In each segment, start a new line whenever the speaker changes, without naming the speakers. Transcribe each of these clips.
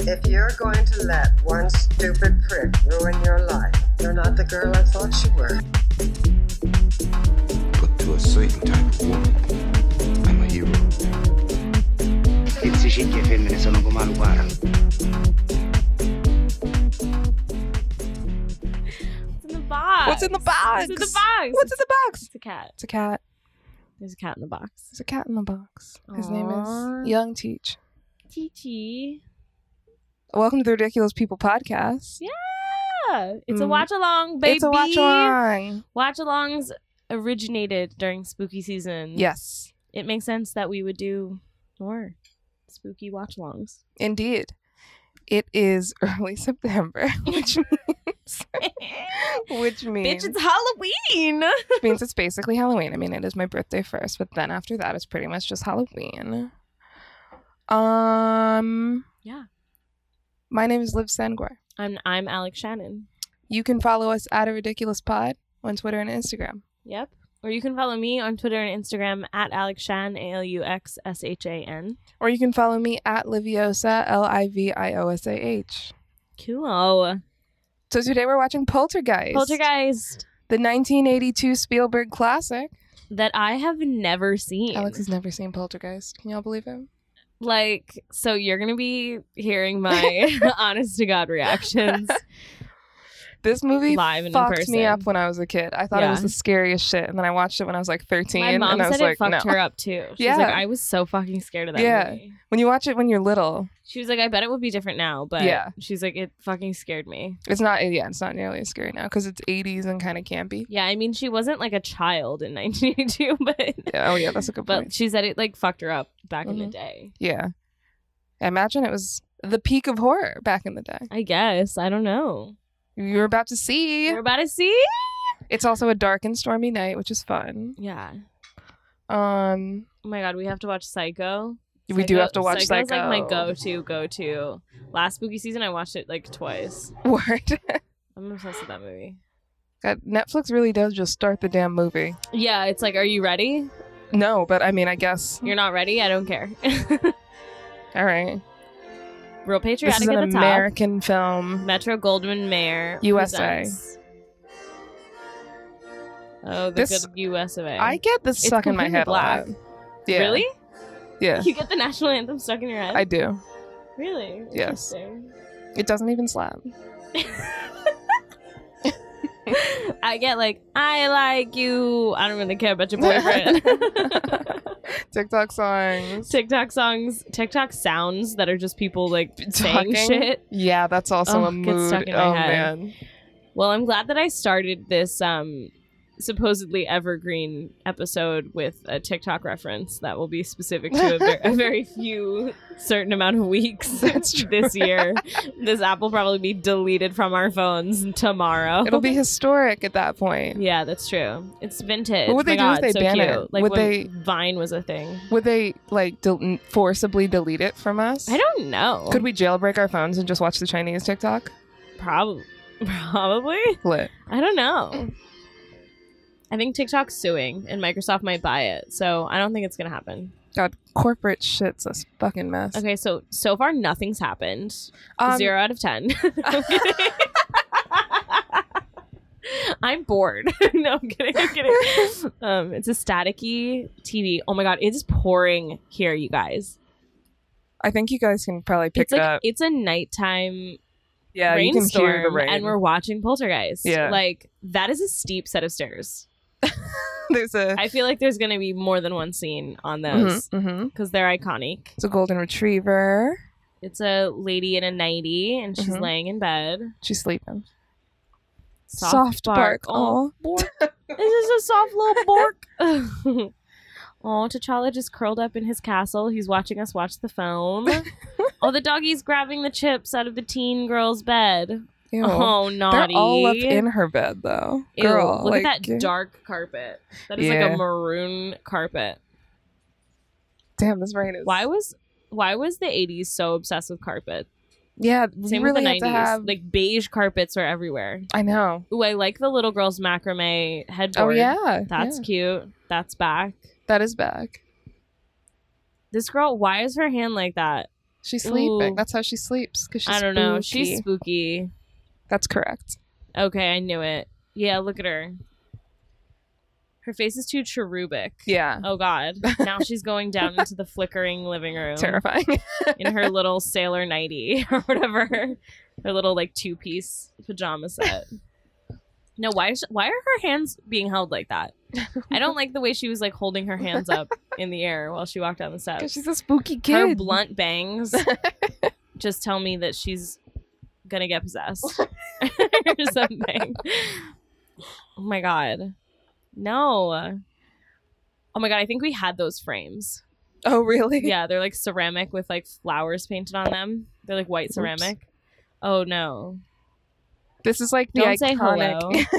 If you're going to let one stupid prick ruin your life, you're not the girl I thought you were.
But to a certain type of woman, I'm a hero.
Pizzichicchi e femmine sono come l'uguale.
What's in the box?
What's in the box?
What's in the box?
What's in the box?
It's a cat.
It's a cat.
There's a cat in the box.
There's a cat in the box. His
Aw.
name is Young Teach.
Chichi.
Welcome to the Ridiculous People podcast.
Yeah. Ah, It's a
Mm.
watch along, baby.
It's a watch along.
Watch alongs originated during spooky season.
Yes,
It makes sense that we would do more spooky watch alongs.
indeed. It is early September, which means, which
Bitch,
means,
it's Halloween.
which means it's basically Halloween. I mean, it is my birthday first, but then after that, it's pretty much just Halloween. Um,
Yeah.
My name is Liv Sangor.
I'm I'm Alex Shannon.
You can follow us at a ridiculous pod on Twitter and Instagram.
Yep. Or you can follow me on Twitter and Instagram at Alex Shan, A L U X S H A N.
Or you can follow me at Liviosa, L I V I O S A H.
Cool.
So today we're watching Poltergeist.
Poltergeist
The 1982 Spielberg classic.
that I have never seen.
Alex has never seen Poltergeist. Can y'all believe him?
like so you're gonna be hearing my honest to god reactions
This movie
Live and in
fucked
person.
me up when I was a kid. I thought it was
Yeah.
the scariest shit. And then I watched it when I was like 13.
my mom
and I was
said
like,
it fucked
no.
her up too she
Yeah.
was like i was so fucking scared of that
Yeah.
movie
When you watch it when you're little,
she was like i bet it would be different now but
Yeah.
she's like it fucking scared me
it's not, yeah, it's not nearly as scary now because it's 80s and kind of campy.
yeah i mean she wasn't like a child in 1982 but
Yeah, Mm-hmm. oh, yeah, that's a good point.
but she said it like fucked her up back in the day
Yeah. I imagine it was the peak of horror back in the day.
i guess i don't know
You're about to see.
we're about to see
It's also a dark and stormy night, which is fun.
yeah
Um,
oh my god we have to watch psycho
we do
Psycho-
have to watch Psycho.
Psycho's like my go-to, go-to. Last spooky season, I watched it like twice.
Word.
I'm obsessed with that movie.
God, Netflix really does just start the damn movie.
Yeah, it's like, are you ready?
No, but I mean, I guess.
You're not ready. I don't care.
All right.
Real
This
patriotic
is an
at the top.
American film.
Metro Goldwyn Mayer.
USA.
presents- Oh, the
This-
good US of A.
I get this
It's
stuck in my
completely
head
black.
a lot. Yeah.
Really?
Yeah.
You get the national anthem stuck in your head?
I do.
Really?
Yes.
Interesting.
It doesn't even slap.
I get like, I like you. I don't really care about your boyfriend.
TikTok songs.
TikTok songs, TikTok sounds that are just people like saying
Talking.
shit.
Yeah, that's also
Ugh,
a
gets
mood.
stuck in my
oh
head.
man.
Well, I'm glad that I started this um supposedly evergreen episode with a TikTok reference that will be specific to a, ver- a very few certain amount of weeks
That's true.
this year. This app will probably be deleted from our phones tomorrow.
It'll be historic at that point.
yeah, that's true. It's vintage.
What would they
My
do if
God,
they
so
ban
cute.
it?
Like
Would
when
they-
Vine was a thing.
Would they like del- forcibly delete it from us?
I don't know.
Could we jailbreak our phones and just watch the Chinese TikTok?
probably probably?
Lit.
I don't
Mm.
know. I think TikTok's suing and Microsoft might buy it. So I don't think it's going to happen.
God, corporate shit's a fucking mess.
Okay, so so far nothing's happened.
Um,
Zero out of ten. I'm kidding. I'm bored. no, I'm kidding. I'm kidding. Um, it's a staticky TV. Oh my god, it is pouring here, you guys.
I think you guys can probably pick
It's like
it up.
it's a nighttime
Yeah, you can
rainstorm,
hear the rain.
and we're watching Poltergeist.
Yeah.
like that is a steep set of stairs.
There's a
I feel like there's gonna be more than one scene on those
Mhm, mhm.
because they're iconic.
It's a golden retriever.
It's a lady in a nightie, and she's
Mhm.
laying in bed.
She's sleeping.
Soft,
bark. Oh,
bork. this is a soft little bork. oh, T'Challa just curled up in his castle. He's watching us watch the film. oh, the doggy's grabbing the chips out of the teen girl's bed.
Ew.
Oh,
They're
naughty.
all up in her bed though.
Ew,
Girl,
look
like,
at that dark carpet. That is like
Yeah.
a maroon carpet.
Damn, this rain is.
Why was why was the 80s so obsessed with carpet?
Yeah,
Same
you really
with
have
the 90s.
to have.
Like beige carpets were everywhere.
I know.
Ooh, I like the little girl's macrame
Oh
headboard.
yeah,
That's
yeah.
cute. That's back.
that is back.
This girl, why is her hand like that?
She's sleeping.
Ooh.
That's how she sleeps. Cause she's
I don't know.
spooky.
She's spooky.
That's correct.
Okay, I knew it. Yeah, look at her. Her face is too cherubic.
Yeah.
Oh God! Now she's going down into the flickering living room
Terrifying.
in her little sailor nightie or whatever, her little like two piece pajama set. No, why? Is why are her hands being held like that? I don't like the way she was like holding her hands up in the air while she walked down the
Because
steps.
she's a spooky kid.
Her blunt bangs just tell me that she's gonna get possessed or something. Oh my god. No. Oh my god, I think we had those frames.
oh, really?
Yeah, they're like ceramic with like flowers painted on them. They're like white
Oops.
ceramic. Oh no.
This is like the
Don't say
iconic.
hello.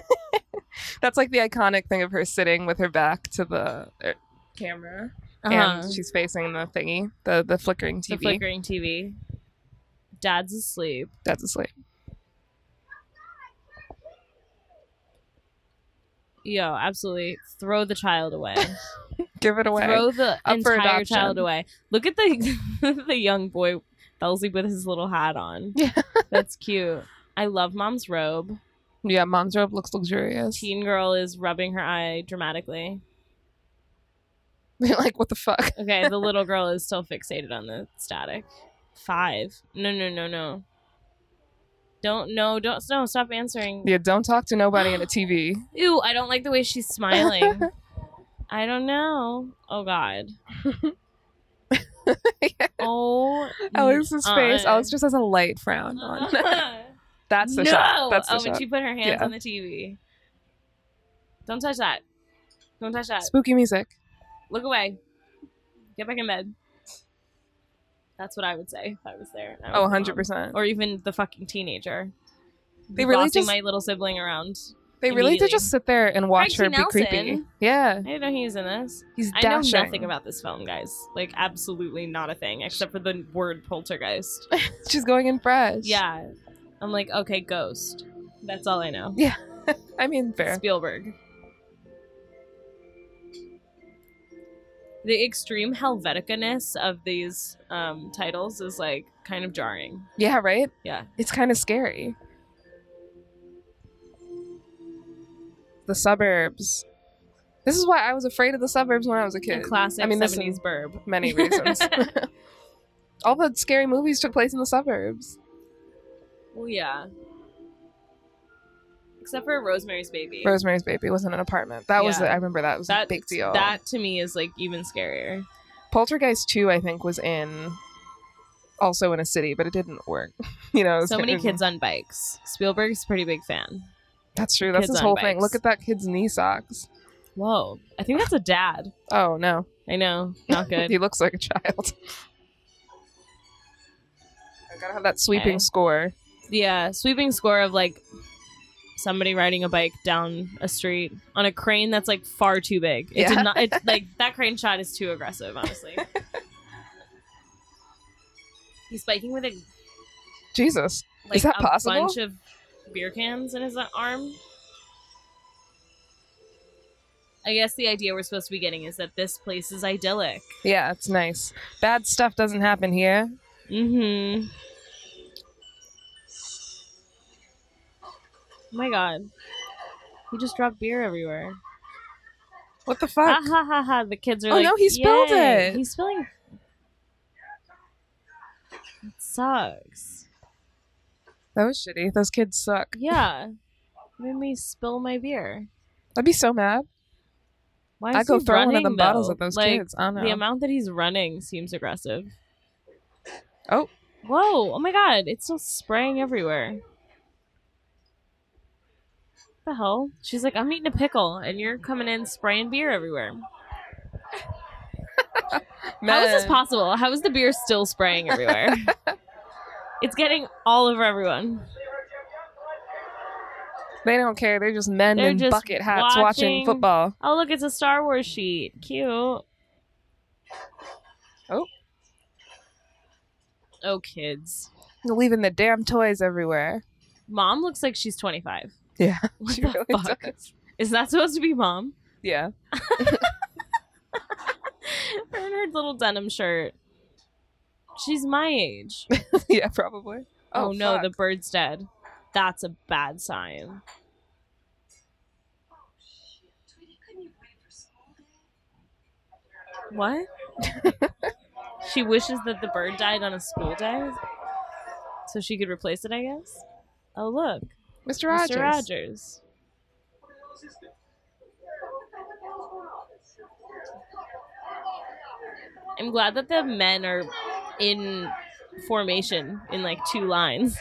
That's like the iconic thing of her sitting with her back to the er, camera,
Uh-huh.
and she's facing the thingy, the the flickering
The
TV.
flickering TV. Dad's asleep.
That's asleep.
Yo, absolutely. Throw the child away.
Give it away.
Throw the
Up for
entire
adoption.
child away. Look at the the young boy Belzy with his little hat on.
Yeah.
That's cute. I love mom's robe.
yeah, mom's robe looks luxurious.
Teen girl is rubbing her eye dramatically.
like what the fuck?
Okay, the little girl is still fixated on the static. Five. No, no, no, no. Don't no, don't no. Stop answering.
Yeah, don't talk to nobody in a TV.
Ew, I don't like the way she's smiling. I don't know. Oh God. oh.
Alex's face.
uh.
Alex just has a light frown on. That's the
Uh-huh. no.
shot. That's the
oh, when
shot.
she put her hands
Yeah.
on the TV. Don't touch that. Don't touch that.
Spooky music.
Look away. Get back in bed. That's what I would say if I was there. and I was
Oh,
the mom.
100%.
Uh-huh. Or even the fucking teenager.
They really
bossing
just-
my little sibling around.
They really did
Immediately.
just sit there and watch
Craig T.
her be creepy.
Nelson.
Yeah.
I didn't know he was in this.
He's
I
dashing.
know nothing about this film, guys. Like, absolutely not a thing, except for the word poltergeist.
She's going in fresh.
yeah. I'm like, okay, ghost. That's all I know.
I mean, fair.
Spielberg. The extreme Helvetica-ness of these um, titles is like kind of jarring.
Yeah, right?
Yeah.
It's kind of scary. The suburbs. This is why I was afraid of the suburbs when I was a
A
kid.
classic
I mean, this
70s
is-
burb.
Many reasons. All the scary movies took place in the suburbs.
Well, yeah. Except for Rosemary's Baby.
Rosemary's Baby was in an apartment. That was,
Yeah.
I remember that was a big deal.
That to me is like even scarier.
Poltergeist 2, I think, was in also in a city, but it didn't work. you know, it was
So
kind
many
of-
kids on bikes. Spielberg's a pretty big fan.
That's true. That's
kids
his
on
whole thing.
bikes.
Look at that kid's knee socks.
Whoa. I think that's a dad.
Oh no,
I know. Not good.
he looks like a child. I gotta have that sweeping
Okay.
score.
yeah, sweeping score of like somebody riding a bike down a street on a crane that's like far too big. It
Yeah.
did not it, like that crane shot is too aggressive, honestly. He's biking with a
Jesus,
like
that
a
possible?
bunch of beer cans in his arm. I guess the idea we're supposed to be getting is that this place is idyllic.
yeah, it's nice. Bad stuff doesn't happen here.
Mm-hmm. Oh my god. He just dropped beer everywhere.
What the
Ah,
fuck?
ha ha ha. The kids are
Oh,
like,
no, he spilled
"Yay."
it.
He's spilling. It sucks.
That was shitty. Those kids suck.
Yeah. Made me spill my beer.
I'd be so mad.
Why is
I'd go
he
throw one
running,
of them bottles
though?
at those
Like,
kids. I don't know.
The amount that he's running seems aggressive.
Oh.
Whoa. Oh my god. It's still spraying everywhere. the hell? She's like, I'm eating a pickle and you're coming in spraying beer everywhere. How is this
Man.
possible? How is the beer still spraying everywhere? it's getting all over everyone.
They don't care. They're just men
They're
in
just
bucket hats watching
watching-
football.
Oh, look, it's a Star Wars sheet. Cute. Oh. Oh, kids.
Leaving the damn toys everywhere.
Mom looks like she's 25.
Yeah,
What
she
the
really
fuck?
does.
Is that supposed to be mom?
Yeah,
Her in her little denim shirt. She's my age.
yeah, probably.
Oh, no,
fuck.
the bird's dead. That's a bad sign. What? she wishes that the bird died on a school day so she could replace it, I guess. Oh, look.
Mr. Rogers.
Mr. Rogers. I'm glad that the men are in formation in like two lines.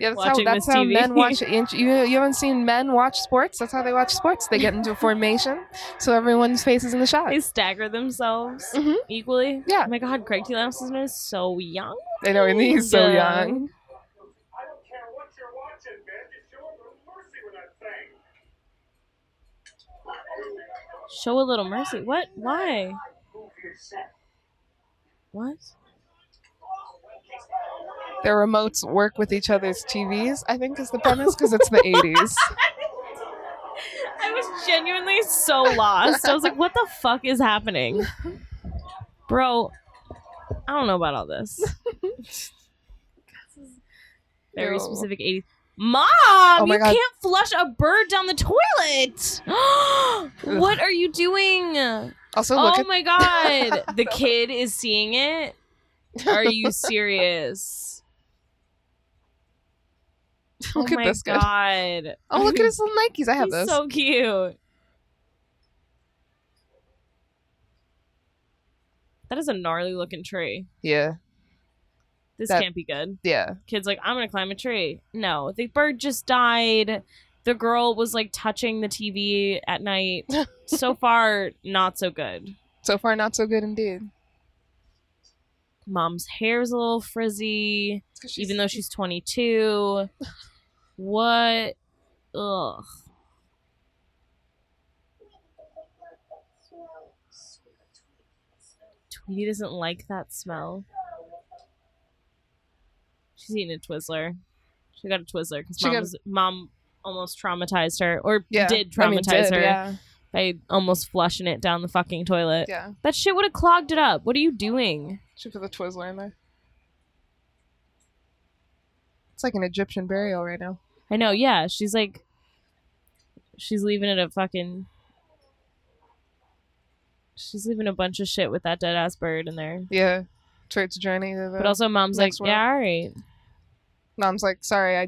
Yeah, that's
watching
how that's
this
how
TV.
men watch. You you haven't seen men watch sports. That's how they watch sports. They get into a formation, so everyone's face is in the shot.
They stagger themselves
Mhm.
equally.
Uh, Yeah.
Oh my God, Craig T. Lampson is so young.
They know he's so
Yeah.
young.
I don't care what you're watching, man. Just show a little mercy
Show a little mercy.
with that thing.
What? Why? What?
Their remotes work with each other's TVs. I think is the premise because it's the '80s.
I was genuinely so lost. I was like, what the fuck is happening? Bro, I don't know about all this. Very
No. Oh
specific 80s. Mom,
my
you
God.
can't flush a bird down the toilet. what are you doing?
Also, look
Oh
at
my god. The kid is seeing it. Are you serious?
look
oh
at
my
this guy.
god.
Oh, look at his little Nikes. I have
He's
those.
so cute. That is a gnarly looking tree.
yeah,
This
That-
can't be good.
yeah.
Kid's like, I'm gonna climb a tree. No, the bird just died. The girl was like touching the TV at night. so far, not so good.
So far, not so good indeed.
Mom's hair's a little frizzy,
It's 'cause she's-
even though she's 22. what? Ugh. Tweety doesn't like that smell. She's eating a Twizzler. She got a Twizzler because
She
mom,
got-
was- mom almost traumatized her, or
yeah,
did traumatize
I mean, did,
her
Yeah,
by almost flushing it down the fucking toilet.
yeah.
That shit would have clogged it up. What are you doing?
She put the Twizzler in there. It's like an Egyptian burial right now.
I know. Yeah, she's like, she's leaving it a fucking. She's leaving a bunch of shit with that dead ass bird in there.
Yeah, church journey. To the,
But also, mom's like,
Next world.
yeah, all right,
mom's like, "Sorry, I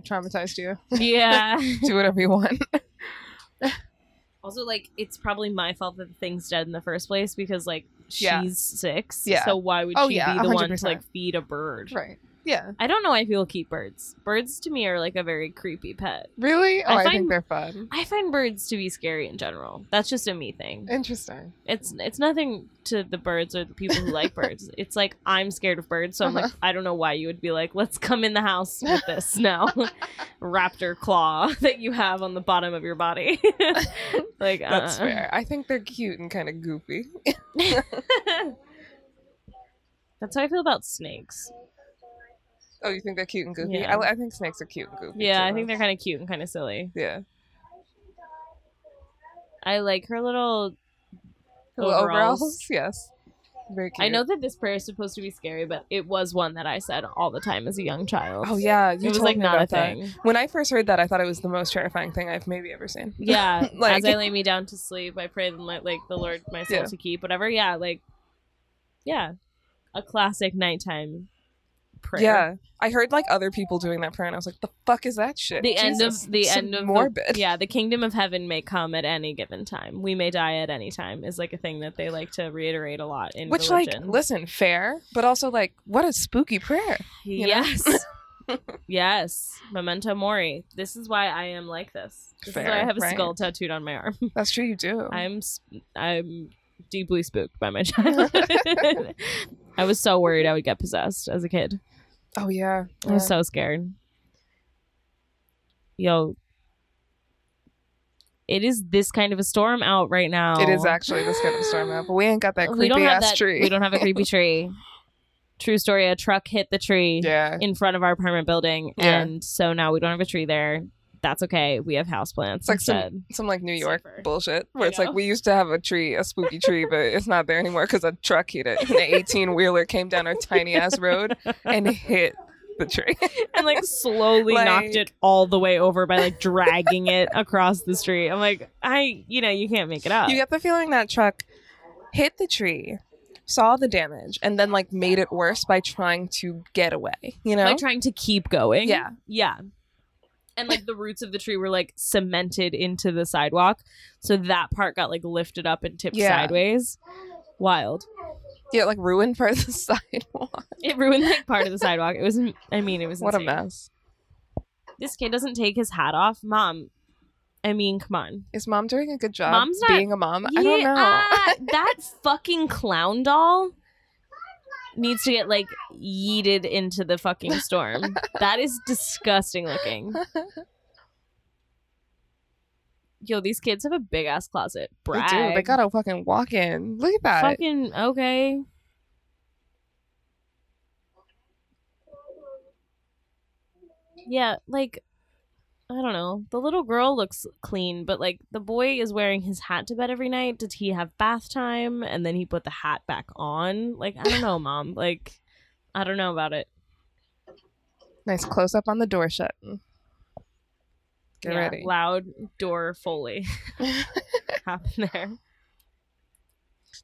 traumatized you.
yeah.
Do whatever you want."
also, like, it's probably my fault that the thing's dead in the first place because like she's
Yeah.
six.
Yeah.
So why would
Oh,
she
yeah,
be the one to
100%.
like feed a bird?
right. Yeah.
I don't know why people keep birds. Birds to me are like a very creepy pet.
Really? Oh,
I
I,
find-
think they're fun.
I find birds to be scary in general. That's just a me thing.
Interesting.
It's it's nothing to the birds or the people who like birds. It's like I'm scared of birds, so I'm
Uh-huh.
like I don't know why you would be like, let's come in the house with this now, raptor claw that you have on the bottom of your body. like
That's
uh-uh.
fair. I think they're cute and kind of goofy.
That's how I feel about snakes.
oh, you think they're cute and goofy?
Yeah.
I, I think snakes are cute and goofy.
Yeah,
too.
I think they're kind of cute and kind of silly.
Yeah.
I like her little.
Little
Overalls.
Yes. Very cute.
I know that this prayer is supposed to be scary, but it was one that I said all the time as a young child.
Oh yeah, you
it was
told
like
me
not a
about that.
thing.
When I first heard that, I thought it was the most terrifying thing I've maybe ever seen.
Yeah, as
Like-
I lay me down to sleep, I pray that my, like the Lord my soul
Yeah.
to keep whatever. Yeah, like yeah, a classic nighttime prayer.
Yeah, I heard like other people doing that prayer, and I was like, "The fuck is that shit?"
the end
Jesus,
of the
so
end of the-
morbid.
yeah, the kingdom of heaven may come at any given time. We may die at any time is like a thing that they like to reiterate a lot in
Which,
religion.
like, listen, fair, but also like, what a spooky prayer. you know?
yes. yes. Memento mori. This is why I am like this. This is why I
Fair,
have a
right.
skull tattooed on my arm.
That's true, you do.
I'm s- I'm deeply spooked by my childhood. I was so worried I would get possessed as a kid.
oh yeah,
I
Yeah.
was so scared. Yo, it is this kind of a storm out right now.
it is actually this kind of storm out, but we ain't got that creepy
we don't have
ass
that,
tree.
We don't have a creepy tree. True story. A truck hit the tree
yeah,
in front of our apartment building,
Yeah.
and so now we don't have a tree there. that's okay. We have houseplants
It's like some-
instead.
Some like New York
Safer.
bullshit where
I
it's like
know.
we used to have a tree, a spooky tree, but it's not there anymore because a truck hit it. An 18 wheeler came down our tiny ass road and hit the tree.
and like slowly knocked
Like-
it all the way over by like dragging it across the street. I'm like, I, you know, you can't make it up.
You get the feeling that truck hit the tree, saw the damage, and then like made it worse by trying to get away. You know?
Like trying to keep going.
Yeah.
Yeah. And like the roots of the tree were like cemented into the sidewalk. So that part got like lifted up and tipped
Yeah.
sideways. Wild.
yeah, like ruined part of the sidewalk.
It ruined like part of the sidewalk. It was, I mean, it was
What a
insane.
mess.
This kid doesn't take his hat off. Mom, I mean, come on.
Is mom doing a good job
Mom's not-
being a mom? I don't know.
Yeah, ah, that fucking clown doll needs to get like yeeted into the fucking storm. that is disgusting looking. Yo, these kids have a big ass closet.
They
Brag.
do. They got a fucking walk in. Look at that.
fucking okay. Yeah, like I don't know. The little girl looks clean, but like the boy is wearing his hat to bed every night. Did he have bath time and then he put the hat back on? Like I don't know, mom. Like I don't know about it.
Nice close up on the door shut. Get
Yeah,
ready.
Loud door foley happened there.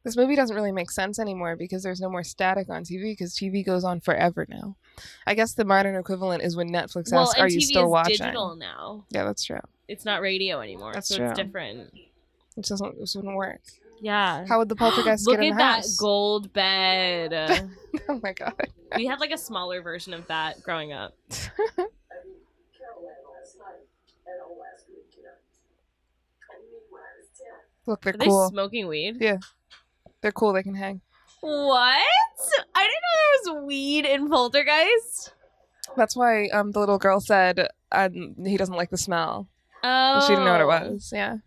This movie doesn't really make sense anymore because there's no more static on TV because TV goes on forever now. I guess the modern equivalent is when Netflix
well,
asks,
and
"Are
TV
you still
is
watching?"
digital now.
Yeah, that's true.
It's not radio anymore,
That's
so it's
true.
different.
It doesn't. This wouldn't work.
Yeah.
How would the poltergeist
Look
get in
at
the
that
house?
gold bed.
oh my god!
we had like a smaller version of that growing up.
Look, they're
Are they
cool.
smoking weed?
Yeah. they're cool. They can hang.
What? I didn't know there was weed in Poltergeist.
That's why um, the little girl said um, he doesn't like the smell.
Oh,
She didn't know what it was. Yeah,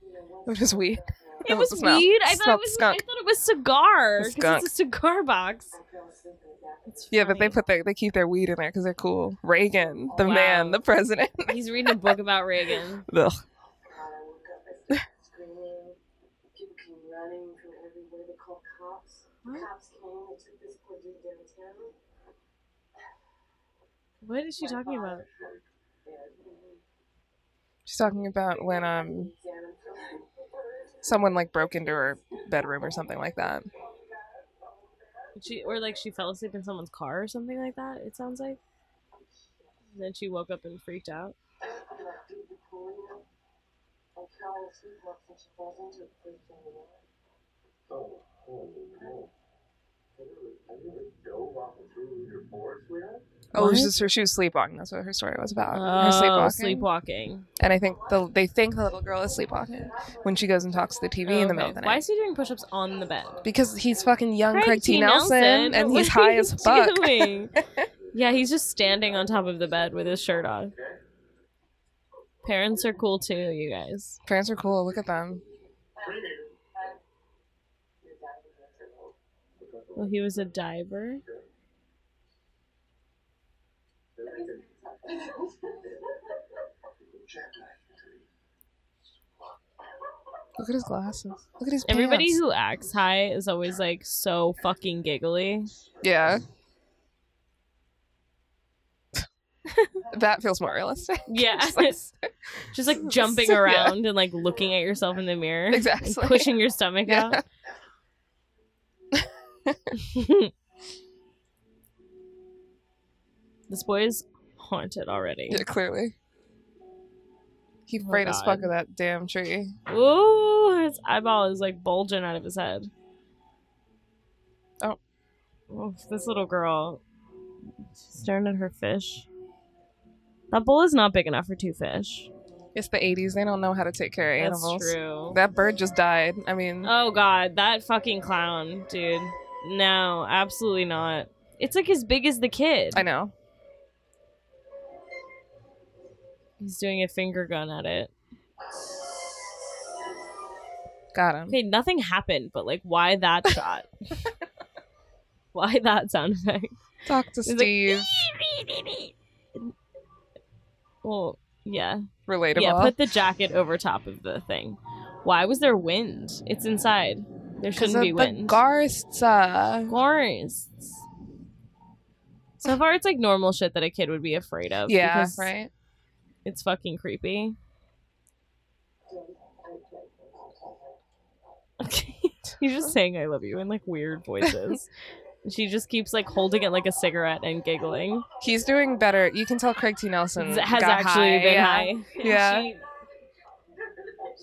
it was weed.
It
That
was
the smell.
weed. I thought
Smelled
it was.
skunk.
I thought it was cigar. 'cause
Skunk.
It's a cigar box. That's
Yeah, but they
funny.
put their they keep their weed in there because they're cool. Reagan, the
Wow.
man, the president.
He's reading a book about Reagan.
Ugh.
screaming. People came running from everywhere. They called cops. Cops came and took this poor dude downtown.
What is she talking about?
She's talking about when um someone like broke into her bedroom or something like that.
She or like she fell asleep in someone's car or something like that. It sounds like. And then she woke up and freaked out.
And Carla sleepwalks and she falls into a creek in the water.
Oh,
What?
this is her, she Oh, was sleepwalking. That's what her story was about.
Oh,
her sleepwalking.
sleepwalking.
And I think the, they think the little girl is sleepwalking when she goes and talks to the TV in the middle of the
Oh, Why
night.
is he doing push-ups on the bed?
Because he's fucking young Craig, T.
T.
Nelson, and
what
he's
are
high
you
as fuck.
doing? yeah, he's just standing on top of the bed with his shirt on. Parents are cool too, you guys.
Parents are cool. Look at them.
Well, he was a diver.
Look at his glasses. Look at his pants.
Everybody who acts high is always like so fucking giggly.
Yeah. that feels more realistic.
Yeah.
Just like-
just like jumping
Yeah.
around and like looking at yourself in the mirror. and
Exactly.
pushing your stomach
Yeah.
out. this boy is haunted already.
Yeah, clearly. He
Oh,
afraid as fuck
God.
of that damn tree.
Ooh, his eyeball is like bulging out of his head.
Oh.
Oof, this little girl she's staring at her fish. That bowl is not big enough for two fish.
It's the 80s. They don't know how to take care of animals.
That's true.
That bird just died. I mean,
Oh god, that fucking clown, dude. No, absolutely not. It's like as big as the kid.
I know.
He's doing a finger gun at it.
Got him.
Okay, nothing happened, but like, why that shot? why that sound effect?
Talk to
He's like,
Steve.
Well, Yeah.
Relatable.
Yeah, put the jacket over top of the thing. Why was there wind? It's inside. There
'Cause
shouldn't
of
be
the uh,
wind.
Garza.
Gorists. So far, it's like normal shit that a kid would be afraid of.
Yeah,
because
right.
It's fucking creepy. He's just saying "I love you" in like weird voices. she just keeps like holding it like a cigarette and giggling.
He's doing better. You can tell Craig T. Nelson
Z- has
Mm, got
actually
high.
been
yeah.
high.
Yeah.
She,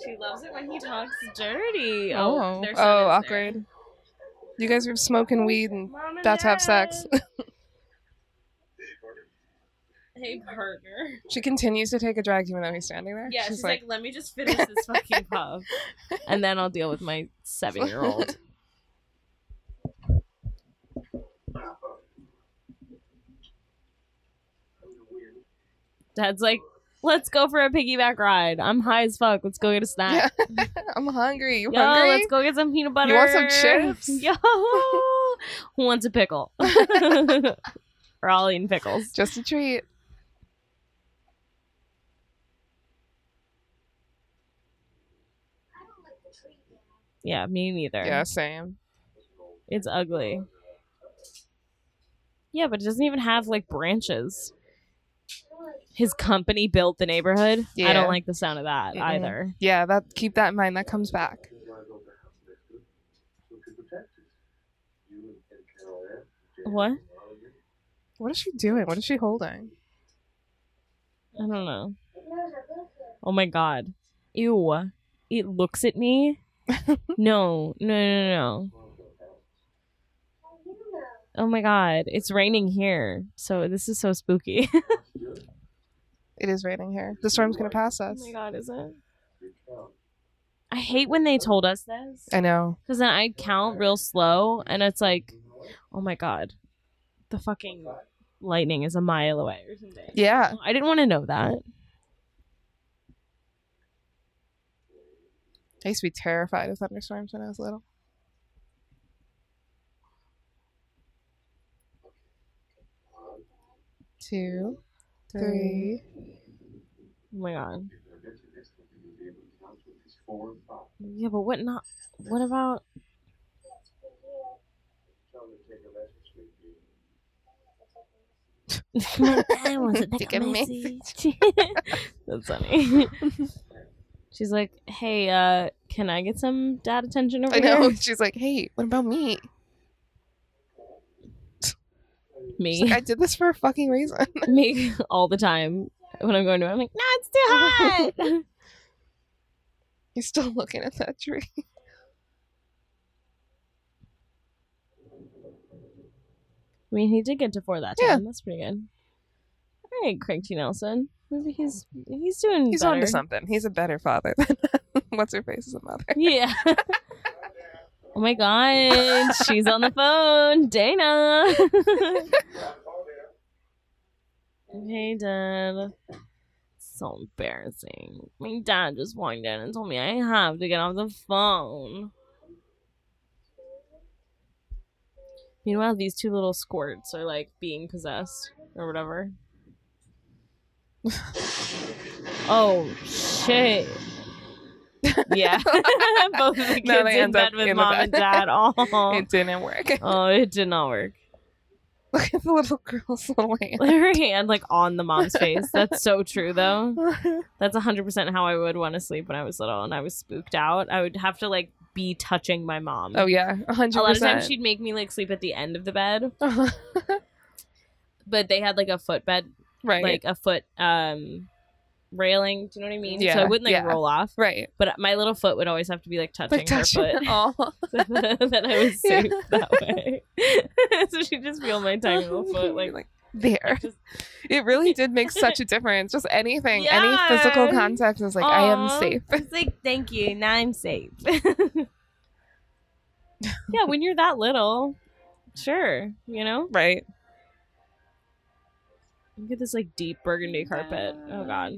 she loves it when he talks dirty.
Oh,
their son
oh,
is there.
awkward. You guys were smoking weed and
Mom and
about to have sex.
Dad. hey, partner.
She continues to take a drag even though he's standing there.
Yeah, she's, like, let me just finish this fucking puff, and then I'll deal with my seven-year-old. Dad's like, let's go for a piggyback ride. I'm high as fuck. Let's go get a snack.
Yeah. I'm hungry. You
Yo,
hungry?
let's go get some peanut butter.
You want some chips?
Yo, who wants a pickle? We're all eating pickles.
Just a treat.
Yeah, me neither.
Yeah, same.
It's ugly. Yeah, but it doesn't even have like branches. His company built the neighborhood. I
Yeah.
don't like the sound of that
Mm-mm.
either.
Yeah, that keep that in mind. That comes back.
What?
What is she doing? What is she holding?
I don't know. Oh my god. Ew. It looks at me. no, no, no, no. Oh my god. It's raining here. So this is so spooky. oh
It is raining here. The storm's gonna pass us.
Oh my god, is it? I hate when they told us this.
I know.
Because then I count real slow and it's like, oh my god. The fucking lightning is a mile away or something.
Yeah.
I didn't want to know that.
I used to be terrified of thunderstorms when I was little. Two, three.
Oh my god. Yeah, but what not? What about? I want to take
Take a
a message. That's funny. She's like, "Hey, uh, can I get some dad attention over
I know.
here?"
She's like, hey, what about me? She's
Me,
like, I did this for a fucking reason.
me, all the time when I'm going to. bed, I'm like, "No, it's too hot."
You're still looking at that tree.
I mean, he did get to four that time.
Yeah.
That's pretty good. All right, Craig T. Nelson. Maybe he's he's doing.
He's
better.
on to something. He's a better father than what's her face is a mother.
Yeah. oh my god, she's on the phone, Dana. hey, Dad. So embarrassing. My dad just walked in and told me I have to get off the phone. Meanwhile, these two little squirts are like being possessed or whatever. oh shit. Yeah. Both of the kids
No, they
in
end up
bed with
in the
mom
bed.
and dad. Oh.
It didn't work.
oh, it did not work.
Look at the little girl's little hand.
Her hand like on the mom's face. That's so true though. That's 100% how I would want to sleep when I was little and I was spooked out. I would have to like be touching my mom.
oh yeah, a hundred
A lot of times
percent.
she'd make me like sleep at the end of the bed, but they had like a footbed,
right,
like a foot um railing. Do you know what I mean? So
Yeah,
it wouldn't like
yeah.
roll off,
right.
but my little foot would always have to be like touching
Like
her
touching
foot.
it all.
so that I was
Yeah.
safe that way. so she'd just feel my tiny little foot, like,
there.
just-
It really did make such a difference. Just anything,
Yeah.
any physical contact is like I am
"Aw."
safe.
It's like, thank you, now I'm safe. yeah, when you're that little, sure, you know.
Right.
Look at this like deep burgundy carpet. Oh god.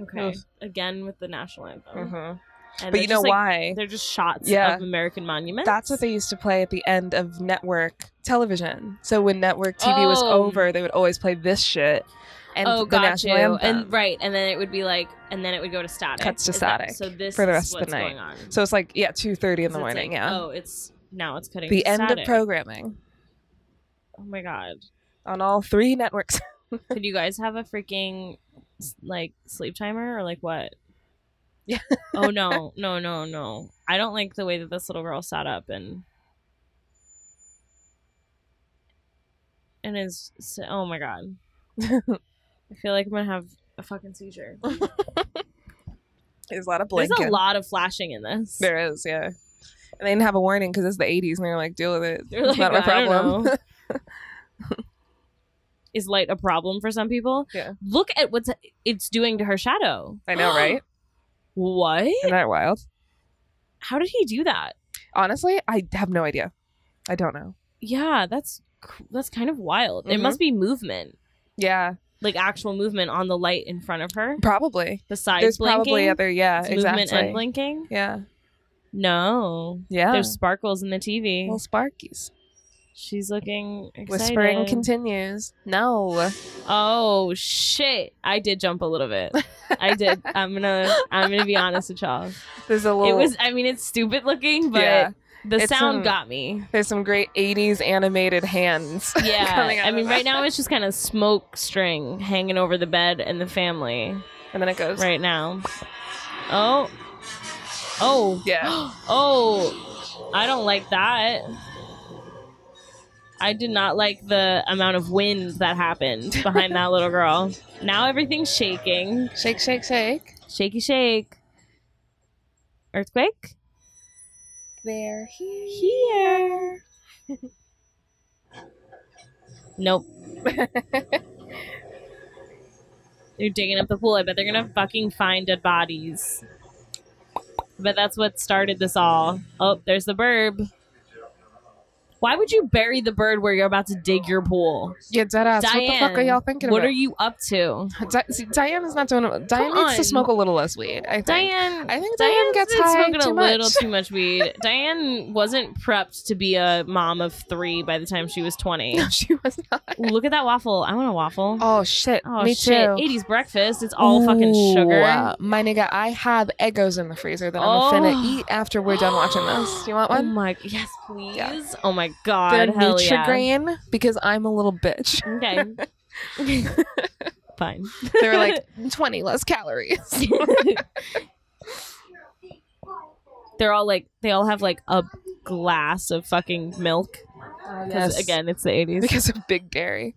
Okay.
Oof.
Again with the national anthem.
hmm
Uh-huh. And
But you
they're
know
just, like,
why?
They're just shots
Yeah.
of American monuments.
That's what they used to play at the end of network television. So when network TV was
Oh.
over, they would always play this shit and
oh,
the
got
national
you.
anthem.
And right, and then it would be like, and then it would go to static.
Cuts to
Is that-
static
so this
for the
is
rest of the
what's
night.
going on.
So it's like yeah, two thirty in the
So it's
morning.
like,
yeah,
Oh, it's now it's cutting
the
to
end of
static.
programming
Oh my god.
on all three networks.
Could you guys have a freaking s- like sleep timer or like what?
Yeah.
oh no, no, no, no! I don't like the way that this little girl sat up and and is. s- Oh my god! I feel like I'm gonna have a fucking seizure.
There's a lot of
There's
blinking.
a lot of flashing in this.
There is, yeah. And they didn't have a warning because it's the 80s, and they're like, deal with it.
They're
it's
like,
not my
"I don't
problem.
know." Is light a problem for some people?
Yeah.
Look at what it's doing to her shadow.
I know, right?
What?
Isn't that wild?
How did he do that?
Honestly, I have no idea. I don't know.
Yeah, that's cr- that's kind of wild. It
Mhm.
must be movement,
Yeah,
like actual movement on the light in front of her.
probably.
Besides
There's
blinking,
probably other, yeah,
It's
exactly.
movement and blinking.
Yeah,
No,
yeah.
there's sparkles in the TV.
little sparkies.
She's looking excited.
Whispering continues. No.
Oh shit! I did jump a little bit. I did. I'm gonna. I'm gonna be honest with y'all.
There's a little.
It was. I mean, it's stupid looking, but
yeah.
the
It's um,
sound
some-
got me.
There's some great 80s animated hands. coming
Yeah.
out
I
of
mean,
it.
right now it's just kind of smoke string hanging over the bed and the family
And then it goes.
right now. Oh. Oh.
Yeah.
Oh. I don't like that. I did not like the amount of wind that happened behind that little girl. Now everything's shaking.
Shake, shake, shake.
Shaky shake. Earthquake?
There he.
Here. nope. they're digging up the pool. I bet they're gonna fucking find dead bodies. But that's what started this all. Oh, there's the burb. Why would you bury the bird where you're about to dig your pool?
Yeah, deadass. What the fuck are
Diane,
y'all thinking
What
about?
are you up to?
Di- see, Diane is not doing it. Diane needs
on.
to smoke a little less weed. I think.
Diane,
I think Diane
Diane
gets
been
high
smoking
too
a
much.
little too much weed. Diane wasn't prepped to be a mom of three by the time she was twenty.
No, she was not.
Ooh, look at that waffle. I want a waffle.
Oh shit.
Oh,
Me
shit.
too.
80s breakfast. It's all fucking
Ooh,
sugar.
uh, my nigga, I have Eggos in the freezer that I'm
Oh.
finna eat after we're done watching this. You want
Oh
one?
my yes, please.
Yeah.
Oh my god,
the
hell yeah.
Nutrigrain because I'm a little bitch.
Okay. Fine.
They were like 20 less calories.
They're all like they all have like a glass of fucking milk. Because again, it's the 80s.
because of big dairy.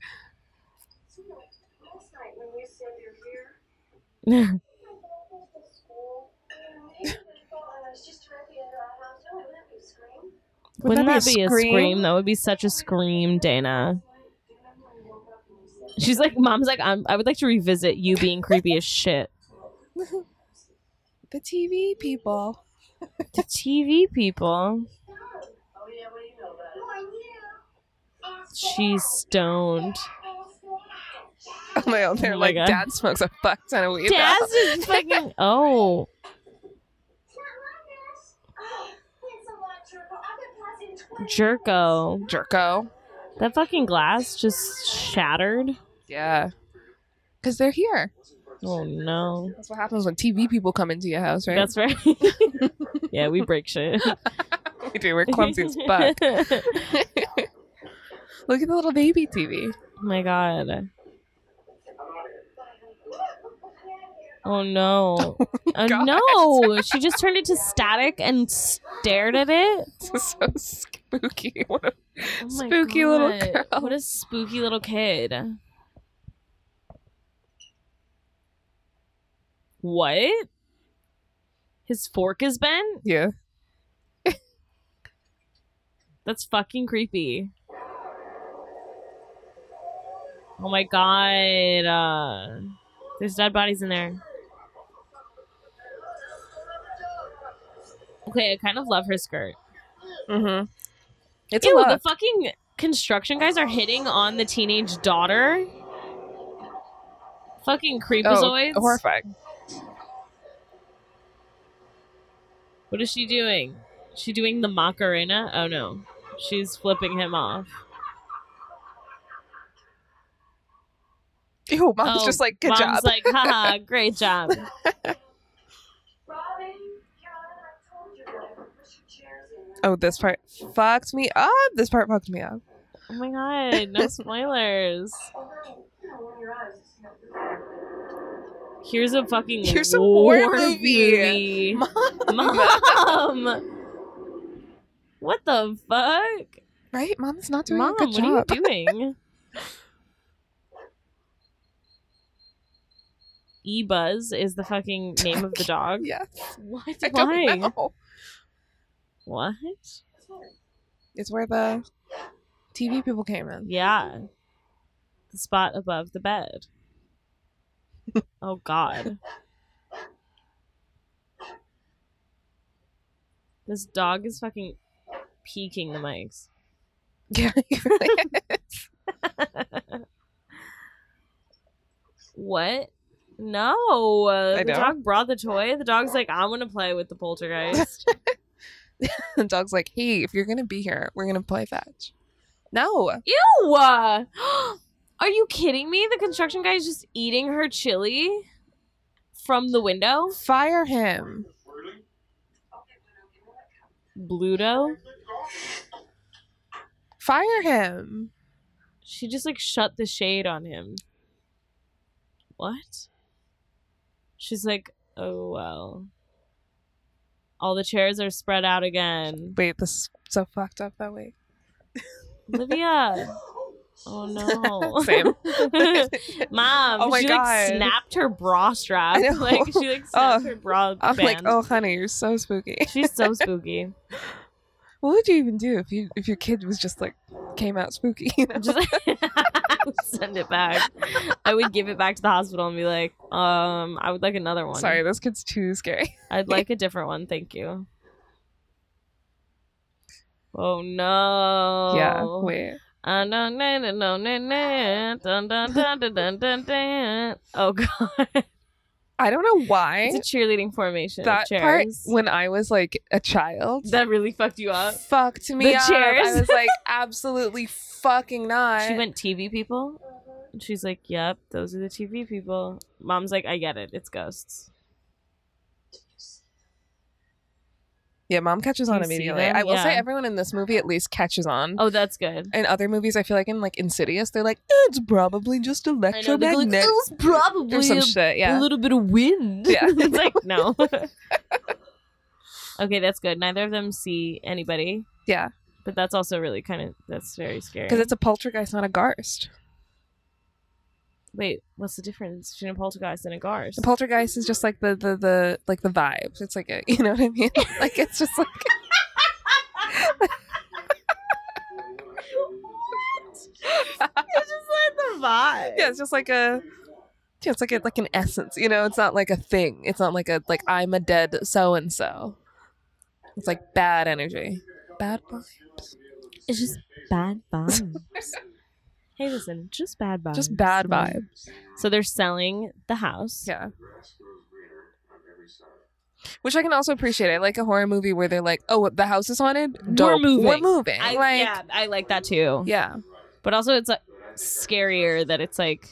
Last night when you said you're here, I was at school. And I thought I was just happy at our house. I wouldn't have to scream.
Wouldn't that be a scream?
scream?
That would be such a scream, Dana. She's like, Mom's like, I'm, I would like to revisit you being creepy as shit.
The TV people.
The TV people.
Oh, yeah, what do you know about it? Well,
She's stoned.
Oh my god, they're
Oh my
like,
God.
Dad smokes a fuck ton of weed. now."
Daz is fucking. Oh. Jerko.
Jerko.
That fucking glass just shattered.
Yeah. Because they're here.
Oh no.
That's what happens when TV people come into your house, right?
That's right. yeah, we break shit.
we do. We're clumsy as fuck. Look at the little baby TV.
Oh my god. Oh no. Oh
God.
no. She just turned it to static and stared at it.
This is so spooky. What a-
Oh my
Spooky little
God.
girl.
What a spooky little kid. What? His fork is bent?
yeah.
That's fucking creepy. Oh my god. Uh, there's dead bodies in there. Okay, I kind of love her skirt.
Mm-hmm. It's
Ew,
a
the
lot.
fucking construction guys are hitting on the teenage daughter. Fucking creepazoids.
Oh, horrifying.
what is she doing? She doing the Macarena? Oh no. She's flipping him off.
Ew, mom's
Oh,
just like, good
Mom's
job.
like, haha, great job.
Robbie, Carolyn, I told you that. Put your chairs in.
oh, this part fucked me up. This part fucked me up.
Oh my god, no spoilers.
Oh, honey, you know, when your eyes is not good.
Here's a fucking
Here's a
war,
war
movie.
movie.
Mom. What the fuck?
Right? Mom's not doing
Mom,
a good
what
job.
are you doing? E Buzz is the fucking name of the dog.
Yes.
What?
I
Why?
don't know.
What?
It's where the TV people came in.
Yeah. The spot above the bed. oh god. This dog is fucking peeking the mics.
Yeah. it really is.
What? No. Uh,
I
the
know.
dog brought the toy. The dog's like, I'm gonna play with the poltergeist.
the dog's like, hey, if you're going to be here, we're going to play fetch. No.
Ew! Are you kidding me? The construction guy is just eating her chili from the window.
Fire him.
Bluto.
Fire him.
She just like shut the shade on him. What? She's like, oh well. All the chairs are spread out again.
Wait, this is so fucked up that way.
Olivia. Oh no.
Same.
Mom,
Oh my
she
God.
like snapped her bra strap.
I know.
Like she like snapped
Oh.
her bra
I'm like,
band.
oh, honey, you're so spooky.
She's so spooky.
What would you even do if you if your kid was just like came out spooky? You know?
Just I would send it back. I would give it back to the hospital and be like, um, I would like another one.
Sorry, this kid's too scary.
I'd like a different one, thank you. Oh no.
Yeah, wait.
Ah, no, no, no, no, no, no. Dun, dun, dun, dun, dun, dun, dun. Oh god.
I don't know why
It's a cheerleading formation.
that
of chairs.
part when I was like a child
that really fucked you up.
fucked me
The
up. I
chairs?
was like, absolutely fucking not.
She went TV people. And she's like, "Yep, those are the TV people." Mom's like, "I get it. It's ghosts."
yeah, mom catches on
You see
immediately.
them?
I will say
Yeah.
everyone in this movie at least catches on.
Oh, that's good.
In other movies, I feel like in like Insidious, they're like, "Eh, it's probably just
I know they're like,
electromagnetic
it was probably
or some
a,
shit.
a
Yeah,
little bit of wind.
Yeah.
it's like no. okay, that's good. Neither of them see anybody,
yeah,
but that's also really kind of that's very scary.
because it's a poltergeist, not a ghost.
wait, what's the difference between a poltergeist and a ghost?
The poltergeist is just like the the the like the vibe. It's like a you know what I mean. Like it's just like
it's just like the vibe.
yeah, it's just like a yeah, it's like a, like an essence. You know, it's not like a thing. It's not like a like I'm a dead so and so. It's like bad energy, bad vibes,
It's just bad vibes. hey, listen, just bad vibes.
just bad vibes.
So they're selling the house.
Yeah. Which I can also appreciate. I like a horror movie where they're like, "Oh, the house is haunted. Dope.
moving."
We're moving."
I,
like,
yeah, I like that too.
yeah,
But also, it's like, scarier that it's like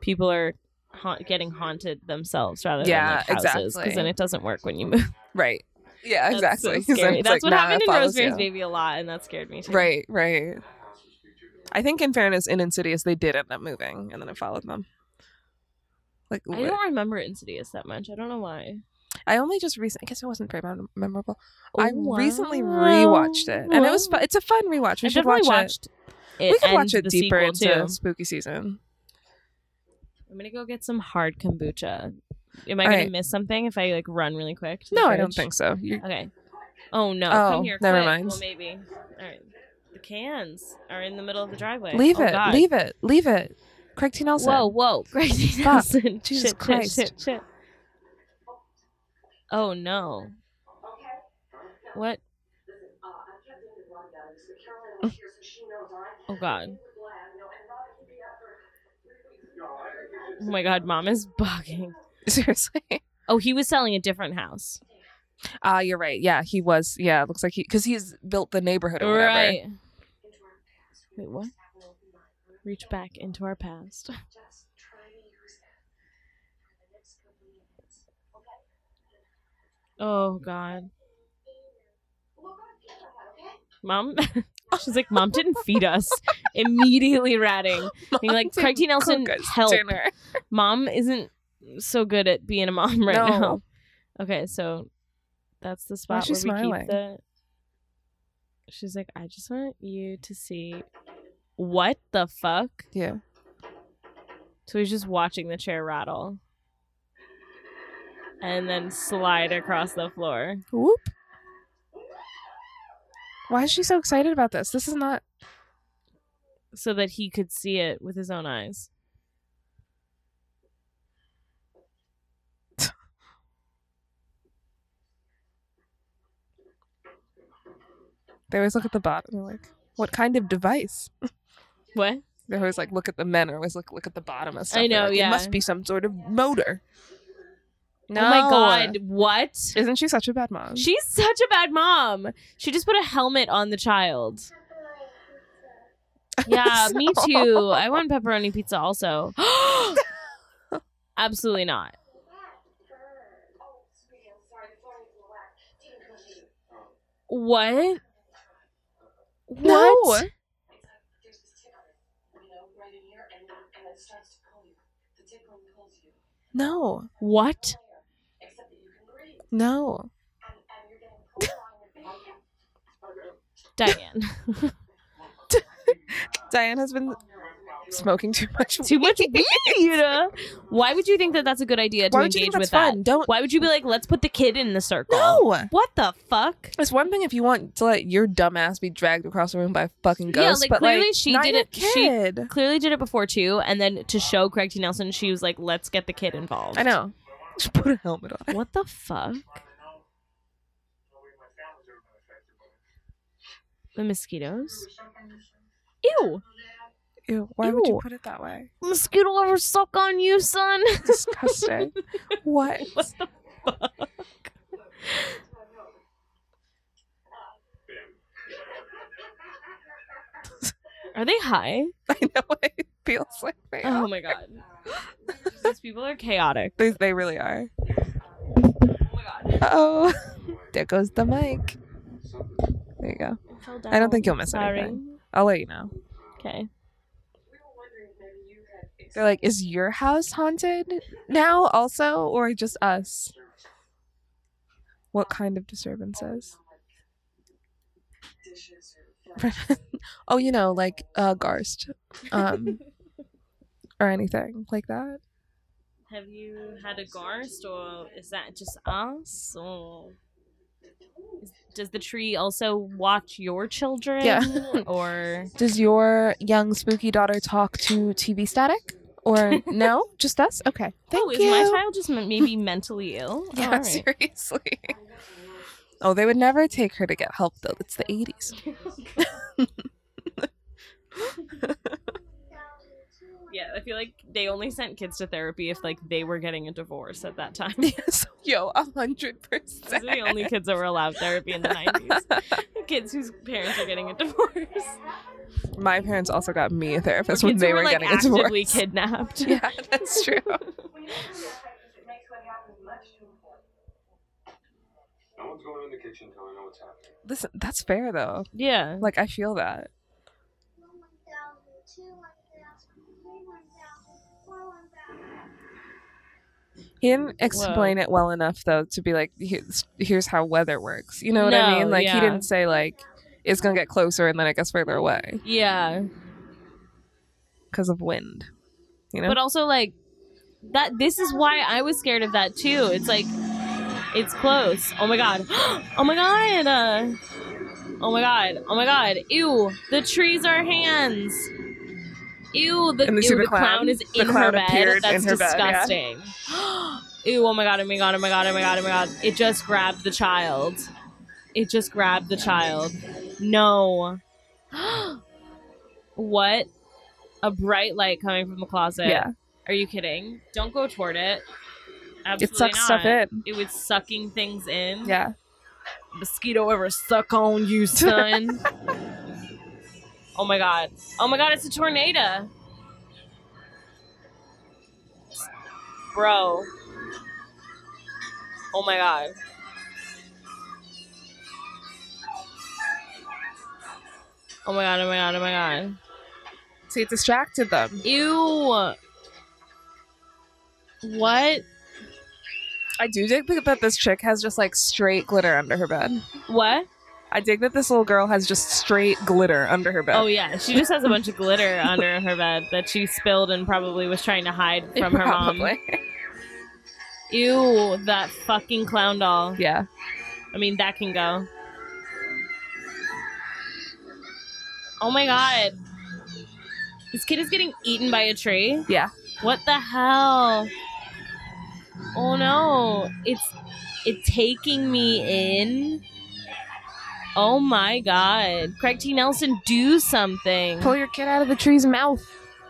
people are ha- getting haunted themselves rather
Yeah,
than like houses.
exactly.
then it doesn't work when you move.
right. Yeah,
That's so
exactly. 'Cause then
scary.
it's
That's
like,
what
nah,
happened
it
in
follows
Rosemary's
you.
Baby a lot, and that scared me too.
Right, right. I think, in fairness, in Insidious, they did end up moving, and then it followed them. Like
I don't remember Insidious that much. I don't know why.
I only just recently. I guess it wasn't very mem- memorable. I
Wow.
recently rewatched it, and it was. Fu- it's a fun rewatch. We
I
should
definitely
watch it.
watched it.
we could
and
watch it
the
deeper
sequel,
into
too.
spooky season.
I'm gonna go get some hard kombucha. Am I
All
gonna
right.
miss something if I like run really quick? to the
No, I don't
fridge?
think so. You-
Okay. Oh no!
Oh,
Come here.
never
quick.
mind.
Well, maybe. All right. The cans are in the middle of the driveway.
leave
Oh,
it.
God.
Leave it. Leave it. Craig T. Nelson.
Whoa, whoa, crazy
Fuck.
Nelson.
Jesus
shit,
Christ.
Shit, shit, shit. Oh no. What? Oh God. Oh my God, mom is bugging.
Seriously.
Oh, he was selling a different house.
Ah, you're right. Yeah, he was. Yeah, it looks like he because he's built the neighborhood or whatever.
Right. Wait, what? reach back into our past.
Just try to use that for the next couple of minutes, okay?
Oh God,
We're gonna get that, okay?
mom. She's like, mom didn't feed us. Immediately ratting. Being like,
Mom
Craig T. Nelson,
didn't cook us
help.
dinner.
Mom isn't so good at being a mom right
No.
now. Okay, so that's the
Why
spot
is she
where we
smiling?
keep the. She's like, I just want you to see what the fuck.
Yeah.
So he's just watching the chair rattle and then slide across the floor.
Whoop. Why is she so excited about this? This is not.
so that he could see it with his own eyes.
They always look at the bottom. They're like, what kind of device?
What?
They always like look at the men. Are always like look at the bottom of stuff.
I
They're
know,
like,
yeah.
It must be some sort of motor. No.
Oh my god, what?
Isn't she such a bad mom?
She's such a bad mom. She just put a helmet on the child. Yeah, me too. I want pepperoni pizza also. Absolutely not.
Oh, sweetie, I'm sorry, the phone is a lot. Didn't come to you.
What?
No.
What?
It's like there's this tickler, you know, right in here, and, and it starts to pull you. The tickling pulls you.
No.
What?
Except that you can breathe,
No.
and, and you're getting pulled on your back.
Diane.
Diane has been smoking too much.
Too much weed. Why would you think that that's a good idea to
Why would you
engage
think
with
that's
that?
fun? Don't.
Why would you be like, let's put the kid in the circle?
No.
What the fuck?
It's one thing if you want to let your dumbass be dragged across the room by a fucking
Yeah,
ghost,
like,
but
clearly
like
she
not
did
your
it- she-
Kid.
clearly did it before too, and then to show Craig T. Nelson, she was like, "Let's get the kid involved."
I know. Just put a helmet on.
What the fuck? The mosquitoes. Ew!
Ew, why would you
Ew.
put it that way?
Mosquito ever suck on you, son?
Disgusting. what?
what the fuck? Are they high?
I know what it feels like. Right
Oh
now.
my god. These people are chaotic.
They, they really are.
Oh my god.
Uh oh. there goes the mic. There you go. I don't think you'll miss
Sorry.
anything. I'll let you know.
Okay.
We were wondering if maybe you had
They're like, is your house haunted now also, or just us? What kind of disturbances?
dishes or
oh, you know, like uh, Garst, um, or anything like that.
Have you had a garst, or is that just us? Or is- does the tree also watch your children?
Yeah.
or
Does your young spooky daughter talk to TV static? Or no? Just us? Okay. Thank
oh,
you.
is my child just m- maybe mentally ill?
Yeah,
All right.
seriously. Oh, they would never take her to get help though. It's the eighties.
Yeah, I feel like they only sent kids to therapy if like they were getting a divorce at that time.
Yes. Yo, a hundred
Those
percent.
are the only kids that were allowed therapy in the nineties. kids whose parents are getting a divorce.
My parents also got me a therapist
Or
when
kids
they
who
were,
like,
getting a
actively
divorce.
kidnapped.
Yeah, that's true.
When you think about it, it makes what happens much too important.
No one's going in the kitchen till I know what's happening.
Listen, that's fair though.
Yeah.
Like I feel that. He didn't explain it well enough though to be like, here's, here's how weather works. You know what I
No,
mean? Like
yeah.
he didn't say like it's gonna get closer and then it gets further away
Yeah.
because of wind. You know?
But also like that this is why I was scared of that too. It's like it's close. Oh my god. Oh my god. Uh, oh my god. Oh my god. Ew. The trees are hands. Ew. The,
And
ew,
you see the
the clown?
clown?
is
The
in her
clown
bed.
appeared
That's
in her bed, yeah.
disgusting. ew. Oh my god. Oh my god. Oh my god. Oh my god. Oh my god. It just grabbed the child. It just grabbed the child. No. what? A bright light coming from the closet.
yeah.
Are you kidding? Don't go toward it. Absolutely
It sucks
not.
stuff in.
It was sucking things in.
Yeah.
Mosquito ever suck on you, son? oh my god. Oh my god, it's a tornado. bro. Oh my god. Oh my god, oh my god, oh my god.
See, it distracted them.
Ew. What?
I do dig that this chick has just like straight glitter under her bed.
What?
I dig that this little girl has just straight glitter under her bed.
Oh yeah, she just has a bunch of glitter under her bed that she spilled and probably was trying to hide from her mom.
Probably.
Ew, that fucking clown doll.
Yeah.
I mean, that can go. Oh my god. This kid is getting eaten by a tree.
Yeah.
What the hell? Oh no. It's it's taking me in. Oh my god. Craig T. Nelson, do something.
Pull your kid out of the tree's mouth.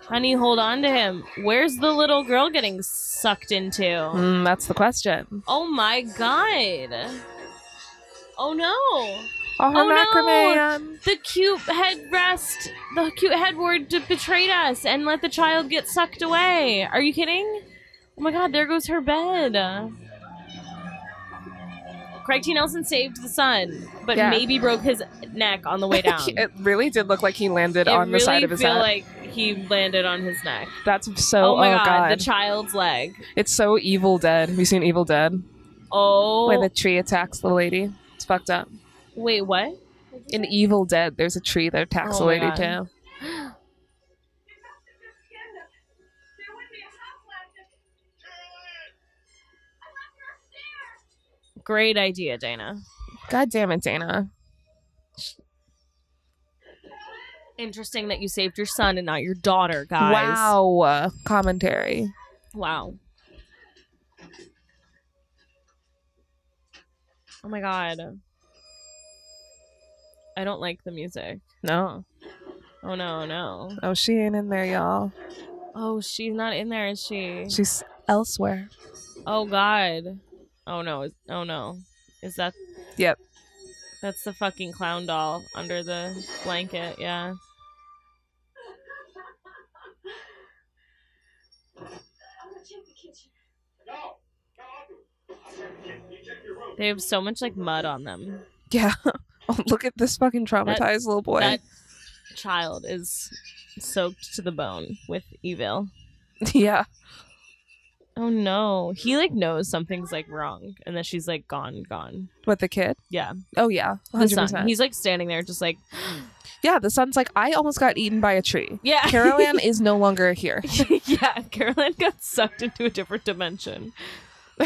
Honey, hold on to him. Where's the little girl getting sucked into?
Mm, that's the question.
Oh my god. Oh no.
Oh, her
Oh, no.
macrame. um,
the cute headrest, the cute headward d- betrayed us and let the child get sucked away. Are you kidding? Oh my god, there goes her bed. Craig T. Nelson saved the son, but
Yeah.
maybe broke his neck on the way down.
it really did look like he
It
landed on the
really
side of his
feel
head.
like he landed on his neck.
that's so.
oh my god, the child's leg.
it's so Evil Dead. Have you seen Evil Dead?
Oh
Where the tree attacks the lady. It's fucked up.
wait, what?
In Evil Dead, there's a tree that attacks
Oh
the
my
lady
God.
too.
There wouldn't be a house left if I left her upstairs.
Great idea, Dana.
God damn it, Dana.
Interesting that you saved your son and not your daughter, guys.
Wow. Commentary.
Wow. Oh my god. I don't like the music.
No.
Oh no, no.
Oh, she ain't in there, y'all.
Oh, she's not in there, is she?
She's elsewhere.
Oh god. Oh no. is- Oh no. Is that
Yep.
That's the fucking clown doll under the blanket. Yeah.
I'm gonna check the kitchen.
No, no, I'll do it. I'll check the kitchen. You check your room.
They have so much like mud on them.
Yeah. Oh, look at this fucking traumatized little boy.
That child is soaked to the bone with evil.
yeah.
Oh no. He like knows something's like wrong and that she's like gone, gone.
With the kid?
Yeah.
Oh, yeah.
The
100%.
son. He's like standing there just like
yeah, the son's like, I almost got eaten by a tree.
Yeah.
Carolan is no longer here.
yeah, Caroline got sucked into a different dimension.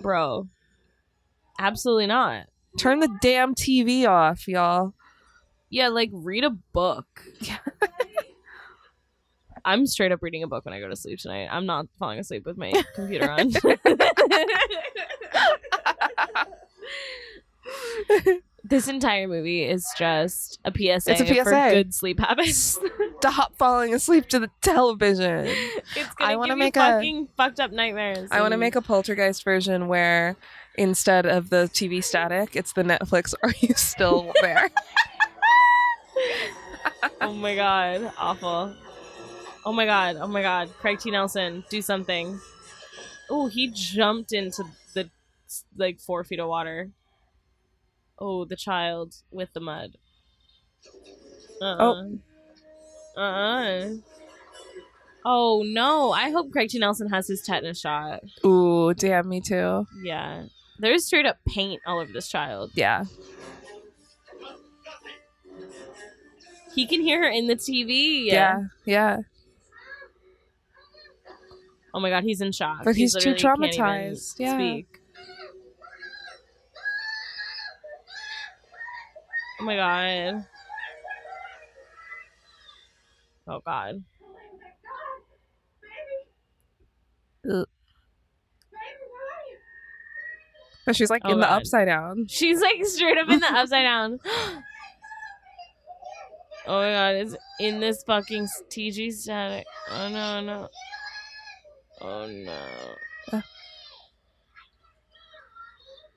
Bro. Absolutely not.
Turn the damn TV off, y'all.
Yeah, like read a book. I'm straight up reading a book when I go to sleep tonight. I'm not falling asleep with my computer on. this entire movie is just a PSA,
It's a
for
PSA.
good sleep habits.
Stop falling asleep to the television.
it's gonna
I
give
wanna
you
make a-
fucking fucked up nightmares.
I want to make a poltergeist version where instead of the TV static, it's the Netflix, are you still there?
oh my god, awful. Oh my god, oh my god, Craig T. Nelson, do something. Oh, he jumped into the like four feet of water. Oh, the child with the mud. Uh-uh.
Oh.
Uh. uh Oh no! I hope Craig T. Nelson has his tetanus shot.
Ooh, damn, me too.
Yeah, there's straight up paint all over this child.
Yeah.
He can hear her in the TV.
Yeah. Yeah.
Oh my god, he's in shock.
But he's too
literally can't even
traumatized, yeah.
Speak. Oh my god. Oh god.
But she's like
Oh,
in the
God.
upside down.
She's like straight up in the upside down. oh my god, it's in this fucking s- TG static. Oh no, no. Oh no.
Uh.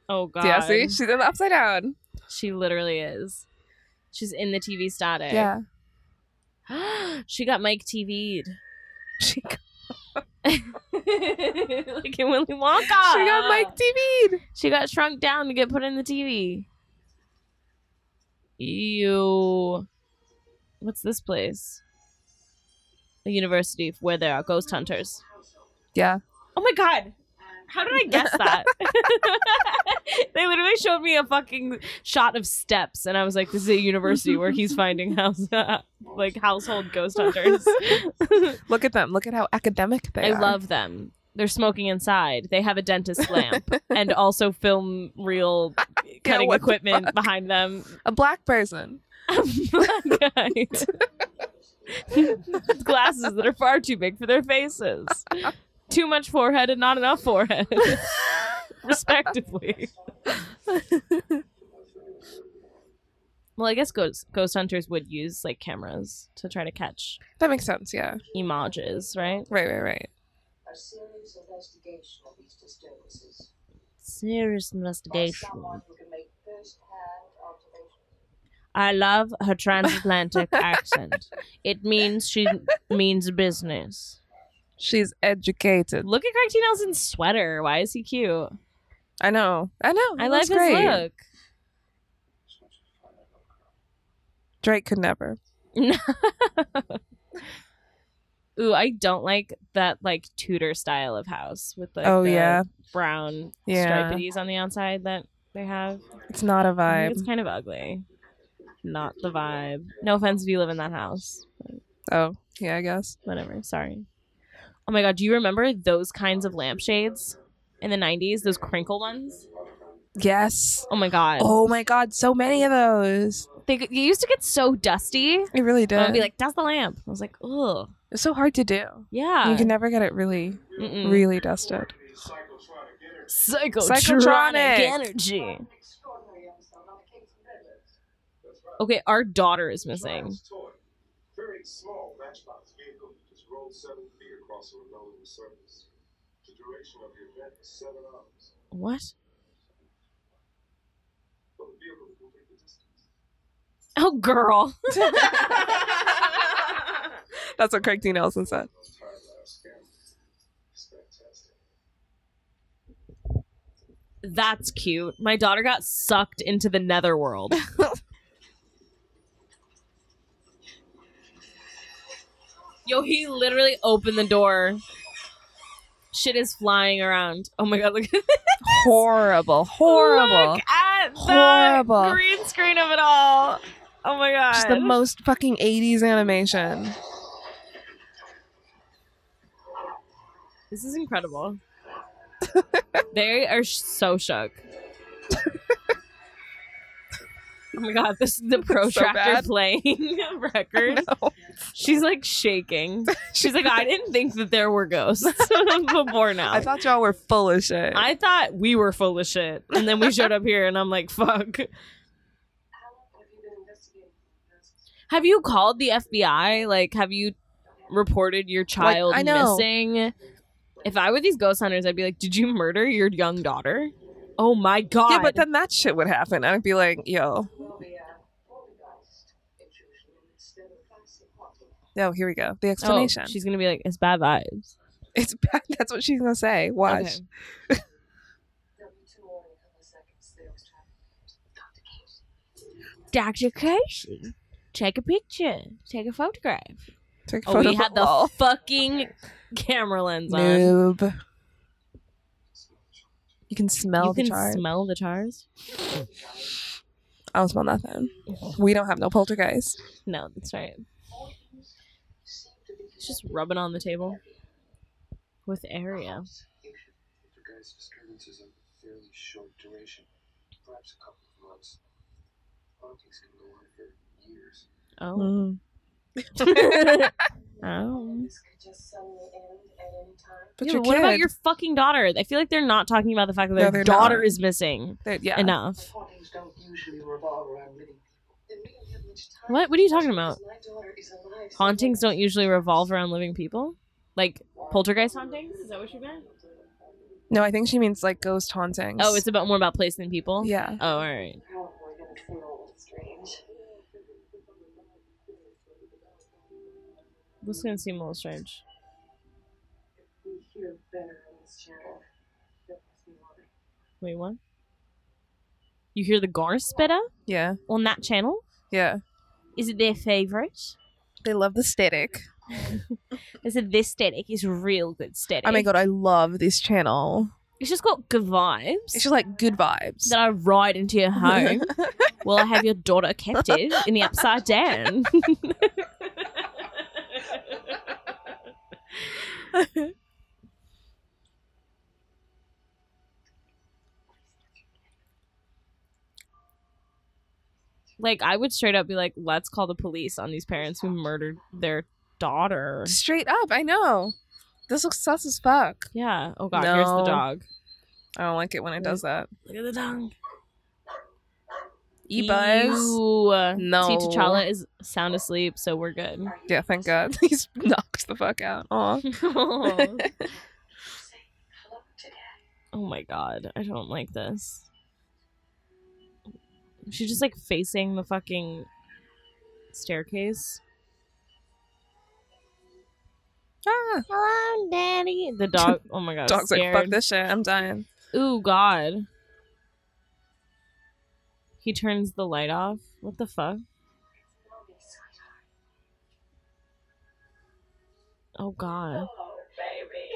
Oh god.
Yeah, see? She's in the upside down.
She literally is. She's in the TV static.
Yeah.
she got Mike TV'd.
She
like in Willy Wonka.
She
Ah.
got Mike TV.
She got shrunk down to get put in the TV. Ew. What's this place? A university where there are ghost hunters.
Yeah.
Oh my god. How did I guess that? they literally showed me a fucking shot of steps, and I was like, "This is a university where he's finding house, like household ghost hunters."
Look at them. Look at how academic
I
they are.
love them. They're smoking inside. They have a dentist lamp and also film reel cutting
what the
equipment behind them.
a black person.
Right. Glasses that are far too big for their faces. Too much forehead and not enough forehead, respectively. well, I guess ghost, ghost hunters would use like cameras to try to catch
That makes sense. Yeah.
images, right?
Right. Right. Right.
A serious investigation of these disturbances.
Serious
By
investigation.
someone who can make first-hand observations.
I love her transatlantic accent. It means she means business.
She's educated.
Look at Craig T. Nelson's sweater. Why is he cute?
I know. I know.
I
He
love
Oh, looks
his
great.
look.
Drake could never.
Ooh, I don't like that like Tudor style of house with like
oh
the
yeah.
brown
Yeah.
stripities on the outside that they have.
It's not a
I think
vibe.
it's kind of ugly. Not the vibe. No offense if you live in that house.
Oh yeah. I guess.
Whatever. Sorry. Oh my god, do you remember those kinds of lampshades in the 90s? Those crinkle ones?
Yes.
Oh my god.
Oh my God. So many of those.
They, they used to get so dusty.
It really
I
does.
would be like, "Dust the lamp." I was like, "Ugh,
it's so hard to do.
yeah."
you can never get it really,
Mm-mm.
really dusted.
Psychotronic,
Psychotronic.
energy.
Extraordinary episode on the King's Murders.
Okay, our daughter is missing.
Very small matchbox vehicle that just rolled seven feet across a linoleum surface. The duration of the event is seven hours,
What?
but the vehicle complete the distance.
Oh, girl.
That's what Craig T. Nelson said.
Those time lapse cameras, it's fantastic.
That's cute. My daughter got sucked into the netherworld. Yo, he literally opened the door. Shit is flying around. Oh my god, look at
Horrible. Horrible.
Look at the
Horrible.
green screen of it all. Oh my god.
Just the most fucking 80s animation.
This is incredible. they are sh- so shook. oh my god, this is the protractor
bad.
playing record.
know.
She's like shaking. She's like, I didn't think that there were ghosts before now.
I thought y'all were full of shit.
I thought we were full of shit. And then we showed up here and I'm like, fuck.
How long have you been investigating this?
Have you called the FBI? Like, have you reported your child
I know.
missing? If I were these ghost hunters, I'd be like, did you murder your young daughter? Oh my god.
yeah, but then that shit would happen. I'd be like, yo,
Will be a poltergeist intrusion instead of classic haunting.
yo, here we go. The
Oh,
explanation.
she's gonna be like, it's bad vibes.
it's bad. That's what she's gonna say. Watch.
Okay.
There'll be two more in a couple of seconds. There was time. Dr. Casey.
Dr. Casey, take a picture, take a photograph.
Take a
Oh,
photo
we had
of all.
the fucking camera lens on.
noob. You can smell
you
the
can
char.
smell the chars.
I don't smell nothing. We don't have no poltergeist.
No, that's right.
Seem to be
It's just rubbing on the table with area.
The guy's disturbances of fairly short duration, perhaps a couple of months. Hauntings can go on for years.
Oh,
Mm.
oh.
This could just suddenly end at any time.
But
Yeah,
your
but what about
kid-
your fucking daughter? I feel like they're not talking about the fact
No,
that their
they're
daughter
not.
is missing
They're- yeah.
enough.
Hauntings don't usually revolve around living people. And we don't have much time.
What? What are you talking about?
My daughter is alive.
Hauntings don't usually revolve around living people, like poltergeist hauntings. Is that what you meant?
No, I think she means like ghost hauntings.
Oh, it's about more about place than people.
yeah.
Oh, all right.
How am I going to feel strange?
This is gonna seem a little strange.
thinner on this channel. You'll pass me water.
Wait, what? You hear the gar spitter
Yeah.
on that channel?
Yeah.
Is it their favorite?
They love the static.
They said this static is real good static.
Oh my god, I love this channel.
It's just got good vibes.
It's just like good vibes.
that I ride into your home while I have your daughter captive in the upside down. like I would straight up be like, let's call the police on these parents who murdered their daughter.
Straight up, I know. This looks sus as fuck.
Yeah. Oh god, here's the
No.
dog.
I don't like it when it does that.
Look at the tongue.
E buzz.
Ew.
No.
See, T'Challa is sound asleep, so we're good.
Yeah, thank God. He's knocked the fuck out. Aw.
oh
Say hello to Dad.
my god, I don't like this. She's just like facing the fucking staircase.
Ah,
Hello, daddy. The dog. Oh my god,
dog's like,
scared.
fuck this shit. I'm dying.
Ooh god. He turns the light off. What the fuck?
Love me, sweetheart.
Oh god.
Oh, baby.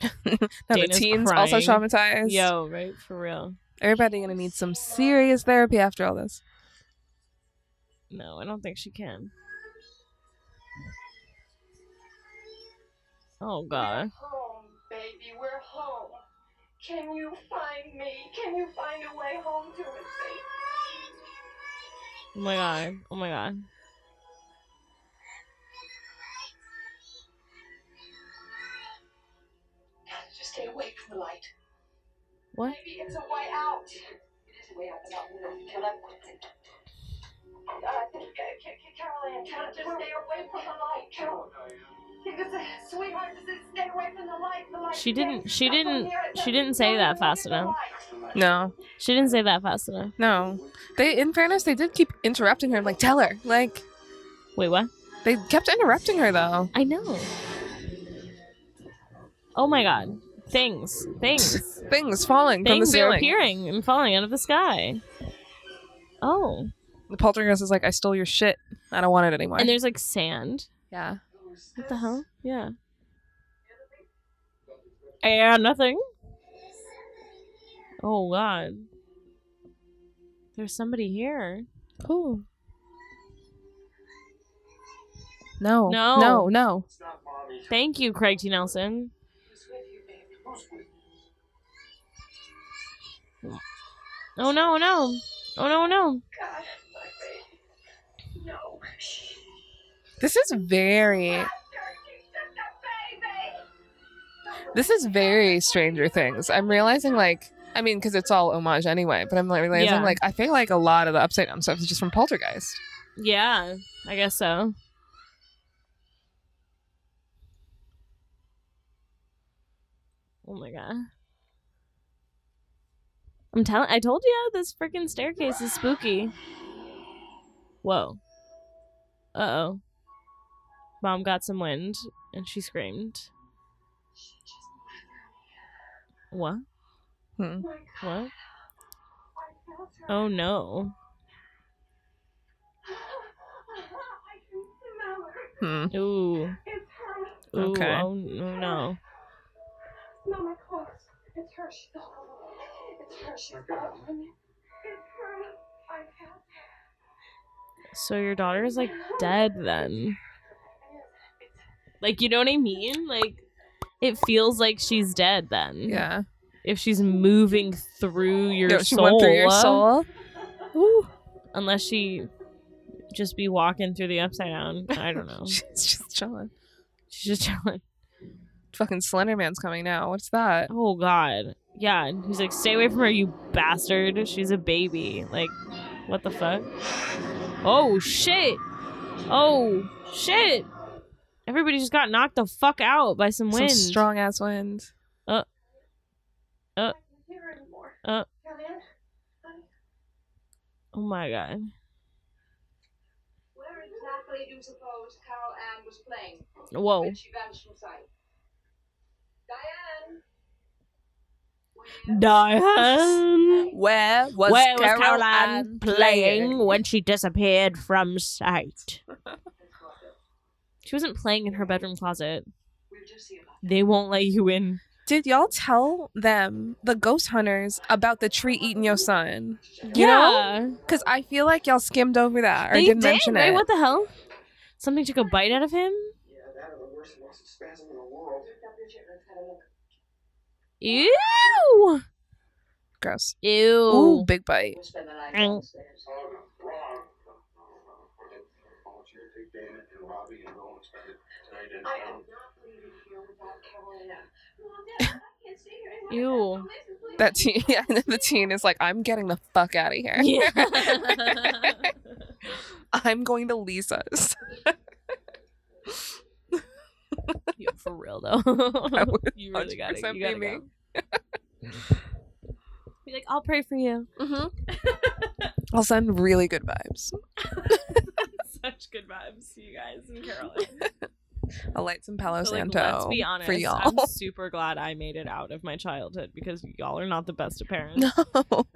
Now the
Dana's
teens also
crying.
traumatized.
Yo, right for real.
Everybody gonna need some serious therapy after all this.
No, I don't think she can. Oh god.
We're home, baby. We're home. Can you find me? Can you find a way home to us, baby?
Oh my god. Oh my god.
Just stay away from the light.
What?
Maybe it's a way out. It is a way out, but not really. Can I? Uh, Caroline, Carol, just stay away from the light. Carol, because, uh, sweetheart, just stay away from the light. The light
She didn't-
stays
she
up in
didn't-
here. It's
she
a-
didn't say
no,
that
we
fast
need the
enough.
light.
No,
She didn't say that fast enough.
no. They, in fairness, they did keep interrupting her. Like, tell her. Like,
Wait, what?
they kept interrupting her though.
I know. Oh my god. Things. Things.
Things falling from the
Things are
ceiling.
appearing and falling out of the sky. Oh.
The poltergeist is like, I stole your shit. I don't want it anymore.
And there's like sand.
yeah.
What the hell? Yeah. And nothing. Oh god. There's somebody here.
Cool. No.
No.
No. No.
It's not mommy.
Thank you, Craig T. Nelson.
Who's with you, baby?
Who's with you?
Oh no, no. Oh no, no.
God, my baby. No. Shh.
This is very. This is very Stranger Things. I'm realizing, like, I mean, because it's all homage anyway. But I'm like realizing,
Yeah.
like, I feel like a lot of the upside down stuff is just from Poltergeist.
Yeah, I guess so. Oh my god. I'm telling I told you this freaking staircase is spooky. Whoa. Uh-oh. Mom got some wind and she screamed.
Oh,
What?
Hmm.
What? Oh no.
Hmm.
Mm. Ooh. Ooh.
Okay.
Oh n- no.
Mama, close. It's her. She's all over me. It's her. She's all over me. It's her. I can't.
So your daughter is like dead then. Like you know what I mean? Like it feels like she's dead then.
Yeah.
If she's moving through your
No,
soul.
she went through your soul.
Ooh. Unless she just be walking through the upside down. I don't know.
She's just chilling.
She's just chilling.
Fucking Slender Man's coming now. What's that?
Oh god. Yeah, and he's like, stay away from her, you bastard. She's a baby. Like, what the fuck? Oh shit. Oh shit. Everybody just got knocked the fuck out by some wind.
Some strong ass wind.
I can't hear anymore.
Uh.
Come in.
oh my god.
Where exactly
we do suppose Carol Ann was playing
Whoa.
when she vanished from sight. Diane!
Diane.
Where was,
Where was
Caroline,
Caroline playing when she disappeared from sight? She wasn't playing in her bedroom closet. They won't let you in.
Did y'all tell them, the ghost hunters, about the tree eating your son?
You yeah.
Because I feel like y'all skimmed over that or
they
didn't
did,
mention
right?
it.
What the hell? Something took a bite out of him?
Yeah, that or the worst muscle spasm in the world.
Ew.
Gross.
Ew.
Ooh, big bite.
Oh, wrong. I want you to take Dana and Robbie and go and spend it tonight in
I
town.
am not leaving here without Carolina. Mom, Dad, I can't stay here anymore.
Ew.
Listen, please.
That teen, yeah, the teen is like, I'm getting the fuck out of here.
Yeah.
I'm going to Lisa's.
Yo, for real though.
That would
you really gotta, you
100% be
gotta
me.
go. Be like, I'll pray for you.
I'll send really good vibes.
Such good vibes, you guys and Carolyn.
I'll light some Palo
So, like,
Santo
let's be honest.
for y'all.
I'm super glad I made it out of my childhood because y'all are not the best of parents.
no,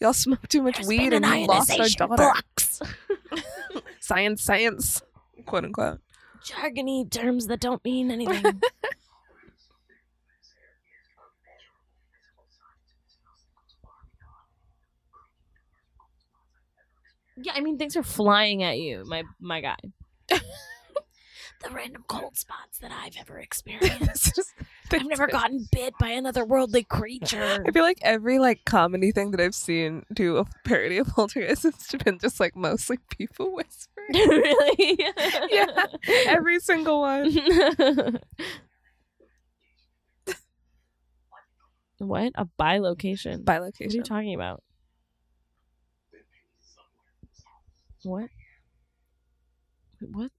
y'all smoked too much weed and you lost our daughter.
blocks.
Science, science, quote unquote.
Jargony terms that don't mean anything. yeah, I mean things are flying at you, my my guy. the random cold spots that I've ever
It's
experienced.
just-
I've never gotten bit by another worldly creature.
I feel like every like comedy thing that I've seen do a parody of Poltergeist has been just like mostly people whispering.
really?
Yeah. Every single one.
what? A bi location.
By
What are you
location.
talking about? What? Wait, What?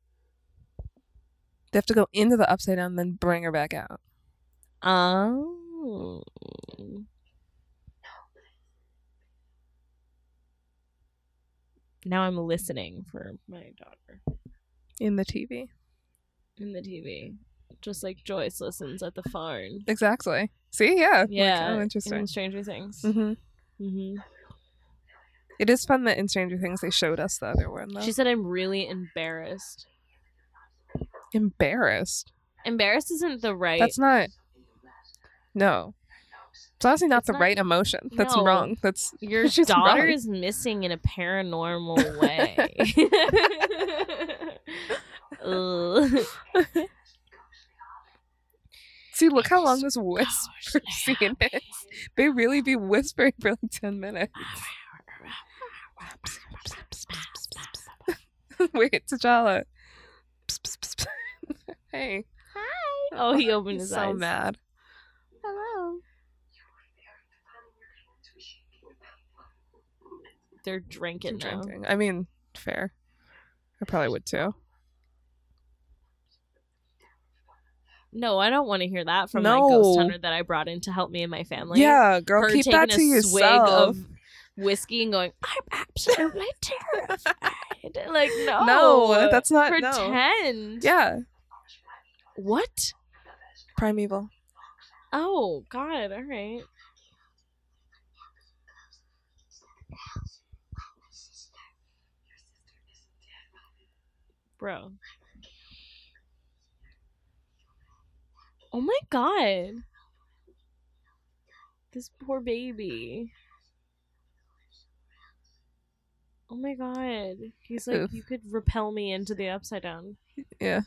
They have to go into the upside down, then bring her back out.
Oh. Now I'm listening for my daughter
In the TV.
in the TV, just like Joyce listens at the phone.
Exactly. See, yeah. Like,
Yeah,
oh, interesting.
in Stranger Things.
hmm
hmm
It is fun that in Stranger Things they showed us the other one though.
She said, "I'm really embarrassed."
embarrassed.
Embarrassed isn't the right.
That's not. No. It's honestly not
It's
the
not-
right emotion. That's
No.
wrong. That's
Your
She's
daughter
wrong.
is missing in a paranormal way. Ugh.
see. Look how long this whisper scene is. They really be whispering for like ten minutes. Wait, T'Challa. hey,
oh, he opened
he's
his
so
eyes.
mad.
Hello. They're drinking
Keep
now.
drinking. I mean, fair. I probably would too.
No, I don't want to hear that from
No.
that ghost hunter that I brought in to help me and my family.
yeah, girl,
her
keep
taking
that
a
to yourself.
swig of whiskey and going, I'm absolutely terrified. Like, no, Oh,
no, that's not no.
pretend.
Yeah,
What?
primeval.
Oh God! All right. Bro. Oh my god. This poor baby. Oh my god. He's like,
Oof.
you could repel me into the upside down.
Yeah.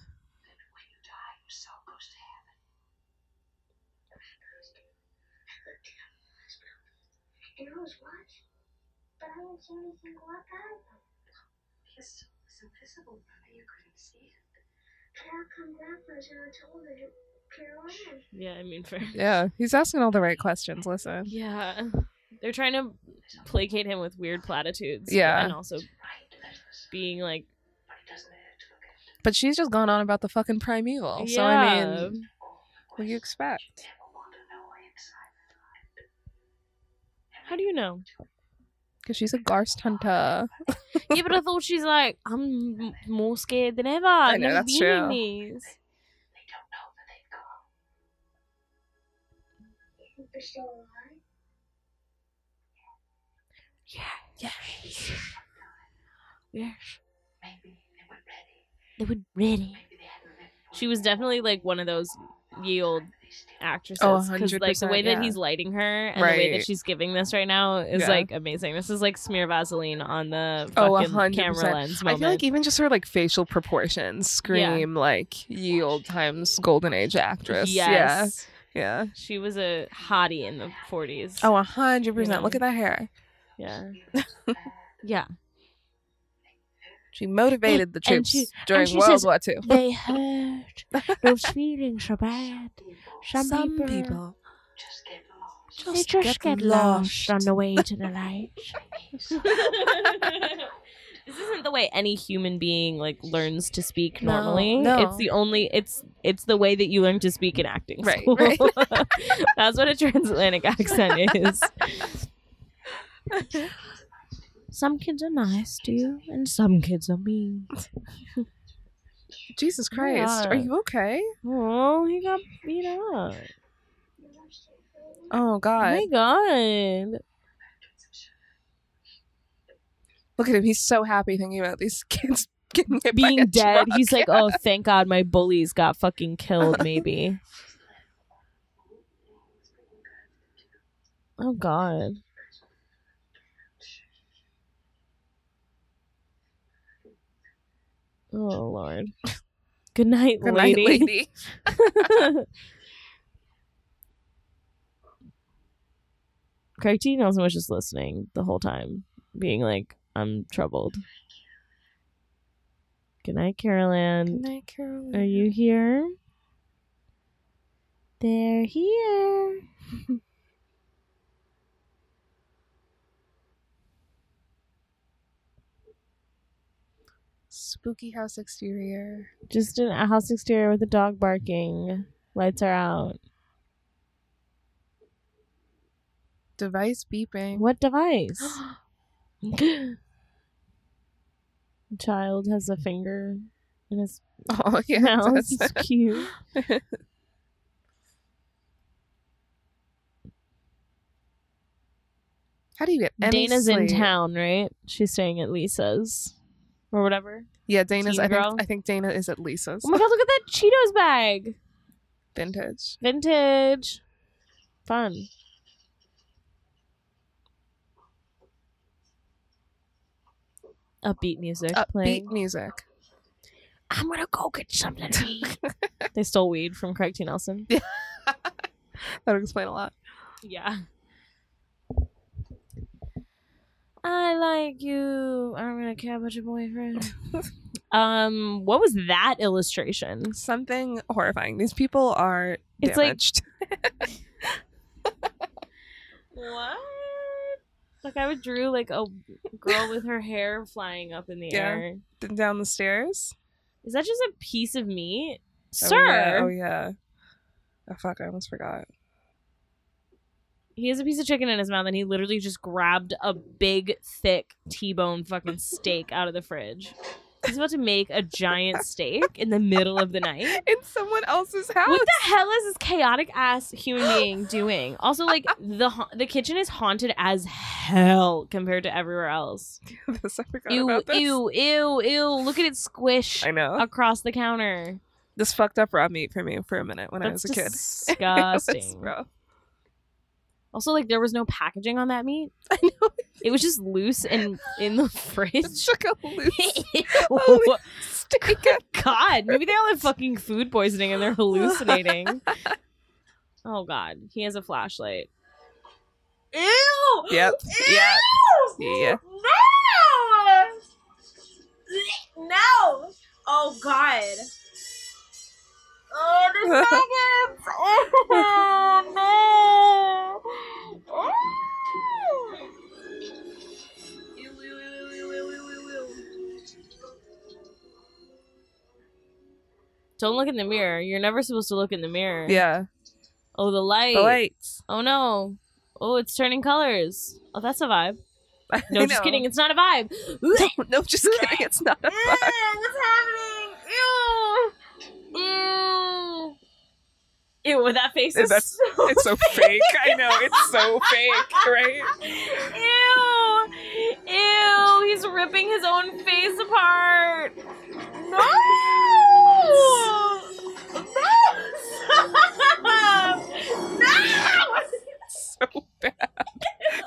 And I was watching, but I didn't see anything go up out of them. His soul was invisible, Mother. You couldn't see it. But how come that was not told it? Carolina.
Yeah, I mean, fair.
Yeah, he's asking all the right questions. Listen,
Yeah. They're trying to placate him with weird platitudes. but-
Yeah.
And also being like,
but she's just gone on about the fucking primeval. So I
yeah.
mean, what do you expect?
how do you know?
because she's a ghost hunter.
yeah, but I thought she's like, I'm m- more scared than ever.
know, that's true.
They don't know that they've come.
You think they're still alive?
Yes,
Maybe they were ready.
they were ready.
Maybe they hadn't lived for
She was definitely like one of those ye old
they still
actresses.
Oh,
'cause, like the
100%,
way that
yeah.
he's lighting her and the way
Right.
that she's giving this right now is
Yeah.
like amazing. This is like smear Vaseline on the
Oh,
fucking
100%.
camera lens
I
moment.
feel like even just her like facial proportions scream like ye old times golden age actress.
yes.
Yeah. Yeah.
She was a hottie in the 40s.
Oh, hundred percent. Look
Yeah.
at that hair.
yeah. yeah.
She motivated the
And
troops
she-
during
and she
World
says-
War II.
They hurt. Those feelings are bad. Some,
just get along.
just just get get lost lost. on
the way to the light. this isn't the way any human being like learns to speak
No,
normally.
no.
It's the only it's it's the way that you learn to speak in acting.
Right,
school.
right.
That's what a transatlantic accent is. Some kids are nice to you, and some kids are mean.
Jesus Christ. Are
Yeah.
you okay?
Oh, he got beat up.
Oh
Oh
God.
my god.
Look at him. He's so happy thinking about these kids getting hit by a
being dead.
truck.
He's like, oh, thank God my bullies got fucking killed, maybe. oh, God. Oh, Lord. Good night,
Good night,
lady.
lady.
Craig T. Nelson was just listening the whole time, being like, I'm troubled. Good night, Carolyn.
Good night, Carolyn.
Are you here? They're here.
Spooky house exterior.
Just in a house exterior with a dog barking. Lights are out.
Device beeping.
What device? Child has a finger in his
Oh yeah.
mouth.
that's-
It's cute.
How do you get any
Dana's in
sleep?
town, right? She's staying at Lisa's or whatever.
Yeah, Dana's.
Teen
I
girl?
think, I think Dana is at Lisa's.
Oh my god, look at that Cheetos bag.
Vintage.
Vintage. Fun. Upbeat music
Upbeat
playing.
music.
I'm gonna go get something to eat. they stole weed from Craig T. Nelson.
That'll explain a lot.
Yeah. I like you. I'm gonna care about your boyfriend. um, what was that illustration?
Something horrifying. These people are
It's like-
damaged.
What? Like I would drew like a girl with her hair flying up in the
Yeah.
air.
down the stairs.
Is that just a piece of meat?
Oh,
Sir,
yeah, Oh yeah. Oh fuck! I almost forgot.
he has a piece of chicken in his mouth and he literally just grabbed a big, thick T-bone fucking steak out of the fridge. He's about to make a giant steak in the middle of the night.
In someone else's house.
What the hell is this chaotic ass human being doing? Also, like the ha- the kitchen is haunted as hell compared to everywhere else.
this, I forgot
Ew,
about this.
ew, ew, ew! Look at it squish.
I know.
across the counter.
this fucked up raw meat for me for a minute when I was a kid. It was
disgusting.
rough.
also, like there was no packaging on that meat.
I know.
It was just loose and in the
It's
fridge.
like a loose
Ew.
steak.
God, maybe they all have fucking food poisoning and they're hallucinating. oh God, he has a flashlight. Ew.
Yep. Yeah.
Ew!
Yeah.
No. No. Oh God. Oh, the seconds. Oh, no. Oh. Ew, ew, ew, ew, ew, ew, ew, ew. Don't look in the mirror. You're never supposed to look in the mirror.
Yeah.
Oh, the light.
The lights.
Oh no. Oh, it's turning colors. Oh, that's a vibe. No,
I
just
know.
kidding. It's not a vibe.
No, no, just kidding. It's not a fuck.
what's happening? Ew. Ew. Ew, that face is
That's-
so
It's so fake. I know. It's so fake, right?
Ew! Ew! He's ripping his own face apart. No! No! no!
So bad.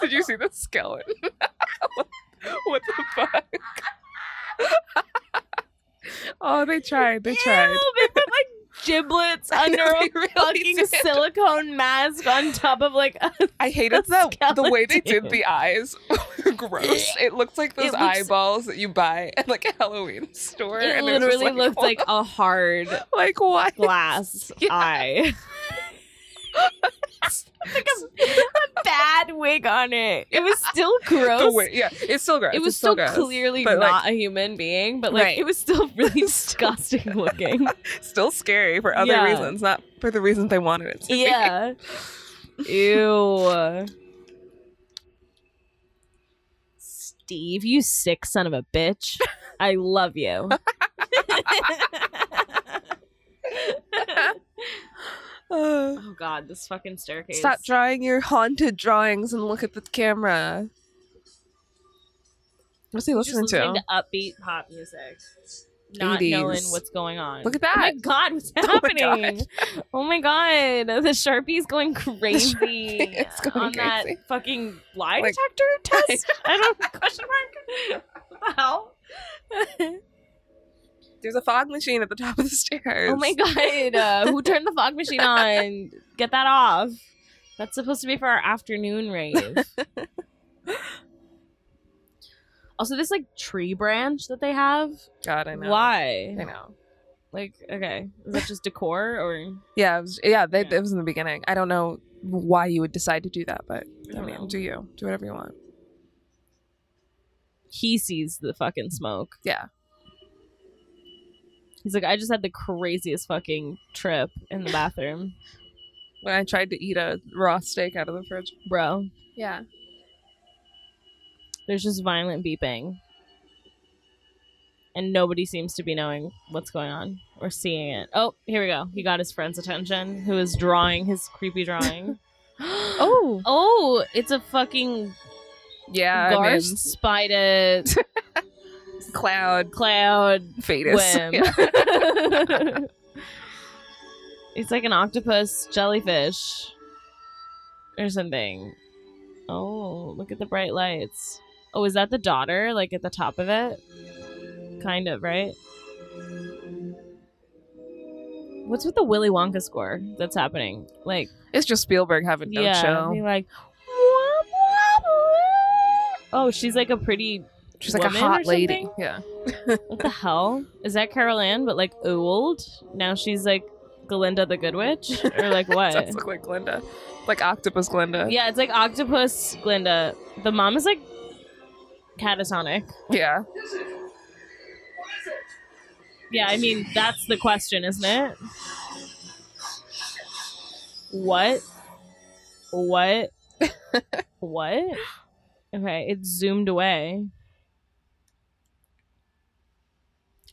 Did you see the skeleton? what the fuck? oh, they tried. They tried.
Ew, they put like giblets under a
They really
fucking
did.
silicone mask on top of like a
I hated that the way they did
skeleton.
the eyes. Gross. It looked like those
It looks-
eyeballs that you buy at like a Halloween store.
it
they're just
literally looked like a hard
like why?
glass
Yeah.
eye. like a, a bad wig on it. It was still gross.
The way, yeah, it's still gross.
it was
it's still
still
gross,
clearly
but, like,
not a human being, but like
Right.
it was still really disgusting looking.
still scary for other
Yeah.
reasons, not for the reasons they wanted it to be.
yeah. Ew. Steve, you sick son of a bitch. I love you.
Uh,
oh god, this fucking staircase.
stop drawing your haunted drawings and look at the camera. What's he
Just
listening
listening
to?
to upbeat pop music. Not
80s.
knowing what's going on.
Look at
Oh my
that.
god, what's
Oh my God.
happening? Oh my god, the Sharpie's going crazy
is going
on that
crazy.
fucking lie
Like-
detector test. I don't question mark. What the hell?
There's a fog machine at the top of the stairs.
Oh my god, uh, who turned the fog machine on? Get that off. That's supposed to be for our afternoon rave. also, this like tree branch that they have.
god, I know.
Why?
I know.
Like, okay, is that just decor or?
Yeah, it was, yeah, they,
Yeah.
It was in the beginning. I don't know why you would decide to do that, but I,
don't
mean,
know.
do you? Do whatever you want.
he sees the fucking smoke.
Yeah.
He's like, I just had the craziest fucking trip in the bathroom,
When I tried to eat a raw steak out of the fridge.
bro.
Yeah.
There's just violent beeping. And nobody seems to be knowing what's going on or seeing it. Oh, here we go. He got his friend's attention, who is drawing his creepy drawing. oh,
Oh.
oh, it's a fucking
Yeah. I mean,
garsh spider
cloud
cloud
fetus.
whim.
Yeah.
it's like an octopus jellyfish or something. Oh, look at the bright lights. Oh, is that the daughter like at the top of it? Kind of, right? What's with the Willy Wonka score that's happening? Like,
It's just Spielberg having no
yeah,
chill.
be like, "Wah, wah, wah." oh, she's like a pretty.
She's like a
woman or
hot lady.
something?
Yeah.
What the hell is that, Carol Ann? But like old now, she's like Glinda the Good Witch, or like what?
Does look like Glinda. Like octopus Glinda.
Yeah, it's like octopus Glinda. The mom is like catatonic.
Yeah.
Yeah, I mean that's the question, isn't it? What? What? what? Okay, it's zoomed away.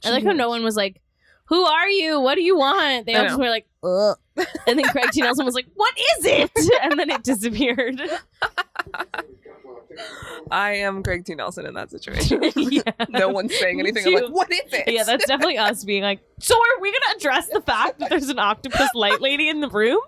I like how no one was like, "Who are you? What do you want?" They
I
all
know.
just were like, "Ugh," and then Craig T. Nelson was like, "What is it?" and then it disappeared.
I am Greg T. Nelson in that situation.
yeah.
no one's saying
Me
anything. I'm like,
too.
what is it?
Yeah, that's definitely us being like, so are we going to address the fact that there's an octopus light lady in the room?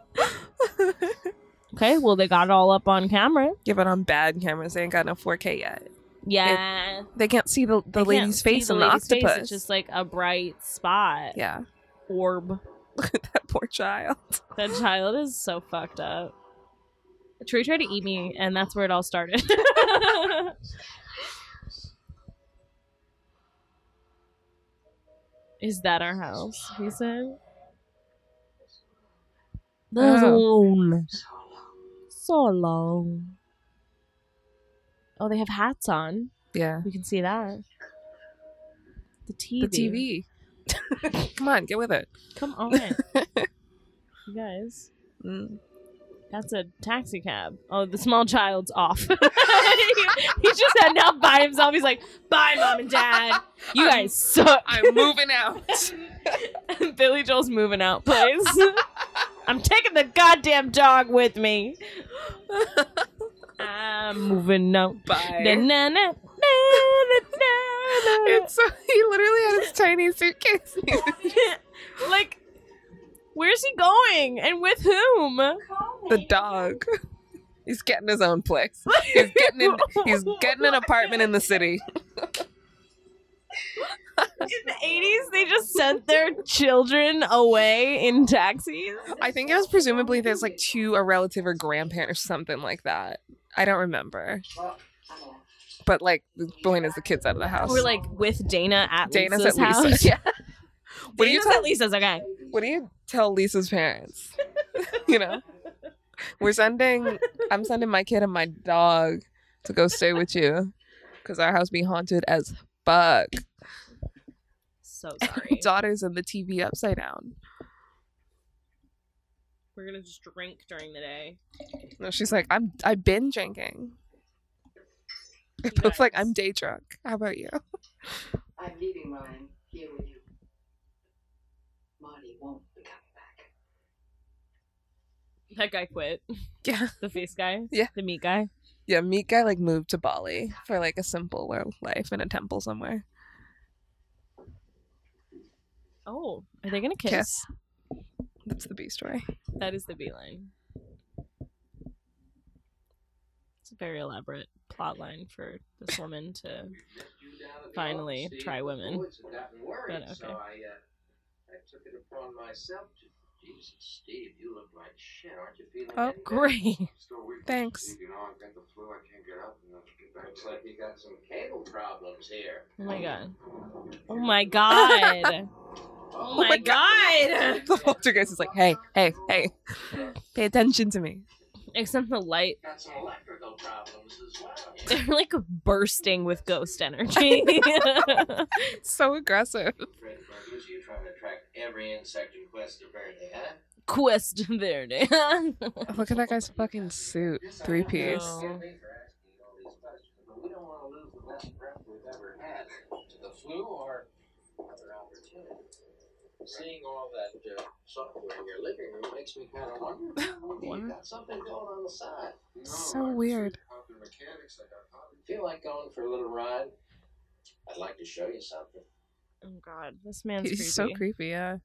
Okay, well, they got it all up on camera.
yeah, but on bad cameras, they ain't got no 4K yet.
Yeah.
They can't see the, the
They can't
lady's
see
face
the
in the
lady's face,
octopus.
It's just like a bright spot.
yeah,
Orb.
that poor child.
That child is so fucked up. A tree tried to eat me, and that's where it all started. Is that our house? He said. That was
Oh.
alone. So long. Oh, they have hats on.
Yeah.
We can see that. The TV.
The TV. Come on, get with it.
Come on. you guys.
Mm.
That's a taxi cab. Oh, the small child's off. he's just heading out by himself. He's like, bye, mom and dad. You guys suck.
I'm moving out.
Billy Joel's moving out, please. I'm taking the goddamn dog with me. I'm moving out.
Bye.
Da-na-na-na-na-na-na.
It's so he literally had his tiny suitcase.
like, where's he going and with whom?
the dog. He's getting his own place. He's getting in, he's getting an apartment in the city.
In the 80s, they just sent their children away in taxis.
I think it was presumably there's like two a relative or grandparent or something like that. I don't remember. But like the point is the kids out of the house.
We're like with Dana at
Dana's
Lisa's
at
house.
Lisa's. Yeah. What do you
Dana's
tell
at Lisa's. Okay.
What do you tell Lisa's parents? you know, we're sending. I'm sending my kid and my dog to go stay with you because our house be haunted as fuck.
So sorry.
Daughter's in the TV upside down.
We're gonna just drink during the day.
No, she's like, I'm. I've been drinking. They're both like, I'm day drunk. How about you?
I'm leaving Ryan here with you. Marty won't be coming back.
That guy quit.
Yeah.
The face guy.
Yeah.
The meat guy.
Yeah, meat guy like moved to Bali for like a simpler life in a temple somewhere.
Oh, are they gonna kiss?
Kiss. That's the B story.
That is the B line. It's a very elaborate plot line for this woman to. Finally, try women. But,
okay. So I,
okay.
uh, I took it upon myself to. Jesus, Steve, you look like shit. Aren't you feeling
Oh,
any better?
Great.
Still weak.
Thanks.
You know, I've got the flu. I can't get up. And I'll get back
Looks
to
like you got some cable problems here.
Oh my god. Oh my god. Oh my god.
The poltergeist is like, hey, hey, hey, pay attention to me.
Except the light,
Got some electrical problems as well.
they're like bursting with ghost energy.
So aggressive.
Fred Buggers, you're trying to attract every insect in Cuesta Verde, huh?
Quest Verde. Oh,
Look at that guy's fucking suit. Three piece.
No.
Thank you for asking all these questions, but we don't want to lose the best rep we've ever had to the flu or other opportunities. Seeing all that uh, software in your living room makes me kind of wonder if you've got something going on the side.
No,
So
I'm
weird.
out there mechanics. I got hot.
Feel like going for a little ride? I'd like to show you something.
Oh god, this man's
He's
creepy.
so creepy, yeah.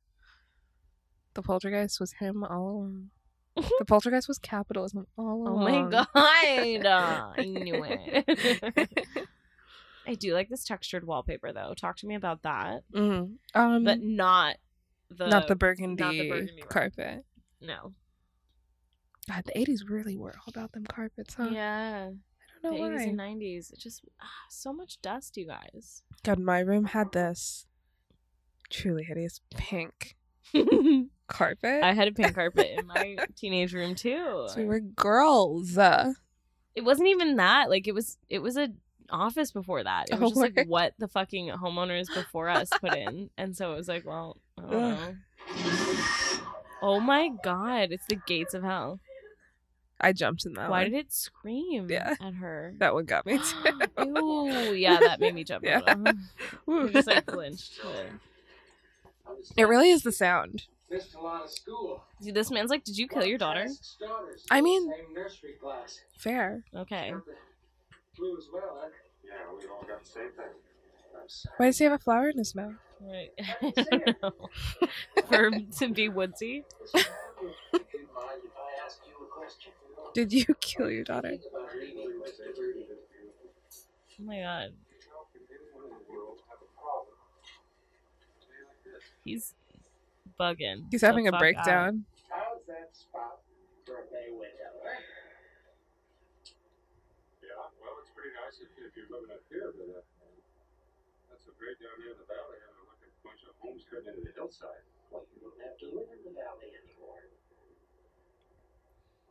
The poltergeist was him all along. the poltergeist was capitalism all
Oh
along.
my god. Uh, I knew it. I do like this textured wallpaper though. Talk to me about that.
Mm. Um,
But not the
not the burgundy,
burgundy one.
carpet.
No.
God, the 80s really were all about them carpets,
Uh,
huh?
Yeah.
I don't
the 80s
know why.
and 90s. It just ah, so much dust, you guys.
God, my room had this truly hideous pink carpet.
I had a pink carpet in my teenage room too.
so we were girls. Uh,
It wasn't even that. Like it was it was a office before that. It was
Oh,
just like
word.
what the fucking homeowners before us put in. And so it was like, well, I don't
Ugh.
know. Oh my god, it's the gates of hell.
I jumped in that
Why
one.
did it scream
Yeah.
at her?
that one got me
Ooh, yeah, that made me jump.
Yeah.
a little.
too.
I just like flinched.
I was
it really is the sound.
missed a lot of school.
Dude, this man's like, did you kill your daughter?
Asked daughters
I
in the
mean-
same nursery class.
Fair.
Okay.
Got the flu as well, huh?
Yeah, we all got the same thing. I'm sorry.
Why does he have a flower in his mouth?
Right. I don't know. For to be woodsy.
Listen, would you mind if I ask you a question?
Did you kill your daughter?
Think about leaving Cuesta Verde.
Oh my god. He's bugging.
He's
the
having a
fuck out.
breakdown.
How's that spot for a May window, huh?
Yeah, well, it's pretty nice if, if you're living up here, but uh, that's a great down here in the valley. I look at a bunch of homes cutting into the hillside.
Well, you don't have to live in the valley anymore.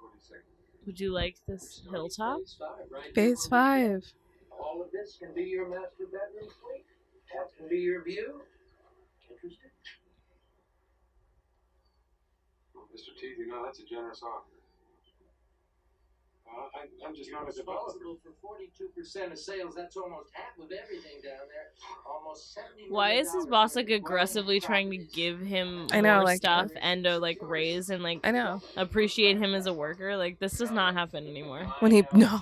What do you think?
Would you like this hilltop?
Phase five, right?
Phase five.
All of this can be your master bedroom suite. That can be your view. Interesting.
Well, Mr. T, you know, that's a generous offer. Uh, I, I'm just
You're
not a developer.
responsible for forty-two percent of sales. That's almost half of everything down there. Almost seventy.
Why
million
is his
dollars
boss like
worth of
aggressively trying to
properties.
give him
I know,
more
like-
stuff and to like raise and like
I know.
appreciate him as a worker? Like this does not happen anymore.
When he no,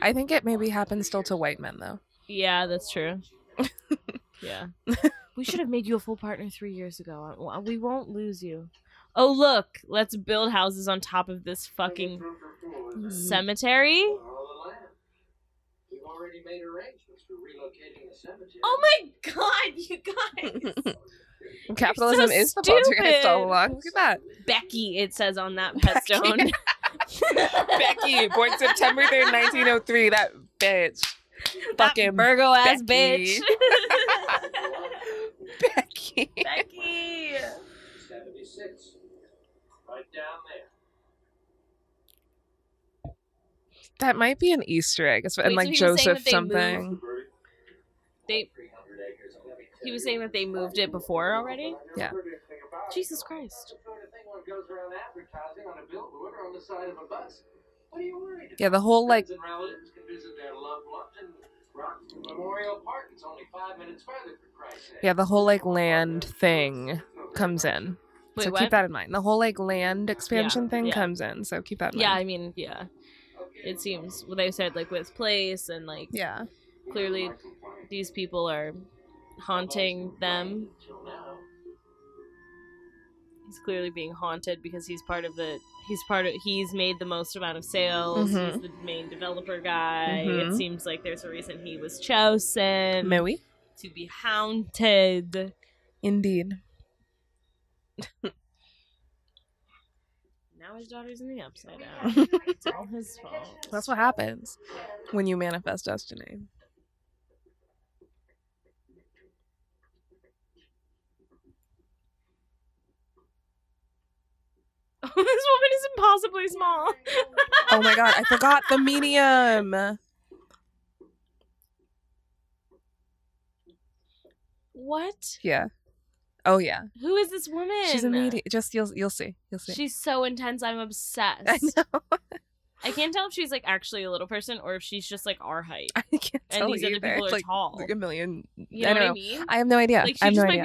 I think it maybe happens still to white men though.
Yeah, that's true. yeah, we should have made you a full partner three years ago. Uh, We won't lose you. Oh look, let's build houses on top of this fucking cemetery.
All the land. We've already made arrangements for relocating the cemetery.
Oh my god, you guys!
Capitalism
so
is the poltergeist all
stupid.
along. Look at that.
Becky, it says on that headstone.
Becky, born September 3rd, 1903. That bitch. Fucking
Virgo ass
Becky.
bitch.
Becky.
Becky.
Seventy-six. Right down there.
That might be an Easter egg. It's- And
Wait, so
like
he was saying
Joseph
that they moved-
something.
They He was saying that they moved it before already?
Yeah.
Jesus Christ.
Yeah, the whole like
Friends and relatives can visit their loved ones in Rockford Memorial Park. It's only five minutes further, for Christ's sake.
yeah, the whole like land thing comes in.
Wait,
so
what?
keep that in mind. The whole like land expansion thing
yeah.
comes in. So keep that in
yeah, I
mind.
mean, yeah. It seems well, they said like with place and like
Yeah.
clearly these people are haunting them.
Till now,
He's clearly being haunted because he's part of the he's part of he's made the most amount of sales.
Mhm.
He's the main developer guy.
Mhm.
It seems like there's a reason he was chosen
May we?
to be haunted.
Indeed.
Now his daughter's in the upside down.
It's
all his fault.
That's what happens when you manifest destiny.
this woman is impossibly small.
Oh my god, I forgot the medium.
What?
Yeah. Oh yeah.
Who is this woman?
She's a medium. Just you'll you'll see. You'll see.
She's so intense. I'm obsessed.
I know.
I can't tell if she's like actually a little person or if she's just like our height.
I can't
And
tell
these other
either.
people
It's
are
like,
tall.
like a million.
You know
I
what
don't
I
know.
mean?
I have no idea.
like she
I have
just
no
might
idea.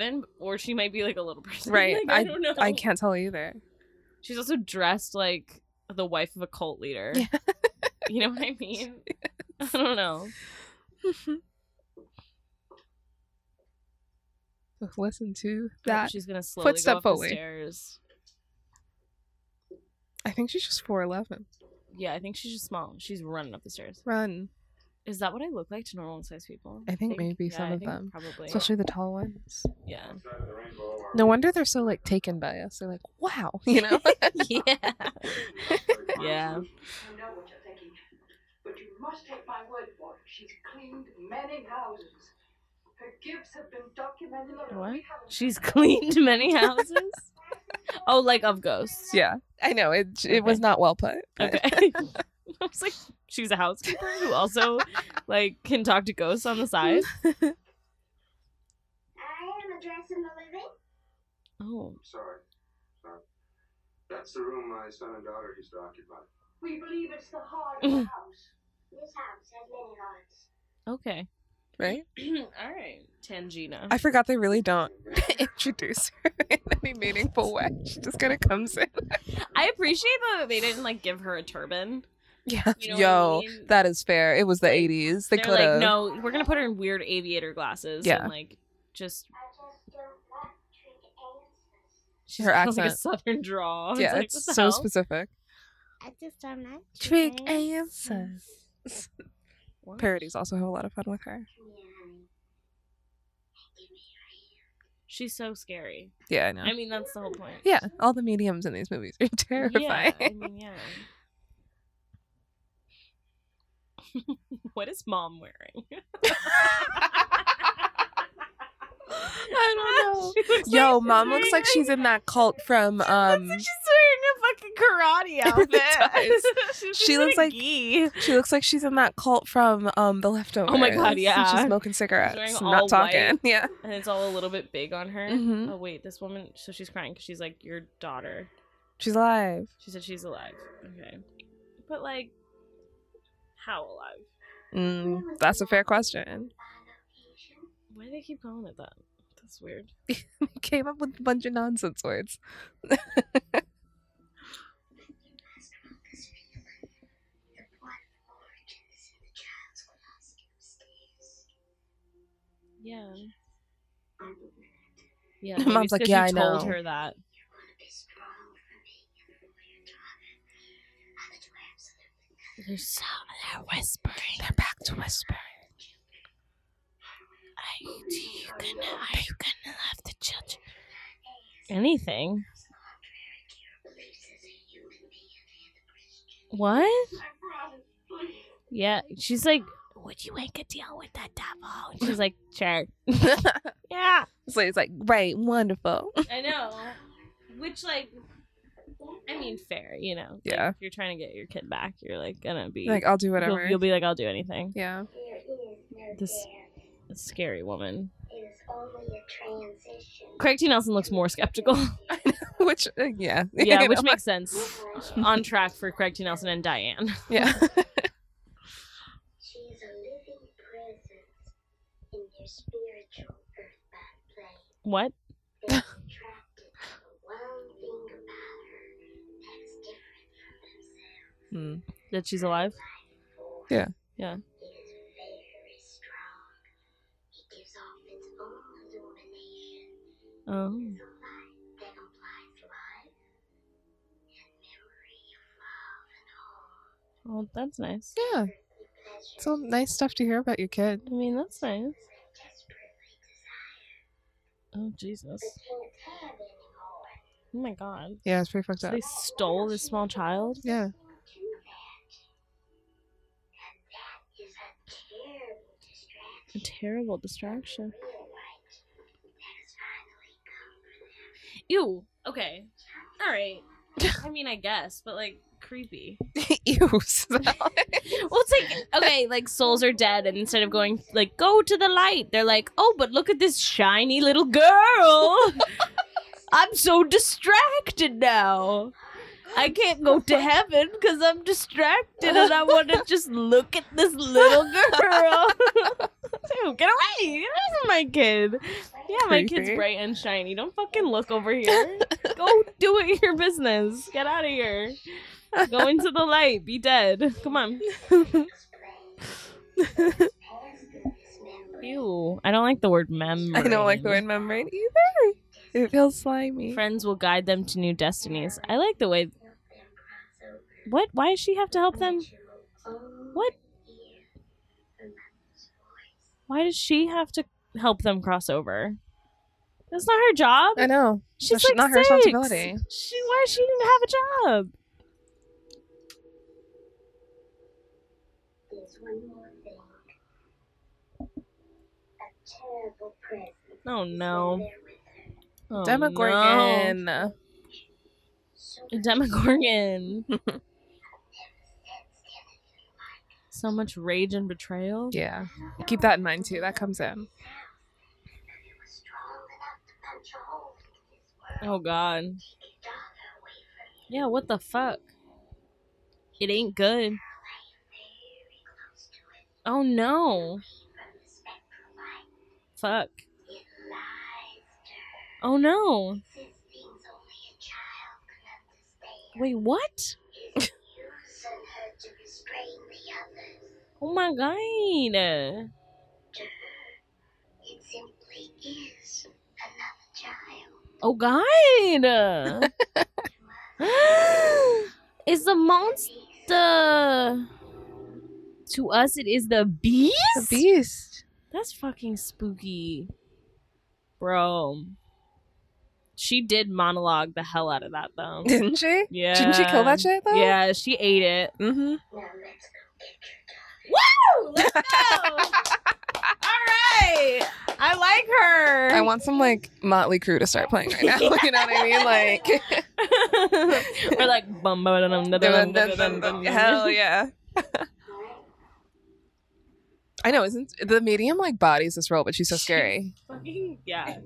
be 4'11 or she might be like a little person.
Right.
Like, I, don't know.
I can't tell either.
She's also dressed like the wife of a cult leader. you know what I mean? I don't know.
Listen to
That
that.
she's gonna slowly
footstep
go up the
forward.
stairs.
I think she's just four eleven.
Yeah, I think she's just small. She's running up the stairs.
Run,
Is that what I look like to normal sized people?
I think maybe
yeah,
some
I
of
think
them.
Probably.
especially the tall ones.
yeah.
No wonder they're so like taken by us. They're like, wow, you know.
yeah. yeah.
I know what you're thinking, but you must take my word for it. She's cleaned many houses. Her gifts have been documented.
What?
We haven't-
She's cleaned many houses. Oh, like of ghosts.
yeah, I know it. It was
Okay.
not well put. but-
Okay. I was like, she's a housekeeper who also like can talk to ghosts on the side.
I am addressing the living.
Oh.
Sorry. Sorry. That's the room my son and daughter used to occupy.
We believe it's the heart of the house.
This house has many hearts.
Okay.
Right.
All right. Tangina.
I forgot they really don't introduce her in any meaningful way. She just kind of comes in.
I appreciate though that they didn't like give her a turban.
Yeah.
You know what I
Yo,
mean?
that is fair. It was the
Like,
'80s. They
They're
could
like,
have.
no, we're gonna put her in weird aviator glasses.
Yeah.
And like just
I just don't like trick answers.
she's
Her
got, like a
accent.
southern draw.
yeah,
like,
it's
what the
so
hell?
specific.
I just don't like
What?
Parodies also have a lot of fun with her.
Come here, honey. Give me your hand.
She's so scary.
Yeah, I know.
I mean, that's the whole point.
yeah, all the mediums in these movies are terrifying.
Yeah, I mean, yeah. what is mom wearing?
I don't know.
She looks
Yo,
like
mom looks like she's in that cult from um
She's wearing a fucking karate outfit.
does.
She's
She
in a
looks like-
gi.
she looks like she's in that cult from um The Leftovers.
Oh my God,
And
yeah.
She's smoking cigarettes.
She's wearing
and not
all
talking.
white.
Yeah.
and it's all a little bit big on her.
Mhm.
Oh wait, this woman. So she's crying because she's like your daughter.
She's alive.
She said she's alive. Okay. But like, how alive?
Mm, that's a fair question.
Why do they keep calling it that? That's weird.
Came up with a bunch of nonsense words.
Yeah. Yeah.
Mom's
maybe it's
like,
'cause
"Yeah,
you
I
told
know."
her that. There's some that are whispering. They're back to whispering. Are you gonna? Are you gonna love the children? Anything? What? Yeah, she's like, would you make a deal with that devil? And she's like, sure. yeah,
So it's like, right, wonderful.
I know. Which like, I mean, fair, you know. Like,
Yeah.
if you're trying to get your kid back, you're like gonna be
like, I'll do
you'll-
whatever.
You'll, be like, I'll do anything.
yeah.
This scary woman.
It is only a transition.
Craig T. Nelson looks more skeptical.
Which, uh, yeah. You
yeah,
know?
which makes sense. On track for Craig T. Nelson and Diane.
yeah.
She is a living presence in your spiritual earthbound plane.
What?
They are attracted to the one thing about her that's different from themselves.
Mm.
That she's alive?
Yeah.
Yeah.
It is very strong. It gives off its own illumination.
Oh.
The light that implies life and memory of love
Well,
and home.
that's nice.
Yeah.
Earthly pleasures
It's all nice stuff to hear about your kid.
I mean, that's nice.
I desperately desire,
Oh, Jesus.
but can't have anymore.
Oh, my God.
Yeah, it's pretty fucked
So
up.
they stole this small child?
Yeah.
to that. And that is a terrible distraction.
A terrible distraction.
Real light that has finally come for them.
Ew. Okay. All right. I mean, I guess, but like creepy.
Ew. Sal.
Well, it's like okay, like souls are dead, and instead of going like go to the light, they're like, oh, but look at this shiny little girl. I'm so distracted now. I can't go to heaven because I'm distracted, and I want to just look at this little girl. Ew, get away! Get away from my kid. Yeah, my kid's
Creepy.
bright and shiny. Don't fucking look over here. Go do it your business. Get out of here. Go into the light. Be dead. Come on. Ew. I don't like the word mem.
I don't like the word membrane either. It feels slimy.
Friends will guide them to new destinies. I like the way. What? Why does she have to help them? What? Why does she have to help them cross over? That's not her job.
I know.
She's
That's
like
not her
six.
responsibility.
She why she didn't have a job?
There's one more thing. A terrible presence.
Oh
is
no.
there with her.
Oh,
Demogorgon.
So
No. Demogorgon. so much rage and betrayal.
Yeah. Keep that in mind too. That comes in.
it was strong enough to punch a hole in his world.
Oh god.
Take a dollar away from you.
Yeah, what the fuck? It ain't good.
Very close to it.
Oh no.
From the spectral light.
Fuck.
It lies to her.
Oh no.
Says things only a child can understand.
Wait, what?
Is using her to restrain the others.
Oh my god.
To her, it simply is another child.
Oh god. it's the monster. To us, it is the beast.
The beast.
That's fucking spooky, bro. She did monologue the hell out of that though.
Didn't she?
Yeah.
Didn't she kill that shit though?
Yeah, she ate it.
Mm-hmm.
Now let's go get your daughter.
Let's go. All right. I like her.
I want some like Motley Crue to start playing right now. you know what I mean? Like
We're like bum bum dum dum dum dum dum dum.
hell yeah. I know, isn't the medium like bodies this role, but she's so scary.
Fucking yeah.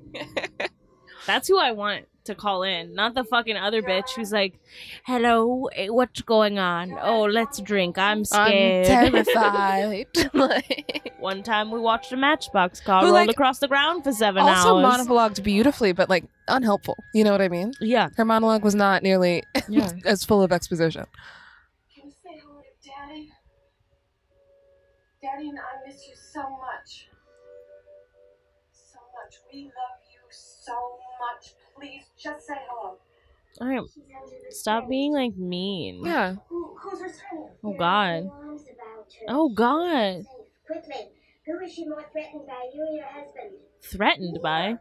That's who I want to call in, not the fucking other bitch who's like, "Hello, eh, what's going on? Oh, let's drink. I'm scared."
terrified. like,
One time we watched a Matchbox car
Who,
roll
like,
across the ground for seven
also
hours.
monologued beautifully, but like unhelpful. You know what I mean?
yeah,
Her monologue was not nearly
yeah.
as full of exposition.
Can you say hello to Daddy? Daddy and I miss you so much. So much. We love you so much. Please just say hello.
All right, stop being like mean.
Yeah.
Who, who's returning?
Oh, God.
Your arms about her.
Oh God,
Safe. Quickly. Who is she more threatened by, you or your husband?
threatened by.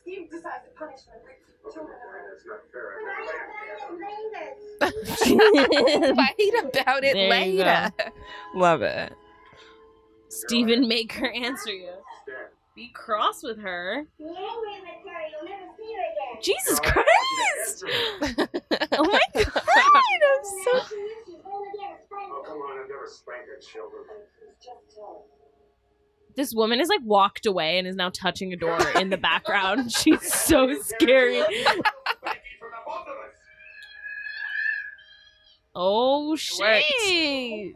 Steve decides the punishment. The children are
That's not
But I found it later.
fair.
Fight about it
There you
later. Love it.
Steven, make her answer you.
Stan,
Be cross with her.
Be angry with her. You'll never see her again.
Jesus
I
Christ! Oh my god, I'm
When
so
I see you, she's going to get a spank.
Oh, come on, I've never spanked her children.
just done.
this woman is like walked away and is now touching a door in the background. She's so scary.
Thank you for the both of us.
Oh
worked.
shit!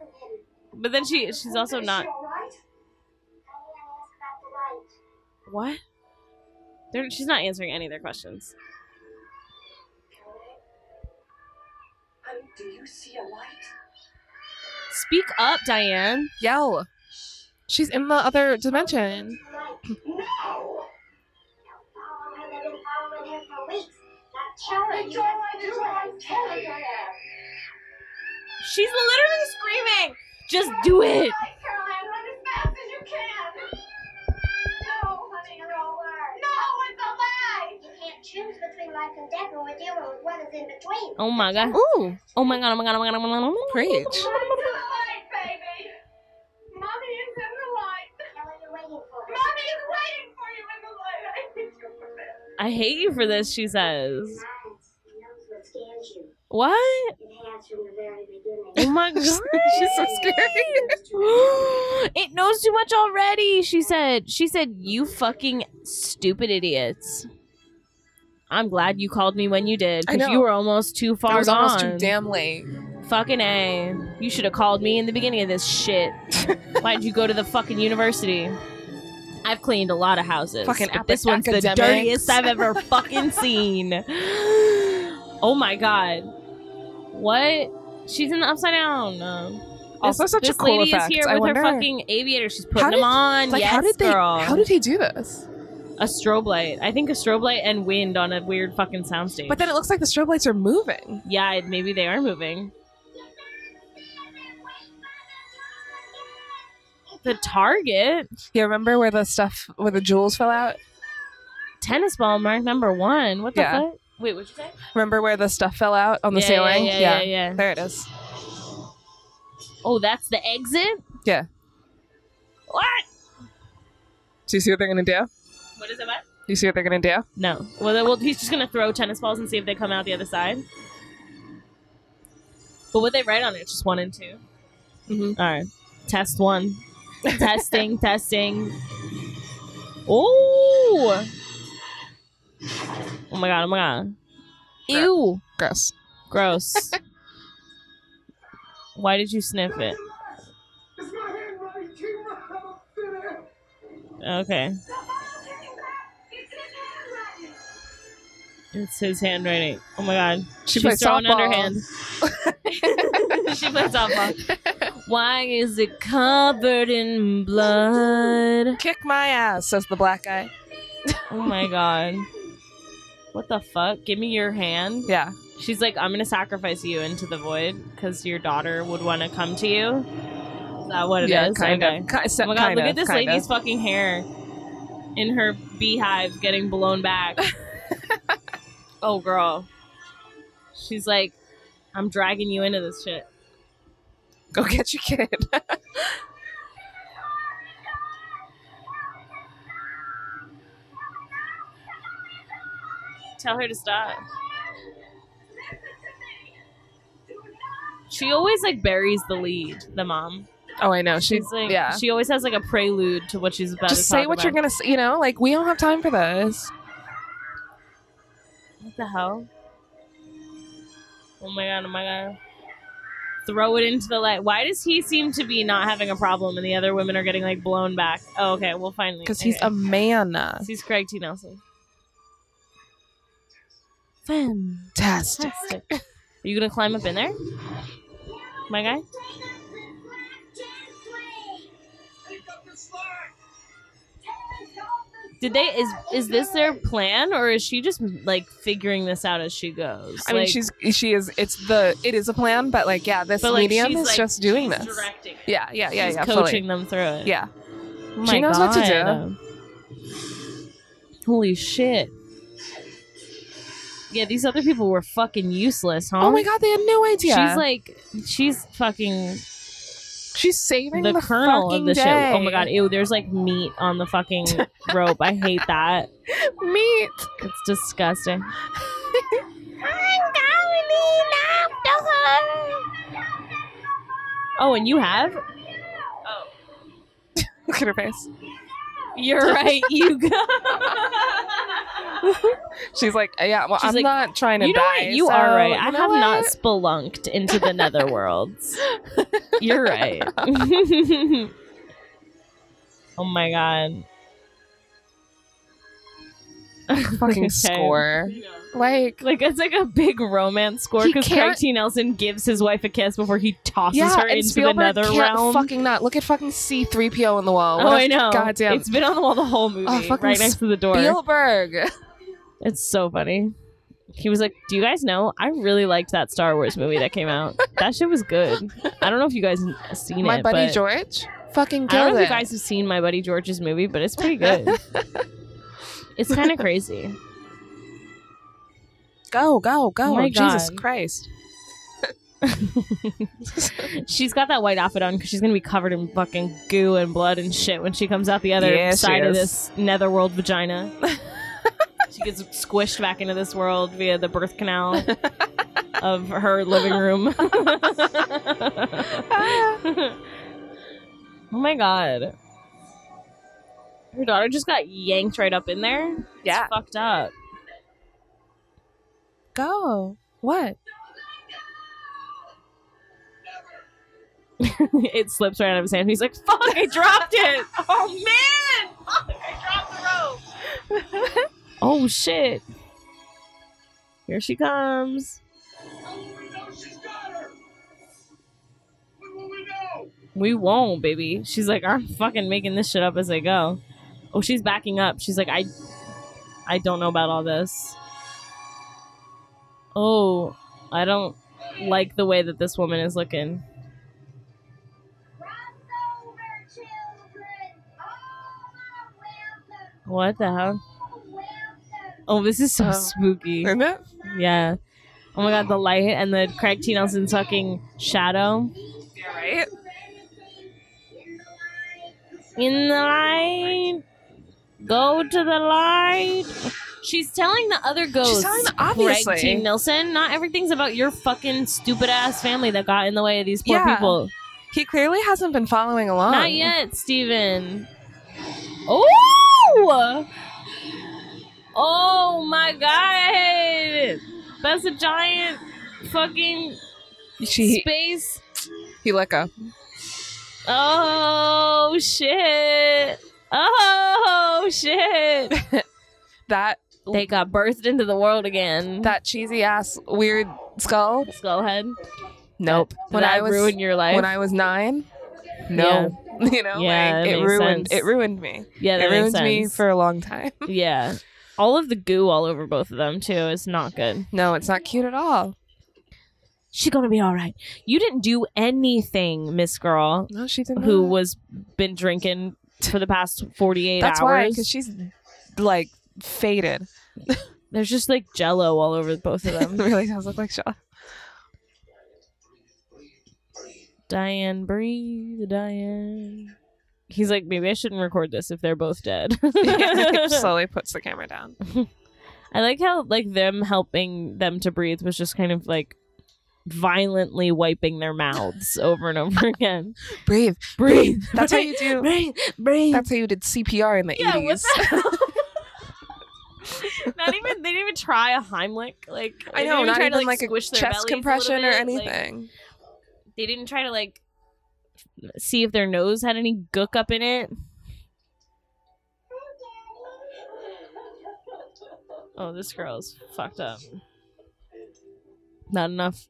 But then she she's also
Is
not
She all right?
I need to ask about the light.
what? They're, she's not answering any of their questions.
Caroline? Honey, do you see a light?
Speak up, Diane.
Yell. She's in the other dimension.
The light. They'll follow her. They've been following her for weeks. Not telling you.
do what I'm telling you.
She's literally screaming. Just do it.
Hi, Caroline. Run as fast as you can. No, honey,
You're all right.
no, it's a lie.
You can't choose between life and death when we're dealing with what is in between.
Oh my god.
Ooh,
Oh my god. Oh my god. Oh my god. Oh my god. Oh my god.
preach.
Run to the light, baby. Mommy is in the light.
Now what are you waiting for?
Mommy is waiting for you in the light. I hate you for this.
I hate you for this. She says.
Science knows what scares you.
What?
It has from the very beginning.
Oh my god.
She's so scary.
it knows too much already she said she said you fucking stupid idiots i'm glad you called me when you did
I
because
know.
you were almost too far
I was
gone
almost too damn late.
fucking a you should have called me in the beginning of this shit why'd you go to the fucking university i've cleaned a lot of houses
Fucking
but this
ap-
one's the
academics.
dirtiest i've ever fucking seen oh my god what she's in the upside down Um,
Also,
this,
such
this
a cool
lady
effect.
is here
I
with
wonder.
her fucking aviator. She's putting
How did-
them on.
like,
yes,
how did they?
girl.
How did he do this?
a strobe light? I think a strobe light and wind on a weird fucking soundstage.
But then it looks like the strobe lights are moving.
yeah, it- maybe they are moving. The target
Yeah, remember where the stuff where the jewels fell out?
tennis ball mark number one. What the
Yeah.
fuck? Wait, what'd you say?
Remember where the stuff fell out on the
yeah,
ceiling?
Yeah, yeah, yeah, yeah.
There it is.
Oh, that's the exit.
Yeah.
What?
Do you see what they're gonna do? Do
What is it about?
you see what they're gonna do?
No. Well, then- well, he's just gonna throw tennis balls and see if they come out the other side. But what they write on it? Just one and 2
Mhm.
All right. Test one. testing. Testing. Oh. Oh my god. Oh my god. Ew.
Gross.
Gross. Why did you sniff it?
Is my handwriting too rough? Thinner?
Okay.
The ball came back. It's in handwriting.
It's his handwriting. Oh my god.
She
She's
plays
throwing
softball.
underhand. she plays softball. Why is it covered in blood?
Kick my ass, says the black guy.
Oh my god. What the fuck? Give me your hand.
Yeah.
She's like, I'm gonna sacrifice you into the void because your daughter would want to come to you. Is that what it is?
yeah, kind
Okay.
of. Ki- se-
Oh my god,
kind
look at
of,
this
kind
lady's
of.
fucking hair in her beehive getting blown back. oh, girl. She's like, I'm dragging you into this shit.
Go get your kid.
Tell her to stop. She always like buries the lead, the mom.
oh, I know. She's,
She's like,
yeah.
she always has like a prelude to what she's about to
Just say
talk
what you're
about.
gonna say. You know, like we don't have time for this.
What the hell? Oh my god, oh my god. Throw it into the light. Why does he seem to be not having a problem and the other women are getting like blown back? Oh, okay. Well, finally.
Because he's
okay.
a man. uh,
He's Craig T. Nelson. Fantastic.
Fantastic.
Are you going to climb up in there? My guy? Did they is is this their plan or is she just like figuring this out as she goes?
I mean,
Like-
she's she is. It's the it is a plan, but like yeah, this
like,
medium
she's,
is
like,
just doing
she's
this.
Directing. it.
Yeah, yeah, yeah,
she's
yeah.
coaching
Fully.
them through it.
Yeah,
Oh my
She knows what to
God. Holy shit! Yeah, these other people were fucking useless, huh?
Oh my god, they had no idea.
She's like, she's fucking
she's saving
the, kernel of
fucking
the shit. Oh my
day.
god, ew! There's like meat on the fucking rope. I hate that.
Meat.
It's disgusting. Oh, and you have?
Look at her face.
You're right. You go.
She's like, yeah. Well,
She's
I'm
like,
not trying to
you know
die.
what? You
so,
are right.
you
I
know
have
what?
not spelunked into the netherworlds. You're right. oh my god.
fucking
Okay.
score. Like,
Like it's like a big romance score
He
because Craig
can't-
T. Nelson gives his wife a kiss before he tosses
yeah,
her
and
into
Spielberg
the nether
can't
realm.
fucking not. Look at fucking C-3PO on the wall.
oh,
What
I
a
know.
Goddamn
It's been on the wall the whole movie,
Oh, fucking
right next to the door.
Spielberg.
It's so funny. He was like, "Do you guys know? I really liked that Star Wars movie that came out. That shit was good. I don't know if you guys have seen
My
it,
buddy
but
George. Fucking
I don't
killed
know if
it.
you guys have seen my buddy George's movie, but it's pretty good. it's kind of crazy.
go, go, go!
Oh my
Jesus
God.
Christ!
She's got that white outfit on because she's gonna be covered in fucking goo and blood and shit when she comes out the other
Yeah, she
side of
is.
this netherworld vagina. she gets squished back into this world via the birth canal of her living room. oh my god. Her daughter just got yanked right up in there. It's
Yeah.
fucked up.
Go. What?
it slips right out of his hand. He's like, "Fuck! I dropped it! oh man! Fuck! I dropped the rope! oh shit! Here she comes! We won't, baby. She's like, I'm fucking making this shit up as I go. Oh, she's backing up. She's like, I, I don't know about all this. Oh, I don't like the way that this woman is looking. What the hell? Oh, this is so
Oh.
spooky.
Isn't it?
Yeah. Oh my god, the light and the Craig T. Nelson sucking shadow.
Right?
In the light. Go to the light. She's telling the other ghosts.
She's telling the-
Craig T.
obviously.
Nelson, not everything's about your fucking stupid ass family that got in the way of these poor
Yeah.
people.
He clearly hasn't been following along.
Not yet, Steven. Oh! Oh my god! That's a giant fucking
She
space.
he let go.
Oh shit! Oh shit!
That
they got birthed into the world again.
that cheesy ass weird skull.
skullhead.
Nope.
Did that ruin your life?
when I was nine. No, you know,
Yeah, that
like, it
makes
ruined
sense.
it ruined me.
yeah,
it
that
ruined
makes sense.
me for a long time.
yeah. All of the goo all over both of them too is not good.
No, it's not cute at all.
she gonna be all right. You didn't do anything, Miss Girl,
No, she didn't.
who was been drinking for the past forty eight
That's why, because
hours.
she's like faded.
There's just like Jello all over both of them.
really does look like Shaw.
Diane, breathe, Diane. He's like, maybe I shouldn't record this if they're both dead.
slowly puts the camera down.
I like how like them helping them to breathe was just kind of like violently wiping their mouths over and over again.
Breathe.
Breathe.
That's how you do.
Breathe. Breathe.
That's how you did CPR in the
Yeah, what
eighties.
the hell? Not even they didn't even try a Heimlich. Like
I
they
know,
didn't
not
try
even
to,
like, a
squish their bellies
chest
little
compression or
bit, like,
anything.
they didn't try to like see if their nose had any gook up in it. Oh, this girl's fucked up. Not enough.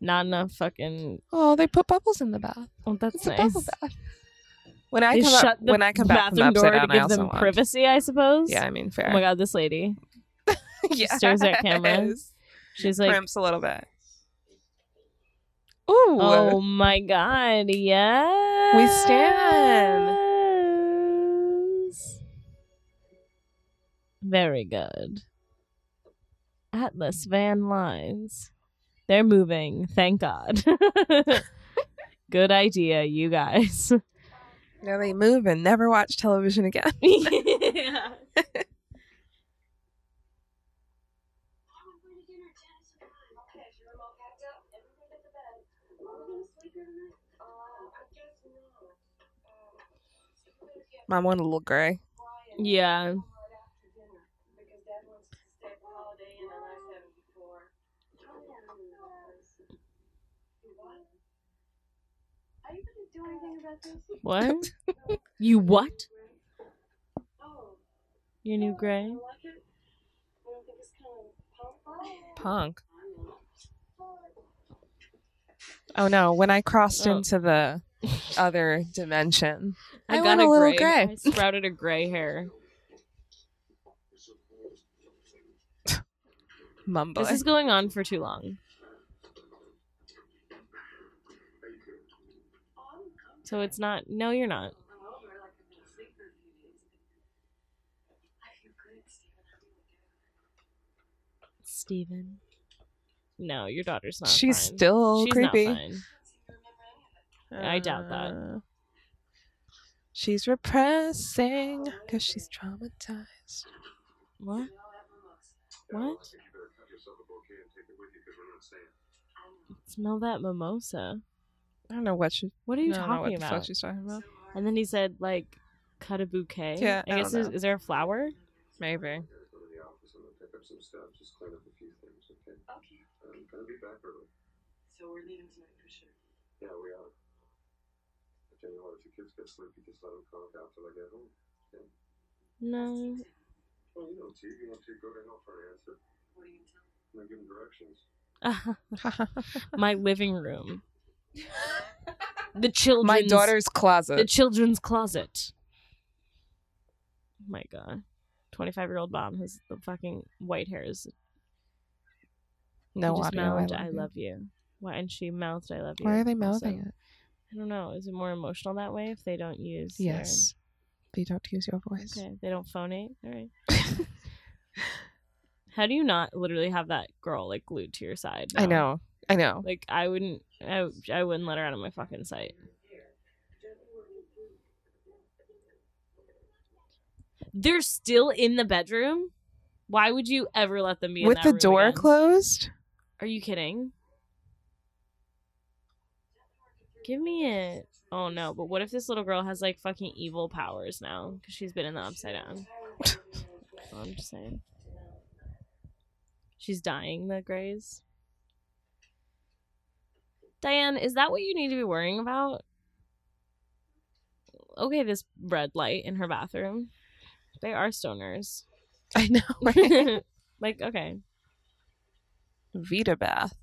Not enough fucking.
oh, they put bubbles in the bath.
Oh, that's
It's a
nice.
bubble bath. When I
they
come
shut
up,
the
when I come back from the
bathroom door
upside
to
down, I
give
also
them
want.
privacy, I suppose.
Yeah, I mean, fair.
Oh my god, this lady.
yeah.
stares at camera. She's like,
Crimps a little bit. Ooh.
oh my god, yes. Very good. Atlas Van Lines. They're moving, thank God. good idea, you guys.
Now they move and never watch television again.
yeah.
Mom went a little gray.
Yeah. What? you what? Your new gray?
Punk. Oh no, when I crossed
Oh.
into the other dimension,
I,
I
got
want
a
a little
gray.
gray.
I sprouted a gray hair.
mumble.
This is going on for too long. So it's not. No, you're not. Steven. No, your daughter's not.
She's
fine.
still
She's
creepy.
Not fine. I doubt that.
Uh, She's repressing because she's traumatized.
What? What? Smell that mimosa.
I don't know what she.
What are you
I don't know
talking
what the
about?
fuck she's talking about.
And then he said, like, cut a bouquet.
Yeah,
I,
I
guess
don't
is,
know.
is there a flower?
Maybe.
Go to the office. I'm gonna pick up some stuff. Just clean up a few things, okay?
Okay.
I'm gonna be back early.
So we're leaving tonight for sure.
Yeah, we are. But you know what? If the kids get sleepy, just let them conk out till I get home.
No.
Well, you know, T, you want to go to hell for an answer.
What are you telling me?
I'm gonna give them directions.
My living room. The children's
My daughter's
the
closet.
children's closet. Oh my god. 25 year old mom has the fucking white hairs.
no
She just
audio.
mouthed,
I love, you.
you. Why? And she mouthed, I love you.
Why are they
also.
mouthing it?
I don't know. Is it more emotional that way if they don't use? their-
Yes. They don't use your voice.
Okay. They don't phonate? All right. How do you not literally have that girl like glued to your side? now?
I know. I know.
Like I wouldn't, I, I wouldn't let her out of my fucking sight. They're still in the bedroom. Why would you ever let them be in
With
that
the
room
door
again?
closed?
Are you kidding? Give me it. Oh no! But what if this little girl has like fucking evil powers now because she's been in the upside down? That's all I'm just saying. She's dying. The Grays. Diane, is that what you need to be worrying about? Okay, this red light in her bathroom. They are stoners.
I know. Right?
like, okay.
Vita bath.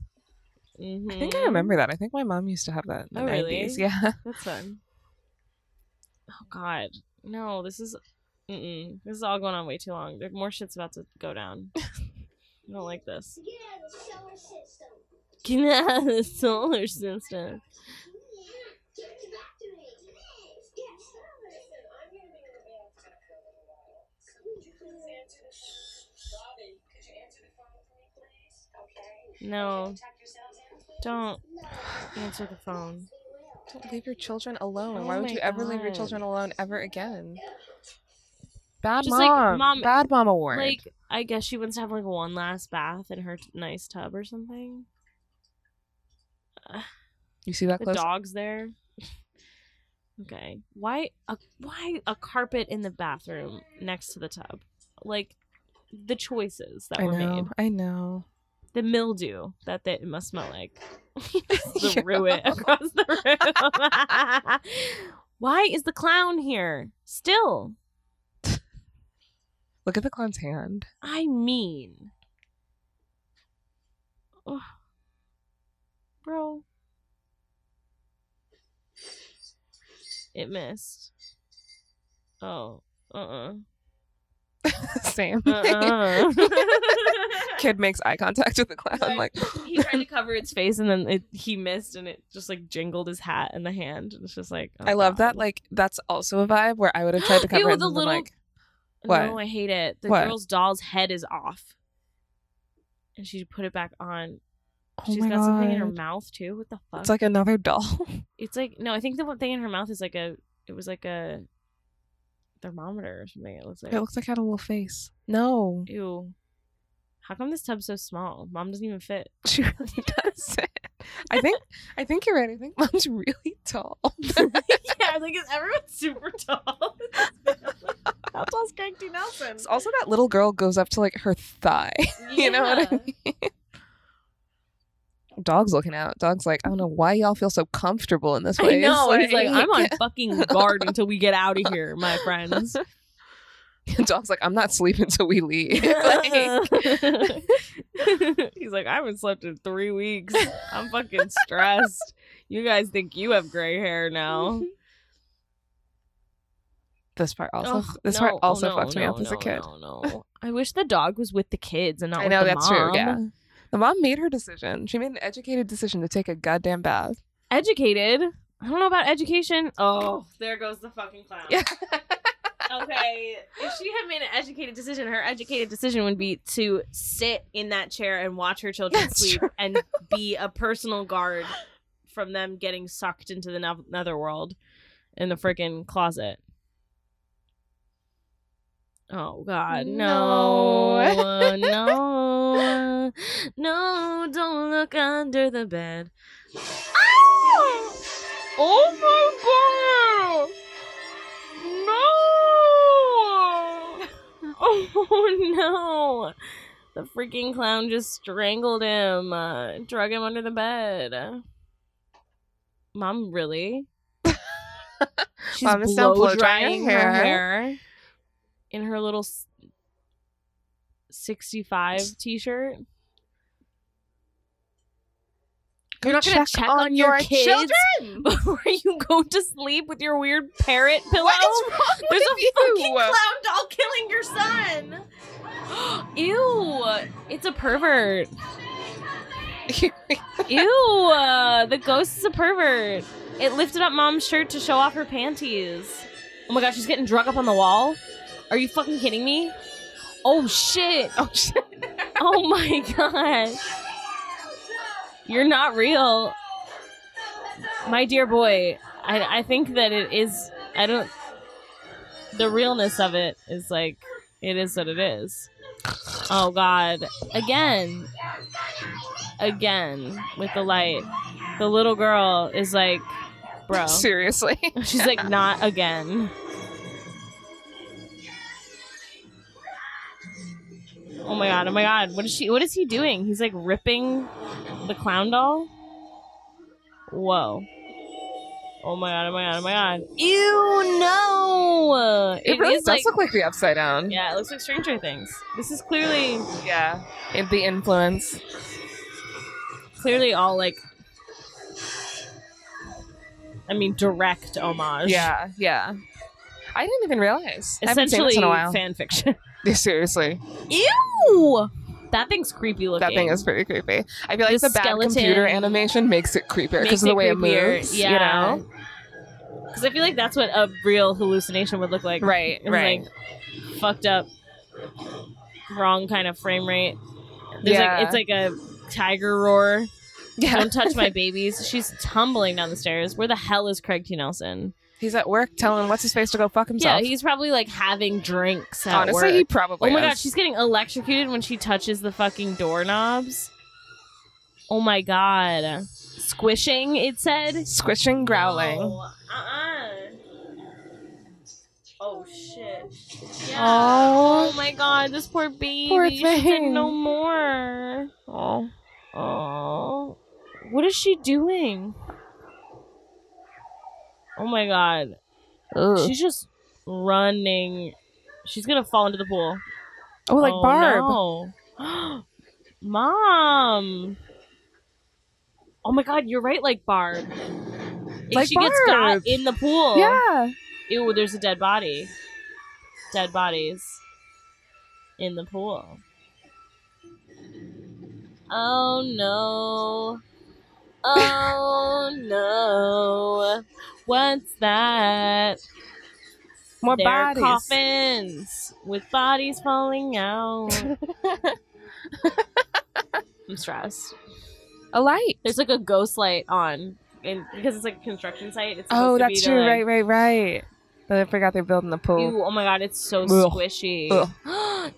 I think I
Mhm.
remember that. I think my mom used to have that in the
Oh,
90s.
really?
Yeah.
That's fun. Oh God, no! This is, mm-mm. this is all going on way too long. There, more shit's about to go down. I don't like this.
Get out of the solar system.
Get out of the solar system.
Yeah, give it back to me. Please, get solar. Listen, I'm gonna be in the bathroom for a little while. Could you please answer the phone? Bobby, could you answer the phone for me, please? Okay.
No,
Tuck yourselves in, please.
don't answer the phone.
Don't leave your children alone.
Oh
Why would
my
you ever leave your
God.
children alone ever again? Bad
Just like,
mom.
Mom,
Bad mom award.
Like, I guess she wants to have like one last bath in her t- nice tub or something.
you see that
The
close?
dog's there. okay. Why a why a carpet in the bathroom next to the tub? Like the choices that
I
were
know.
made,
I know.
the mildew that, that it must smell like. the
Yeah.
ruin across the room. Why is the clown here still?
Look at the clown's hand.
I mean, Ugh. bro, it missed. Oh, uh, uh-uh.
Sam.
uh, uh Uh-uh.
Kid makes eye contact with the clown. Like,
he tried to cover its face, and then it, he missed, and it just like jingled his hat in the hand. And it's just like oh,
I love that.
God.
Like, that's also a vibe where I would have tried to cover
Ew,
it. and
the
been
little-
like, What?
No, I hate it. The
What?
girl's doll's head is off. And she put it back on.
oh
She's
my
got something in her
God.
mouth too. What the fuck?
It's like another doll.
it's like no, I think the one thing in her mouth is like a it was like a thermometer or something. It looks like
It looks like it had a little face. No,
ew. How come this tub's so small? Mom doesn't even fit.
she really doesn't. I think I think you're right. I think mom's really tall.
yeah, like is everyone super tall? How tall's Craig D. Nelson?
It's also that little girl goes up to like her thigh. You know what I mean? Dog's looking out. Dog's like, I don't know why y'all feel so comfortable in this
I
place.
know. He's like, I'm on fucking guard until we get out of here, my friends.
Dog's like, I'm not sleeping until we leave. Like,
He's like, I haven't slept in three weeks. I'm fucking stressed. You guys think you have gray hair now.
this part also.
Ugh,
this
no.
part also
Oh, no,
fucks me
no,
up as a
no,
kid.
No, no. I wish the dog was with the kids and not
I
with
know
the
that's
mom.
true. Yeah. The mom made her decision. She made an educated decision to take a goddamn bath.
Educated. I don't know about education. Oh, there goes the fucking clown.
Yeah.
okay. If she had made an educated decision, her educated decision would be to sit in that chair and watch her children
That's
sleep and be a personal guard from them getting sucked into the no- netherworld in the freaking closet. Oh God, no, no, no! Don't look under the bed. Ah! Oh my god! No! Oh no! The freaking clown just strangled him, uh, drug him under the bed. Mom, really? She's
Mom is still blow drying
blow-drying her
her
hair in her little s- 65 t shirt. You're not gonna check on, your, kids before you go to sleep with your weird parrot pillow.
What is wrong
There's a
with you?
fucking clown doll killing your son. Ew! It's a pervert. Ew! uh, the ghost is a pervert. It lifted up mom's shirt to show off her panties. Oh my gosh, she's getting drug up on the wall. Are you fucking kidding me? Oh shit! Oh shit! oh my gosh! You're not real, my dear boy. I I think that it is. I don't. The realness of it is like it is what it is. Oh god! Again, again with the light. The little girl is like, bro.
Seriously.
She's like, not again. Oh my god, oh my god. What is she what is he doing? He's like ripping the clown doll? Whoa. Oh my god, oh my god, oh my god. Ew no.
It, really
is,
does look like the upside down.
Yeah, it looks like Stranger Things. This is clearly
Yeah. And the influence.
clearly all like I mean direct homage.
Yeah. Yeah. I didn't even realize. I haven't seen
Essentially
this in a while.
fan fiction.
Seriously.
Ew! That thing's creepy looking.
That thing is pretty creepy. I feel like
The
the, bad computer
skeleton
animation makes it
Makes
creepier because of the
it
way
creepier,
it moves.
yeah.
You know?
Because I feel like that's what a real hallucination would look like.
Right,
It's
right.
Like fucked up, wrong kind of frame rate. There's like
Yeah.
it's like a tiger roar.
yeah.
Don't touch my babies. She's tumbling down the stairs. Where the hell is Craig T. Nelson?
He's at work telling what's his face to go fuck himself.
Yeah, he's probably like having drinks. At
Honestly,
work.
he probably
Oh my
is.
god, she's getting electrocuted when she touches the fucking doorknobs. Oh my god. Squishing, it said.
squishing, growling.
Oh, uh-uh. Oh shit. Oh my god, this poor baby.
Poor
she didn't
thing.
know more.
Oh,
Oh. What is she doing? Oh my god.
Ugh.
She's just running. She's gonna fall into the pool.
oh, like
Oh,
Barb.
no. Mom. Oh my god, you're right, like Barb. If
Like
she gets got
Barb.
in the pool.
Yeah,
Ew, there's a dead body. Dead bodies in the pool. Oh no. Oh no. What's that?
more
They're
bodies.
coffins with bodies falling out. I'm stressed.
A light.
There's like a ghost light on, and because it's like a construction site, it's supposed
Oh,
to
that's
be
true.
To, like,
right, right, right. But I forgot they're building the pool.
Ew, oh my god, it's so
Ugh.
squishy.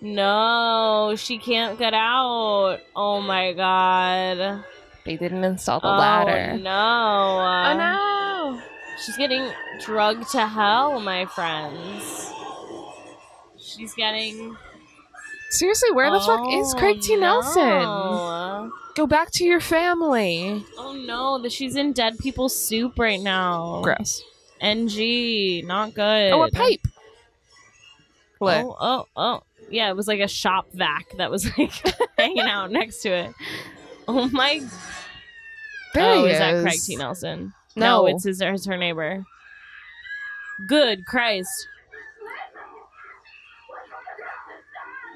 no, she can't get out. Oh my god.
They didn't install the
oh
ladder.
no.
Oh no!
She's getting drugged to hell, my friends. She's getting.
Seriously, where the fuck
Oh,
is Craig T. Nelson?
no.
Go back to your family.
Oh no, that she's in dead people's soup right now.
Gross.
NG, not good.
Oh, a pipe. What?
Oh, oh, oh. Yeah, it was like a shop vac that was like hanging out next to it. Oh my
There
oh,
he
is that
is.
Craig T. Nelson?
No.
it's his it's her neighbor. Good Christ.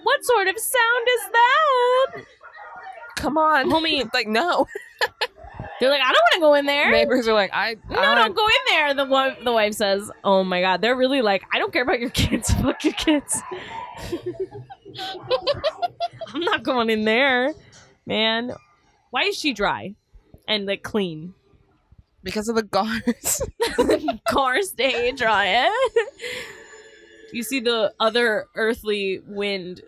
What sort of sound is that?
Come on,
Homie.
Oh like no.
They're like, I don't want to go in there.
Neighbors are like, I. um,
no,
I
don't go in there. The wife, the wife says, "Oh my God, they're really like, I don't care about your kids. Fuck your kids. I'm not going in there, man. Why is she dry and like clean?
because of the guards.
car stay dry. you see the other earthly wind.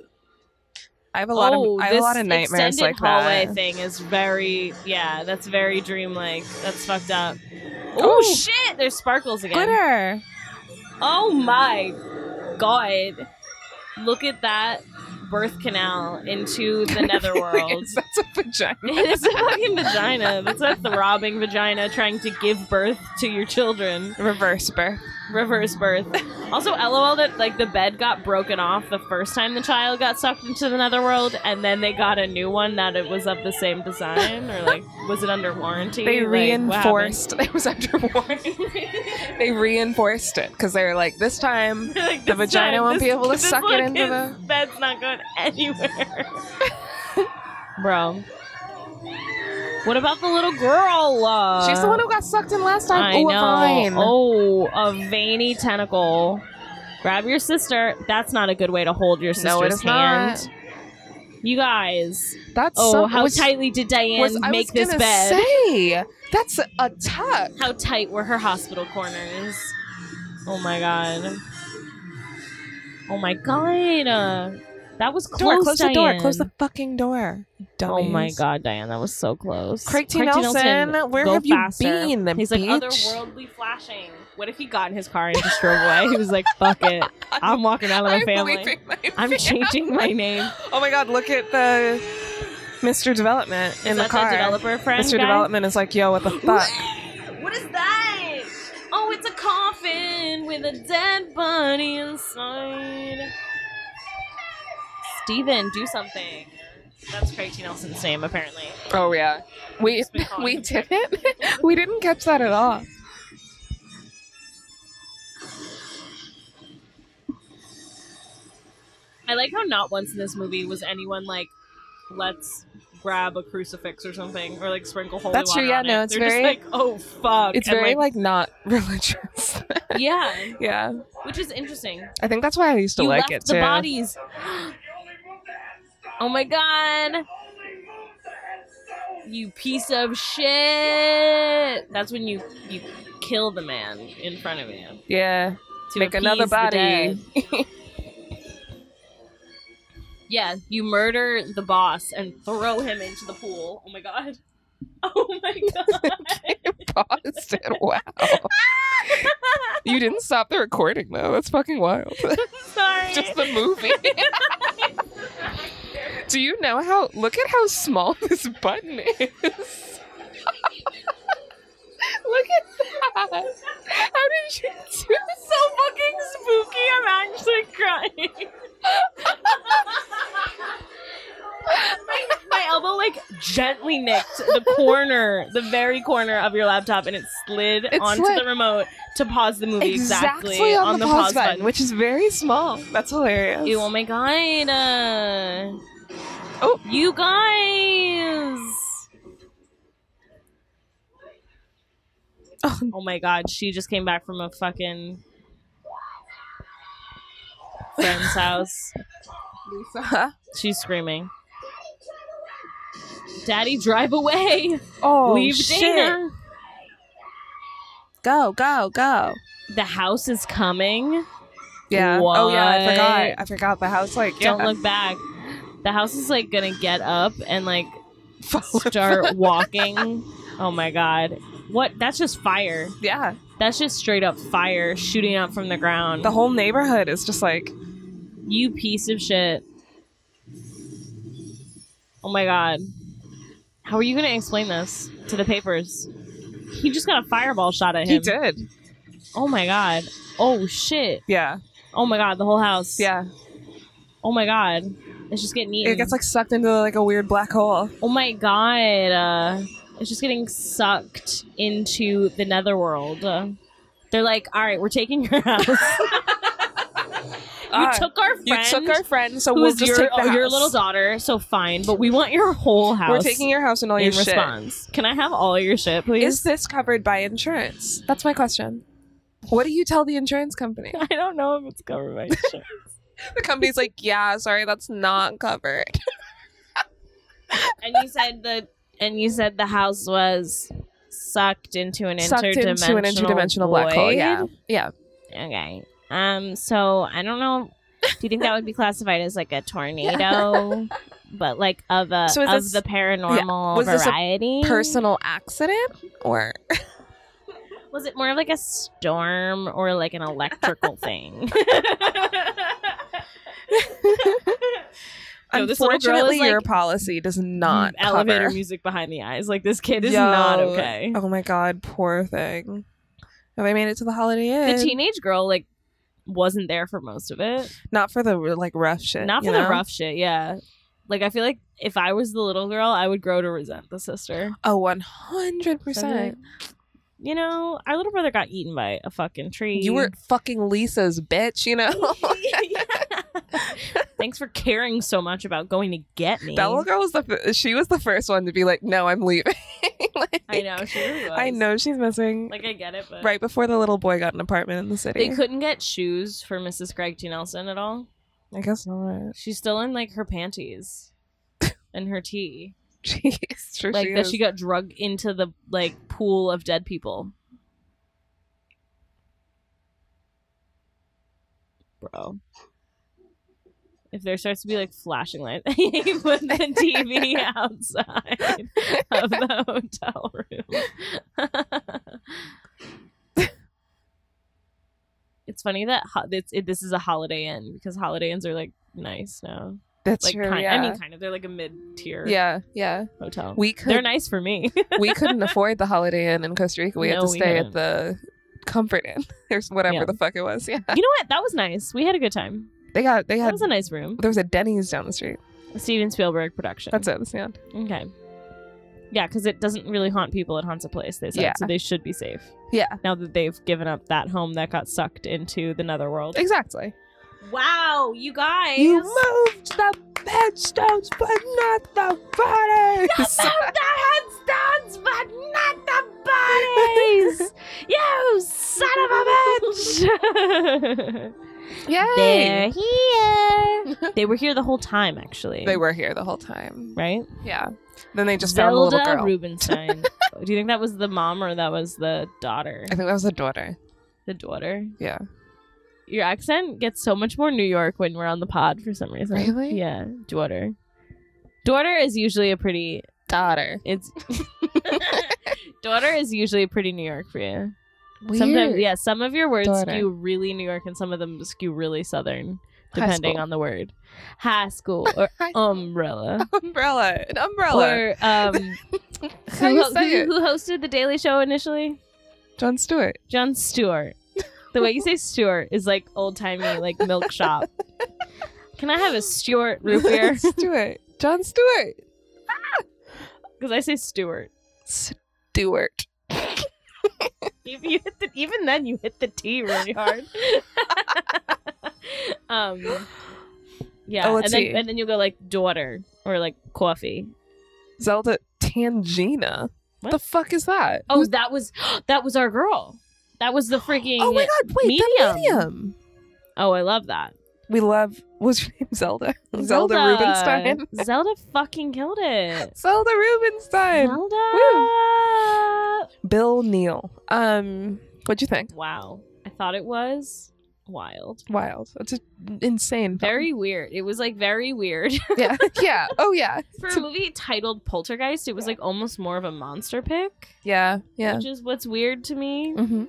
I have a lot
oh,
of I have a
this
lot of nightmares
extended
like
hallway
that.
thing is very yeah. That's very dreamlike. That's fucked up. Oh
Oh.
shit! There's sparkles again.
Glitter.
Oh my god. Look at that birth canal into the netherworld.
Yes, That's a vagina.
it is a fucking vagina. That's a throbbing vagina trying to give birth to your children.
Reverse birth.
Reverse birth. Also, lol that like the bed got broken off the first time the child got sucked into the netherworld, and then they got a new one that it was of the same design, or like was it under warranty?
They
Like, what happened?
reinforced. it was under warning. they reinforced it because they were like, this time
Like,
the
this
vagina
time,
won't
this-
be able to
this
suck
one
it into
is-
the.
That's not going anywhere. Bro. What about the little girl? Uh,
She's the one who got sucked in last time.
I
Ooh, a
know.
vine.
Oh, a veiny tentacle. Grab your sister. That's not a good way to hold your sister's
no, it is
hand.
not.
You guys.
That's
Oh,
some-
how
was-
tightly did Diane
was- I
make this
was gonna
bed?
Say, that's a, a tuck.
How tight were her hospital corners? Oh my god. Oh my god. Uh, that was close.
Door, close the door.
Diane.
Close the fucking door. you
Oh my
dummies.
god, Diane, that was so close.
Craig T. Nelson, where
go
have you
faster.
been,
He's
bitch?
like otherworldly flashing. What if he got in his car and just drove away? He was like, "Fuck it, I'm walking out of my
I'm
family.
leaving my
I'm
family.
changing my name."
Oh my god, look at the Mr. Development in
Is
the
that
car.
developer friend
Mr.
guy?
Development is like, yo, what the fuck?
What is that? Oh, it's a coffin with a dead body inside. Steven, do something. That's Craig T. Nelson's name, apparently.
oh yeah. We
Just been calling
we
him.
didn't we didn't catch that at all.
I like how not once in this movie was anyone like, let's grab a crucifix or something, or like sprinkle holy
That's
water
true, yeah,
on
no,
it.
it's
They're
very-
just like, oh fuck.
It's
and,
very like, not religious.
yeah,
yeah.
which is interesting.
I think that's why I used to
you
like
left
it
the
too.
bodies. oh my god. You piece of shit. That's when you you kill the man in front of you.
Yeah.
to
Make another
appease the
body.
dead. yeah, you murder the boss and throw him into the pool. Oh my god. Oh my god.
Boston. Wow. You didn't stop the recording though. That's fucking wild.
Sorry.
Just the movie. Do you know how? Look at how small this button is. look at that. How did you do
so fucking spooky. I'm actually crying. my, my elbow like gently nicked the corner, the very corner of your laptop, and it slid
It
onto
slid.
the remote to pause the movie exactly,
on, the, pause, button, which is very small. That's hilarious.
Ew, oh my god. Uh,
Oh.
you guys. Oh. my god, she just came back from a fucking friend's house.
Lisa.
She's screaming. Daddy, drive away.
Oh,
Leave
shit.
Dana.
Go, go, go.
The house is coming.
Yeah. Oh yeah, I forgot.
What?
I forgot the house. Like,
Don't look back. The house is like gonna get up and like
look.
start walking. Oh my god. What? That's just fire.
yeah.
That's just straight up fire shooting up from the ground.
The whole neighborhood is just like
you piece of shit. Oh my god. How are you going to explain this to the papers? He just got a fireball shot at him.
he did.
Oh my god. Oh shit.
Yeah.
Oh my god, the whole house.
Yeah.
Oh my god. It's just getting eaten.
It gets like sucked into like a weird black hole.
oh my god. Uh, it's just getting sucked into the netherworld. Uh, they're like, all right, we're taking your house. You
Ah,
took our friend.
you took our friend, so
who
we'll
is
just
your,
take the
oh, your
house.
little daughter. So fine, but we want your whole house.
We're taking your house and all
in
your
response. Can I have all your shit, please?
shit. Is this covered by insurance? That's my question. What do you tell the insurance company?
I don't know if it's covered by insurance.
The company's like, yeah, sorry, that's not covered.
and you said the and you said the house was sucked into an
Sucked
interdimensional
into an interdimensional black hole.
void?
Yeah, yeah.
Okay. Um. So I don't know. Do you think that would be classified as like a tornado, but like of a
So is
of
this-
the paranormal
Was this a
variety?
Personal accident or
Was it more of like a storm or like an electrical thing? No, this little girl is,
unfortunately, your
like, mm,
policy does not
elevator
cover.
music behind the eyes. Like this kid is not
Yo,
okay.
Oh my god, poor thing. Have I made it to the Holiday Inn?
The teenage girl like wasn't there for most of it.
not for the like rough shit.
Not for
you
the
know?
rough shit. Yeah. Like I feel like if I was the little girl, I would grow to resent the sister.
Oh, one hundred percent.
You know, our little brother got eaten by a fucking tree.
You were fucking Lisa's bitch, you know.
Thanks for caring so much about going to get me.
that little girl was the f- she was the first one to be like, "No, I'm leaving." Like,
I know she really was.
I know she's missing.
Like I get it, but
right before the little boy got an apartment in the
They
city.
couldn't get shoes for Mrs. Greg T. Nelson at all.
I guess not.
She's still in like her panties and her tea.
Jeez, true.
like
she
that
is.
she got drugged into the like pool of dead people. Bro. If there starts to be like flashing light, he put the TV outside of the hotel room. it's funny that ho- it's, it, this is a Holiday Inn because Holiday Inns are like nice now.
That's
Like,
true.
kind,
yeah.
I mean, kind of. They're like a mid tier
yeah, yeah.
hotel.
We
They're
could
nice for me.
we couldn't afford the Holiday Inn in Costa Rica. We had
No,
to
we
stay
couldn't.
at the Comfort Inn. There's whatever
Yeah.
the fuck it was. Yeah,
you know what? That was nice. We had a good time.
they got they
That
had
was a nice room.
there was a Denny's down the street.
A Steven Spielberg production.
That's it. That's the end.
Okay. Yeah, because it doesn't really haunt people. It haunts a place. They said
Yeah.
so. They should be safe.
Yeah.
Now that they've given up that home that got sucked into the netherworld.
Exactly.
Wow, you guys.
You moved the headstones, but not the bodies.
the headstones, but not the bodies. you son of a bitch. They're
Yay!
here. they were here the whole time, actually.
They were here the whole time.
right.
Yeah. Then they just found the
Zelda
little girl.
Rubinstein. Do you think that was the mom or that was the daughter?
I think that was the daughter.
The daughter.
Yeah.
Your accent gets so much more New York when we're on the pod for some reason.
Really?
Yeah. Daughter. Daughter is usually a pretty.
Daughter.
It's. daughter is usually pretty New York for you.
Weird.
Sometimes, yeah, some of your words
Daughter.
skew really New York, and some of them skew really Southern,
High
depending
school.
on the word. High school or
High school.
umbrella.
umbrella. An umbrella.
Or um,
How
who,
you
ho-
say
who,
it?
who hosted the Daily Show initially?
John Stewart.
John Stewart. The way you say Stewart is like old timey, like milk shop. Can I have a Stewart root beer?
Stewart. John Stewart.
Because I say Stewart.
Stewart.
If you hit the, even then, you hit the T really hard. um, yeah,
Oh, let's
and then
see.
and then you'll go like daughter or like coffee.
Zelda Tangina. What
What?
the fuck is that?
Oh, that was that was our girl. That was the freaking.
Oh my god, wait,
Medium.
that medium.
Oh, I love that.
We love what's her name? Zelda. Zelda, Rubenstein.
Zelda fucking killed it.
Zelda Rubenstein.
Zelda.
Bill Neal. Um, what'd you think?
Wow, I thought it was wild.
Wild. It's an insane. film.
Very weird. It was like very weird.
Yeah. yeah. Oh yeah.
For a movie titled Poltergeist, it was like almost more of a monster pick,
Yeah. Yeah.
which is what's weird to me.
Mm-hmm.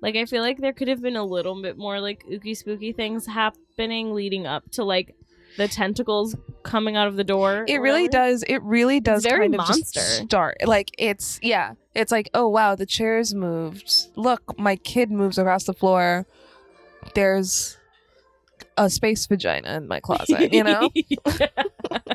Like I feel like there could have been a little bit more like ooky spooky things happening leading up to like the tentacles coming out of the door.
It
or
really
whatever.
does. It really does
very
kind of
monster.
just start. Like it's yeah. It's like oh wow, the chairs moved. Look, my kid moves across the floor. There's a space vagina in my closet. You know.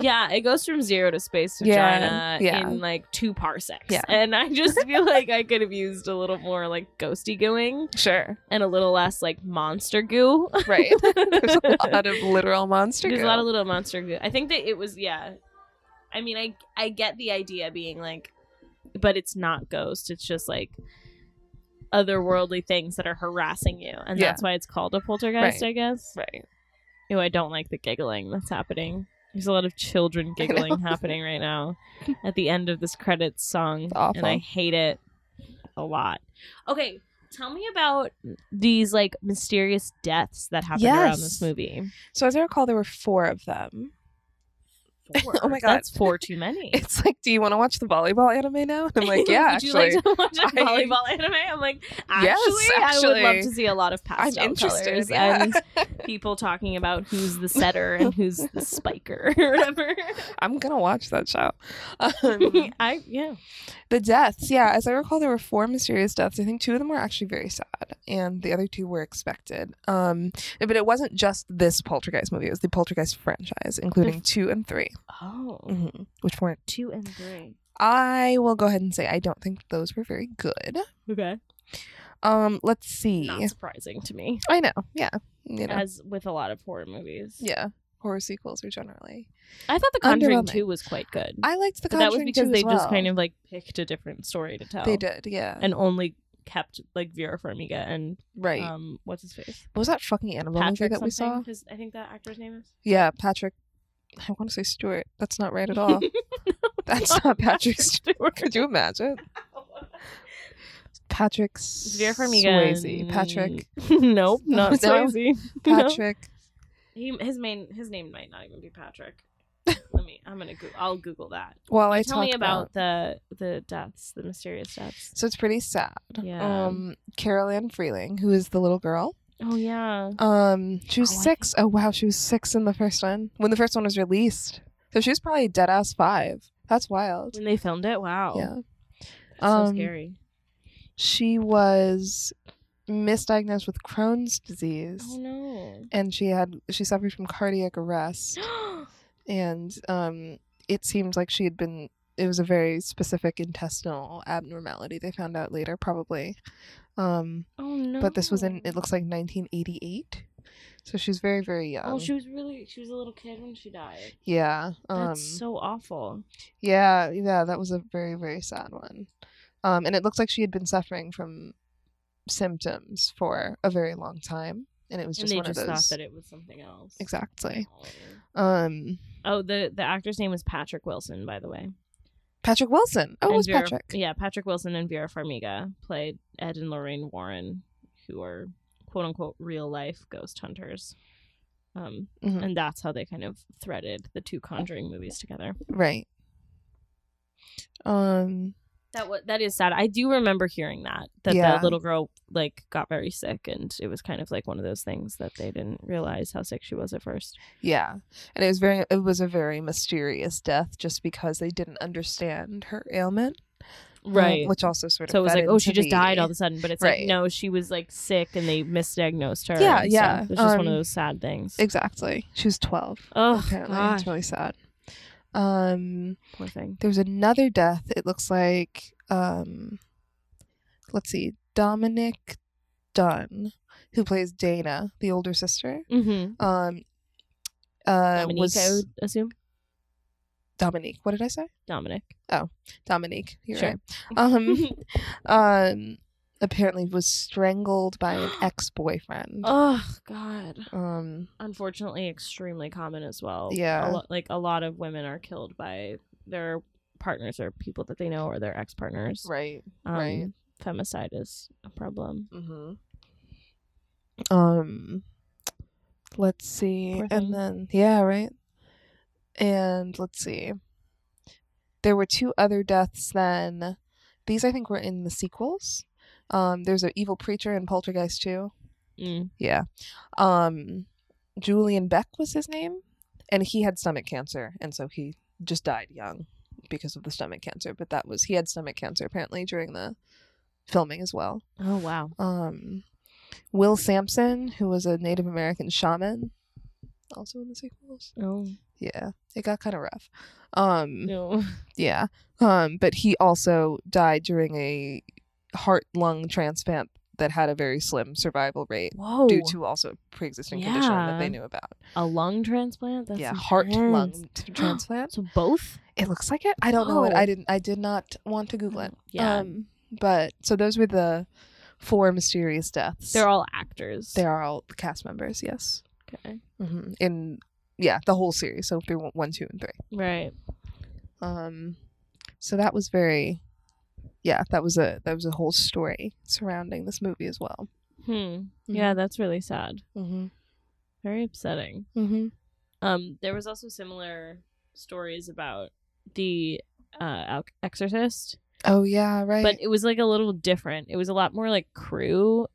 yeah, it goes from zero to space
Yeah,
vagina
yeah.
in like two parsecs.
Yeah.
And I just feel like I could have used a little more like ghosty gooing
sure.
and a little less like monster goo.
Right. There's a lot of literal monster.
There's a
girl.
lot of little monster goo. I think that it was yeah. I mean, I I get the idea being like, but it's not ghost. It's just like otherworldly things that are harassing you, and
Yeah.
that's why it's called a poltergeist,
Right.
I guess.
right.
Ew, I don't like the giggling that's happening. There's a lot of children giggling happening right now at the end of this credits song,
awful.
and I hate it a lot. Okay. Tell me about these like mysterious deaths that happened around
Yes.
this movie.
So as I recall, there were four of them.
Four.
Oh my God.
that's four too many.
It's like, do you want to watch the volleyball anime now? And I'm like, yeah,
Would
actually,
you like to watch a
I-
volleyball anime? I'm like, actually,
Yes,
I would
actually.
love to see a lot of
I'm
pastel
interested.
colors
Yeah.
and people talking about who's the setter and who's the spiker or whatever.
I'm gonna watch that show. Um,
I yeah,
The deaths, yeah. As I recall, there were four mysterious deaths. I think two of them were actually very sad, and the other two were expected. Um, but it wasn't just this Poltergeist movie; it was the Poltergeist franchise, including
Mm-hmm.
two and 3
oh,
Mhm. which weren't.
two and three.
I will go ahead and say I don't think those were very good.
Okay,
Um, let's see.
not surprising to me,
I know, yeah, you know,
as with a lot of horror movies.
yeah. Horror sequels are generally.
I thought The Conjuring
Underwhelming.
Two was quite good.
I liked the
but that was
Conjuring
because
2
they
as
just kind
well.
of like picked a different story to tell.
they did, yeah,
and only kept like Vera Farmiga and
right.
um, what's his face?
what was that fucking animal movie
Patrick
that we
something,
saw?
his- I think that actor's name is.
Yeah, Patrick. I want to say Stewart. That's not right at all. That's not Patrick
Stewart.
Could you imagine? Patrick S-
Vera Farmiga.
Swayze.
and-
Patrick.
nope, not
No.
Swayze. No.
Patrick.
He, his main his name might not even be Patrick. Let me. I'm gonna. Go- I'll Google that.
While I
Tell me
talk
about, the the deaths, the mysterious deaths.
So it's pretty sad.
Yeah.
Um, Carol Ann Freeling, who is the little girl.
Oh yeah.
Um, she was
Oh, I
six. Oh wow, she was six in the first one. When the first one was released, so she was probably dead ass five. That's wild.
When they filmed it, wow.
Yeah.
So
um,
scary.
She was misdiagnosed with Crohn's disease.
Oh no.
and she had she suffered from cardiac arrest and um it seems like she had been it was a very specific intestinal abnormality they found out later probably um
oh no.
but this was in it looks like 1988 so she's very very young
Oh, she was really. She was a little kid when she died.
yeah um
That's so awful.
yeah yeah that was a very very sad one um and it looks like she had been suffering from symptoms for a very long time and it was
And
just
they
one
just
of those
thought that it was something else.
exactly
Oh.
um
Oh, the the actor's name was Patrick Wilson, by the way.
Patrick Wilson. Oh, it
And
was
Vera-
Patrick.
Yeah, Patrick Wilson and Vera Farmiga played Ed and Lorraine Warren, who are quote unquote real life ghost hunters. Um,
Mhm.
and that's how they kind of threaded the two Conjuring movies together.
Right. Um
That wa that is sad. I do remember hearing that that
Yeah.
the little girl like got very sick, and it was kind of like one of those things that they didn't realize how sick she was at first.
Yeah. And it was very it was a very mysterious death just because they didn't understand her ailment. um, which also sort of
so it was
fed
like, oh,
into
she just died
the-
all of a sudden, but it's
Right.
like no, she was like sick, and they misdiagnosed her.
Yeah,
and
yeah,
stuff. It's just one
um,
of those sad things.
Exactly. She was 12.
oh
apparently.
god,
It's really sad. Um
poor thing.
There's another death. It looks like, um, let's see, Dominic Dunn, who plays Dana, the older sister.
Mm-hmm.
Um, uh,
Dominique, I
was
would assume
Dominique? What did I say?
Dominic.
Dominique. You're
Sure.
right. Um, um, apparently was strangled by an ex-boyfriend.
oh god.
Um,
unfortunately extremely common as well. a
Yeah.
lo- like a lot of women are killed by their partners or people that they know or their ex partners.
right. right.
Femicide is a problem.
Mm-hmm. Um, let's see,
Poor thing.
and then yeah, right, and let's see. There were two other deaths. Then these I think were in the sequels. Um, there's an evil preacher in Poltergeist too.
Mm.
Yeah. Um, Julian Beck was his name, and he had stomach cancer, and so he just died young because of the stomach cancer. But that was he had stomach cancer apparently during the filming as well
Oh wow.
um, Will Sampson, who was a Native American shaman, also in the sequels.
Oh
Yeah, it got kind of rough. Um,
no.
yeah, um, but he also died during a heart lung transplant that had a very slim survival rate
Whoa.
due to also a pre-existing condition that they
Oh. Yeah.
knew about.
a lung transplant. That's
yeah, heart lung
intense.
t- transplant.
So both.
It looks like it. I don't know it.
Whoa.
I didn't. I did not want to Google it.
Yeah.
Um, but so those were the four mysterious deaths.
They're all actors.
They are all cast members, yes.
okay. Mm-hmm.
hmm In yeah, the whole series, so through one, two, and three.
Right.
Um, so that was very, yeah, that was a that was a whole story surrounding this movie as well.
Hmm. Yeah, that's really sad.
Mm-hmm.
Very upsetting.
Mm-hmm.
Um, there was also similar stories about the uh, Al- Exorcist.
Oh yeah, right.
but it was like a little different. It was a lot more like crew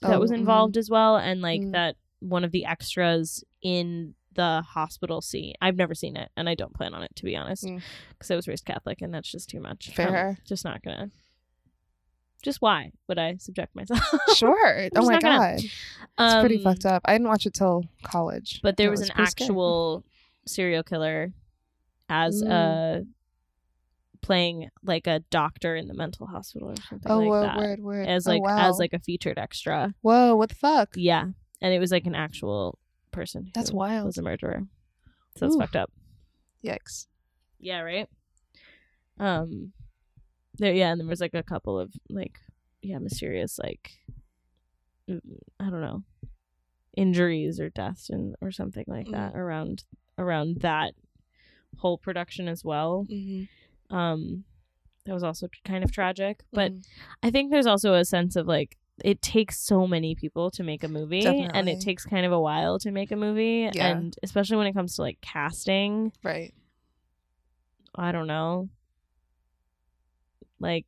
that
Oh,
was
mhm.
involved as well, and like
Mm.
that one of the extras in the hospital scene. I've never seen it, and I don't plan on it to be honest,
Mm.
because I was raised Catholic, and that's just too much. I'm
Fair.
just not gonna. Just why would I subject myself?
sure. oh
just
my
not gonna- Um,
god, it's pretty fucked up. I didn't watch it till college.
But there
That
was, an
pretty scary.
actual serial killer as
Mm.
a playing like a doctor in the mental hospital or something
Oh,
like
whoa,
that.
word, word.
As
Oh,
like
wow.
as like a featured extra.
whoa, what the fuck?
Yeah, and it was like an actual person. Who
That's wild.
Was a murderer. So that's
Ooh.
fucked up.
Yikes.
Yeah. Right. Um. There. Yeah, and there was like a couple of like yeah mysterious like mm, I don't know injuries or deaths and or something
Mm.
like that around around that whole production as well.
Mm-hmm.
Um. That was also kind of tragic, but I think there's also a sense of like it takes so many people to make a movie and
Definitely.
it takes kind of a while to make a movie
Yeah.
and especially when it comes to like casting,
right.
I don't know. Like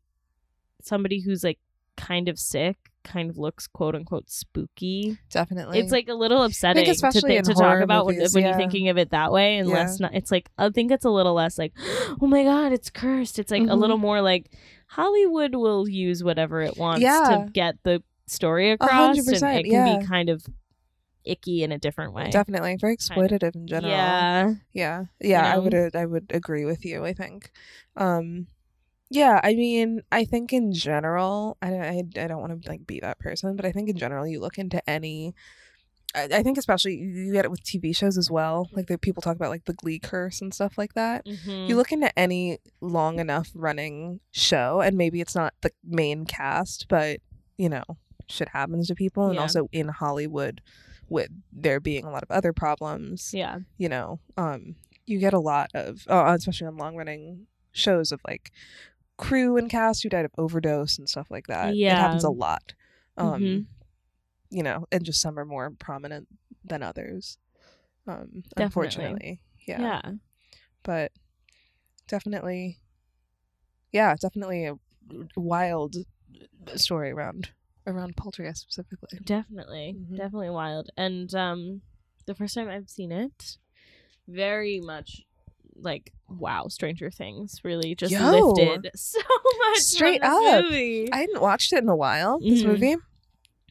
somebody who's like kind of sick kind of looks quote unquote spooky.
Definitely.
it's like a little upsetting to,
especially
thi-
in
to talk
horror
about when,
movies,
when
yeah.
you're thinking of it that way and
Yeah.
less not, it's like I think it's a little less like oh my god it's cursed. It's like a
Mhm.
little more like Hollywood will use whatever it wants
Yeah.
to get the story
hundred
across and it
percent,
can
yeah.
be kind of icky in a different way.
definitely very
kind of-
exploitative in general.
Yeah.
Yeah. Yeah, I
know?
would uh, I would agree with you, I think. Um yeah, I mean, I think in general, I don't, I, I don't want to like be that person, but I think in general, you look into any, I, I think especially you you get it with TV shows as well. Like the people talk about like the Glee curse and stuff like that.
Mhm.
You look into any long enough running show, and maybe it's not the main cast, but you know, shit happens to people. And
Yeah.
also in Hollywood, with there being a lot of other problems,
yeah.
you know, um, you get a lot of, uh, especially on long running shows, of like crew and cast who died of overdose and stuff like that. It happens
Yeah.
a lot. Um,
Mhm.
You know, and just some are more prominent than others, um,
Definitely.
unfortunately.
Yeah.
But definitely, yeah, definitely a wild story around around Poltergeist specifically.
Definitely.
Mhm.
Definitely wild. And um the first time I've seen it, very much like wow, Stranger Things really just
Yo.
lifted so much.
Straight
from this
up.
movie.
I hadn't watched it in a while. This
Mhm.
movie,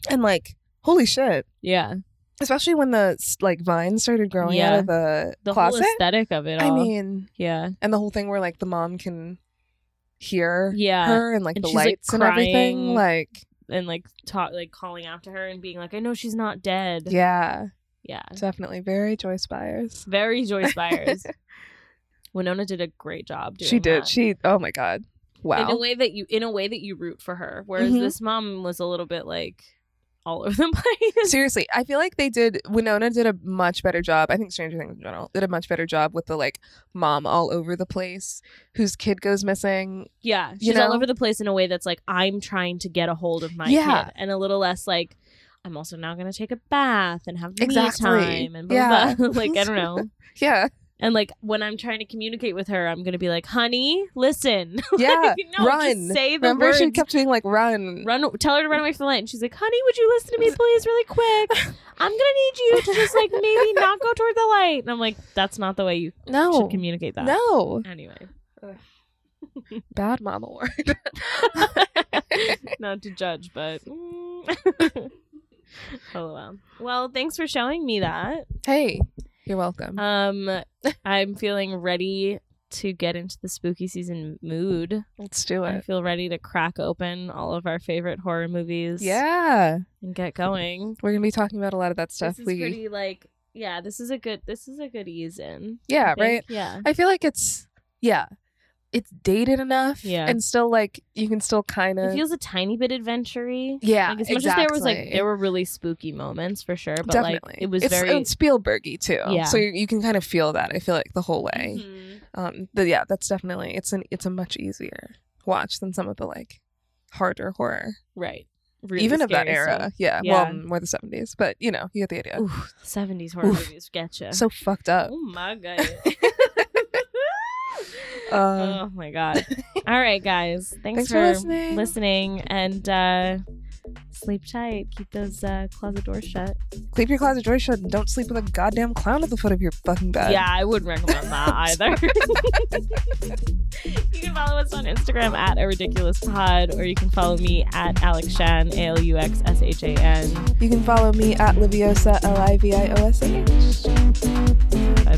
and like, holy shit!
yeah.
Especially when the s- like vines started growing out
Yeah.
of the,
The
closet.
whole aesthetic of it
I
all.
mean,
yeah.
and the whole thing where like the mom can hear
Yeah.
her and like
And
the
she's, like,
lights and everything.
crying.
Like,
And like talk like calling after her and being like, I know she's not dead.
yeah,
Yeah.
definitely very Joyce Byers.
Very Joyce Byers. Winona did a great job doing
she did.
that.
She. Oh my god! Wow.
in a way that you in a way that you root for her whereas
Mhm.
this mom was a little bit like all over the place
Seriously, I feel like they did. Winona did a much better job. I think Stranger Things in general did a much better job with the like mom all over the place whose kid goes missing.
yeah she's
You
all
know?
over the place in a way that's like i'm trying to get a hold of my
Yeah.
kid and a little less like i'm also now going to take a bath and have me
Exactly.
time and blah,
Yeah.
blah, blah. like i don't know
Yeah,
and like when i'm trying to communicate with her i'm going to be like honey listen
yeah.
Like, no,
run.
just say the
Remember,
words
she kept being like, "Run,
run tell her to run away from the light and she's like honey would you listen to me please really quick i'm gonna need you to just like maybe not go toward the light and i'm like that's not the way you
no,
should communicate that
no."
anyway
Bad mom award.
not to judge but mm. lol well thanks for showing me that
hey, you're welcome.
um i'm feeling ready to get into the spooky season mood
Let's do
i
it.
feel ready to crack open all of our favorite horror movies
Yeah,
and get going
we're gonna be talking about a lot of that stuff.
This is
we,
pretty like yeah. This is a good. This is a good ease in.
yeah,
I think.
right.
Yeah.
I feel like it's yeah, it's dated enough.
Yeah.
and still like you can still kind
It
of
feels a tiny bit adventury.
yeah.
Like as much as there was like
exactly.
there were really spooky moments for sure, but
Definitely.
like it was
it's,
very
it's Spielbergy too.
Yeah.
So you, you can kind of feel that. I feel like the whole way.
Mhm.
Um. But yeah, that's definitely it's an it's a much easier watch than some of the like harder horror,
right. Really
even of that
scary
era.
stuff.
Yeah.
Yeah.
Well, more the seventies, but you know, you get the idea.
Ooh, seventies horror
Oof.
movies getcha.
So fucked up.
oh my god.
Uh,
oh my god. All right, guys. Thanks,
thanks for listening.
listening and uh, sleep tight. Keep those uh, closet doors shut.
Keep your closet door shut and don't sleep with a goddamn clown at the foot of your fucking bed.
Yeah, I wouldn't recommend that either. you can follow us on Instagram at a ridiculous pod, or you can follow me at Alex Shan, A L U X S H A N.
You can follow me at Liviosa L I V I O S A.
Bye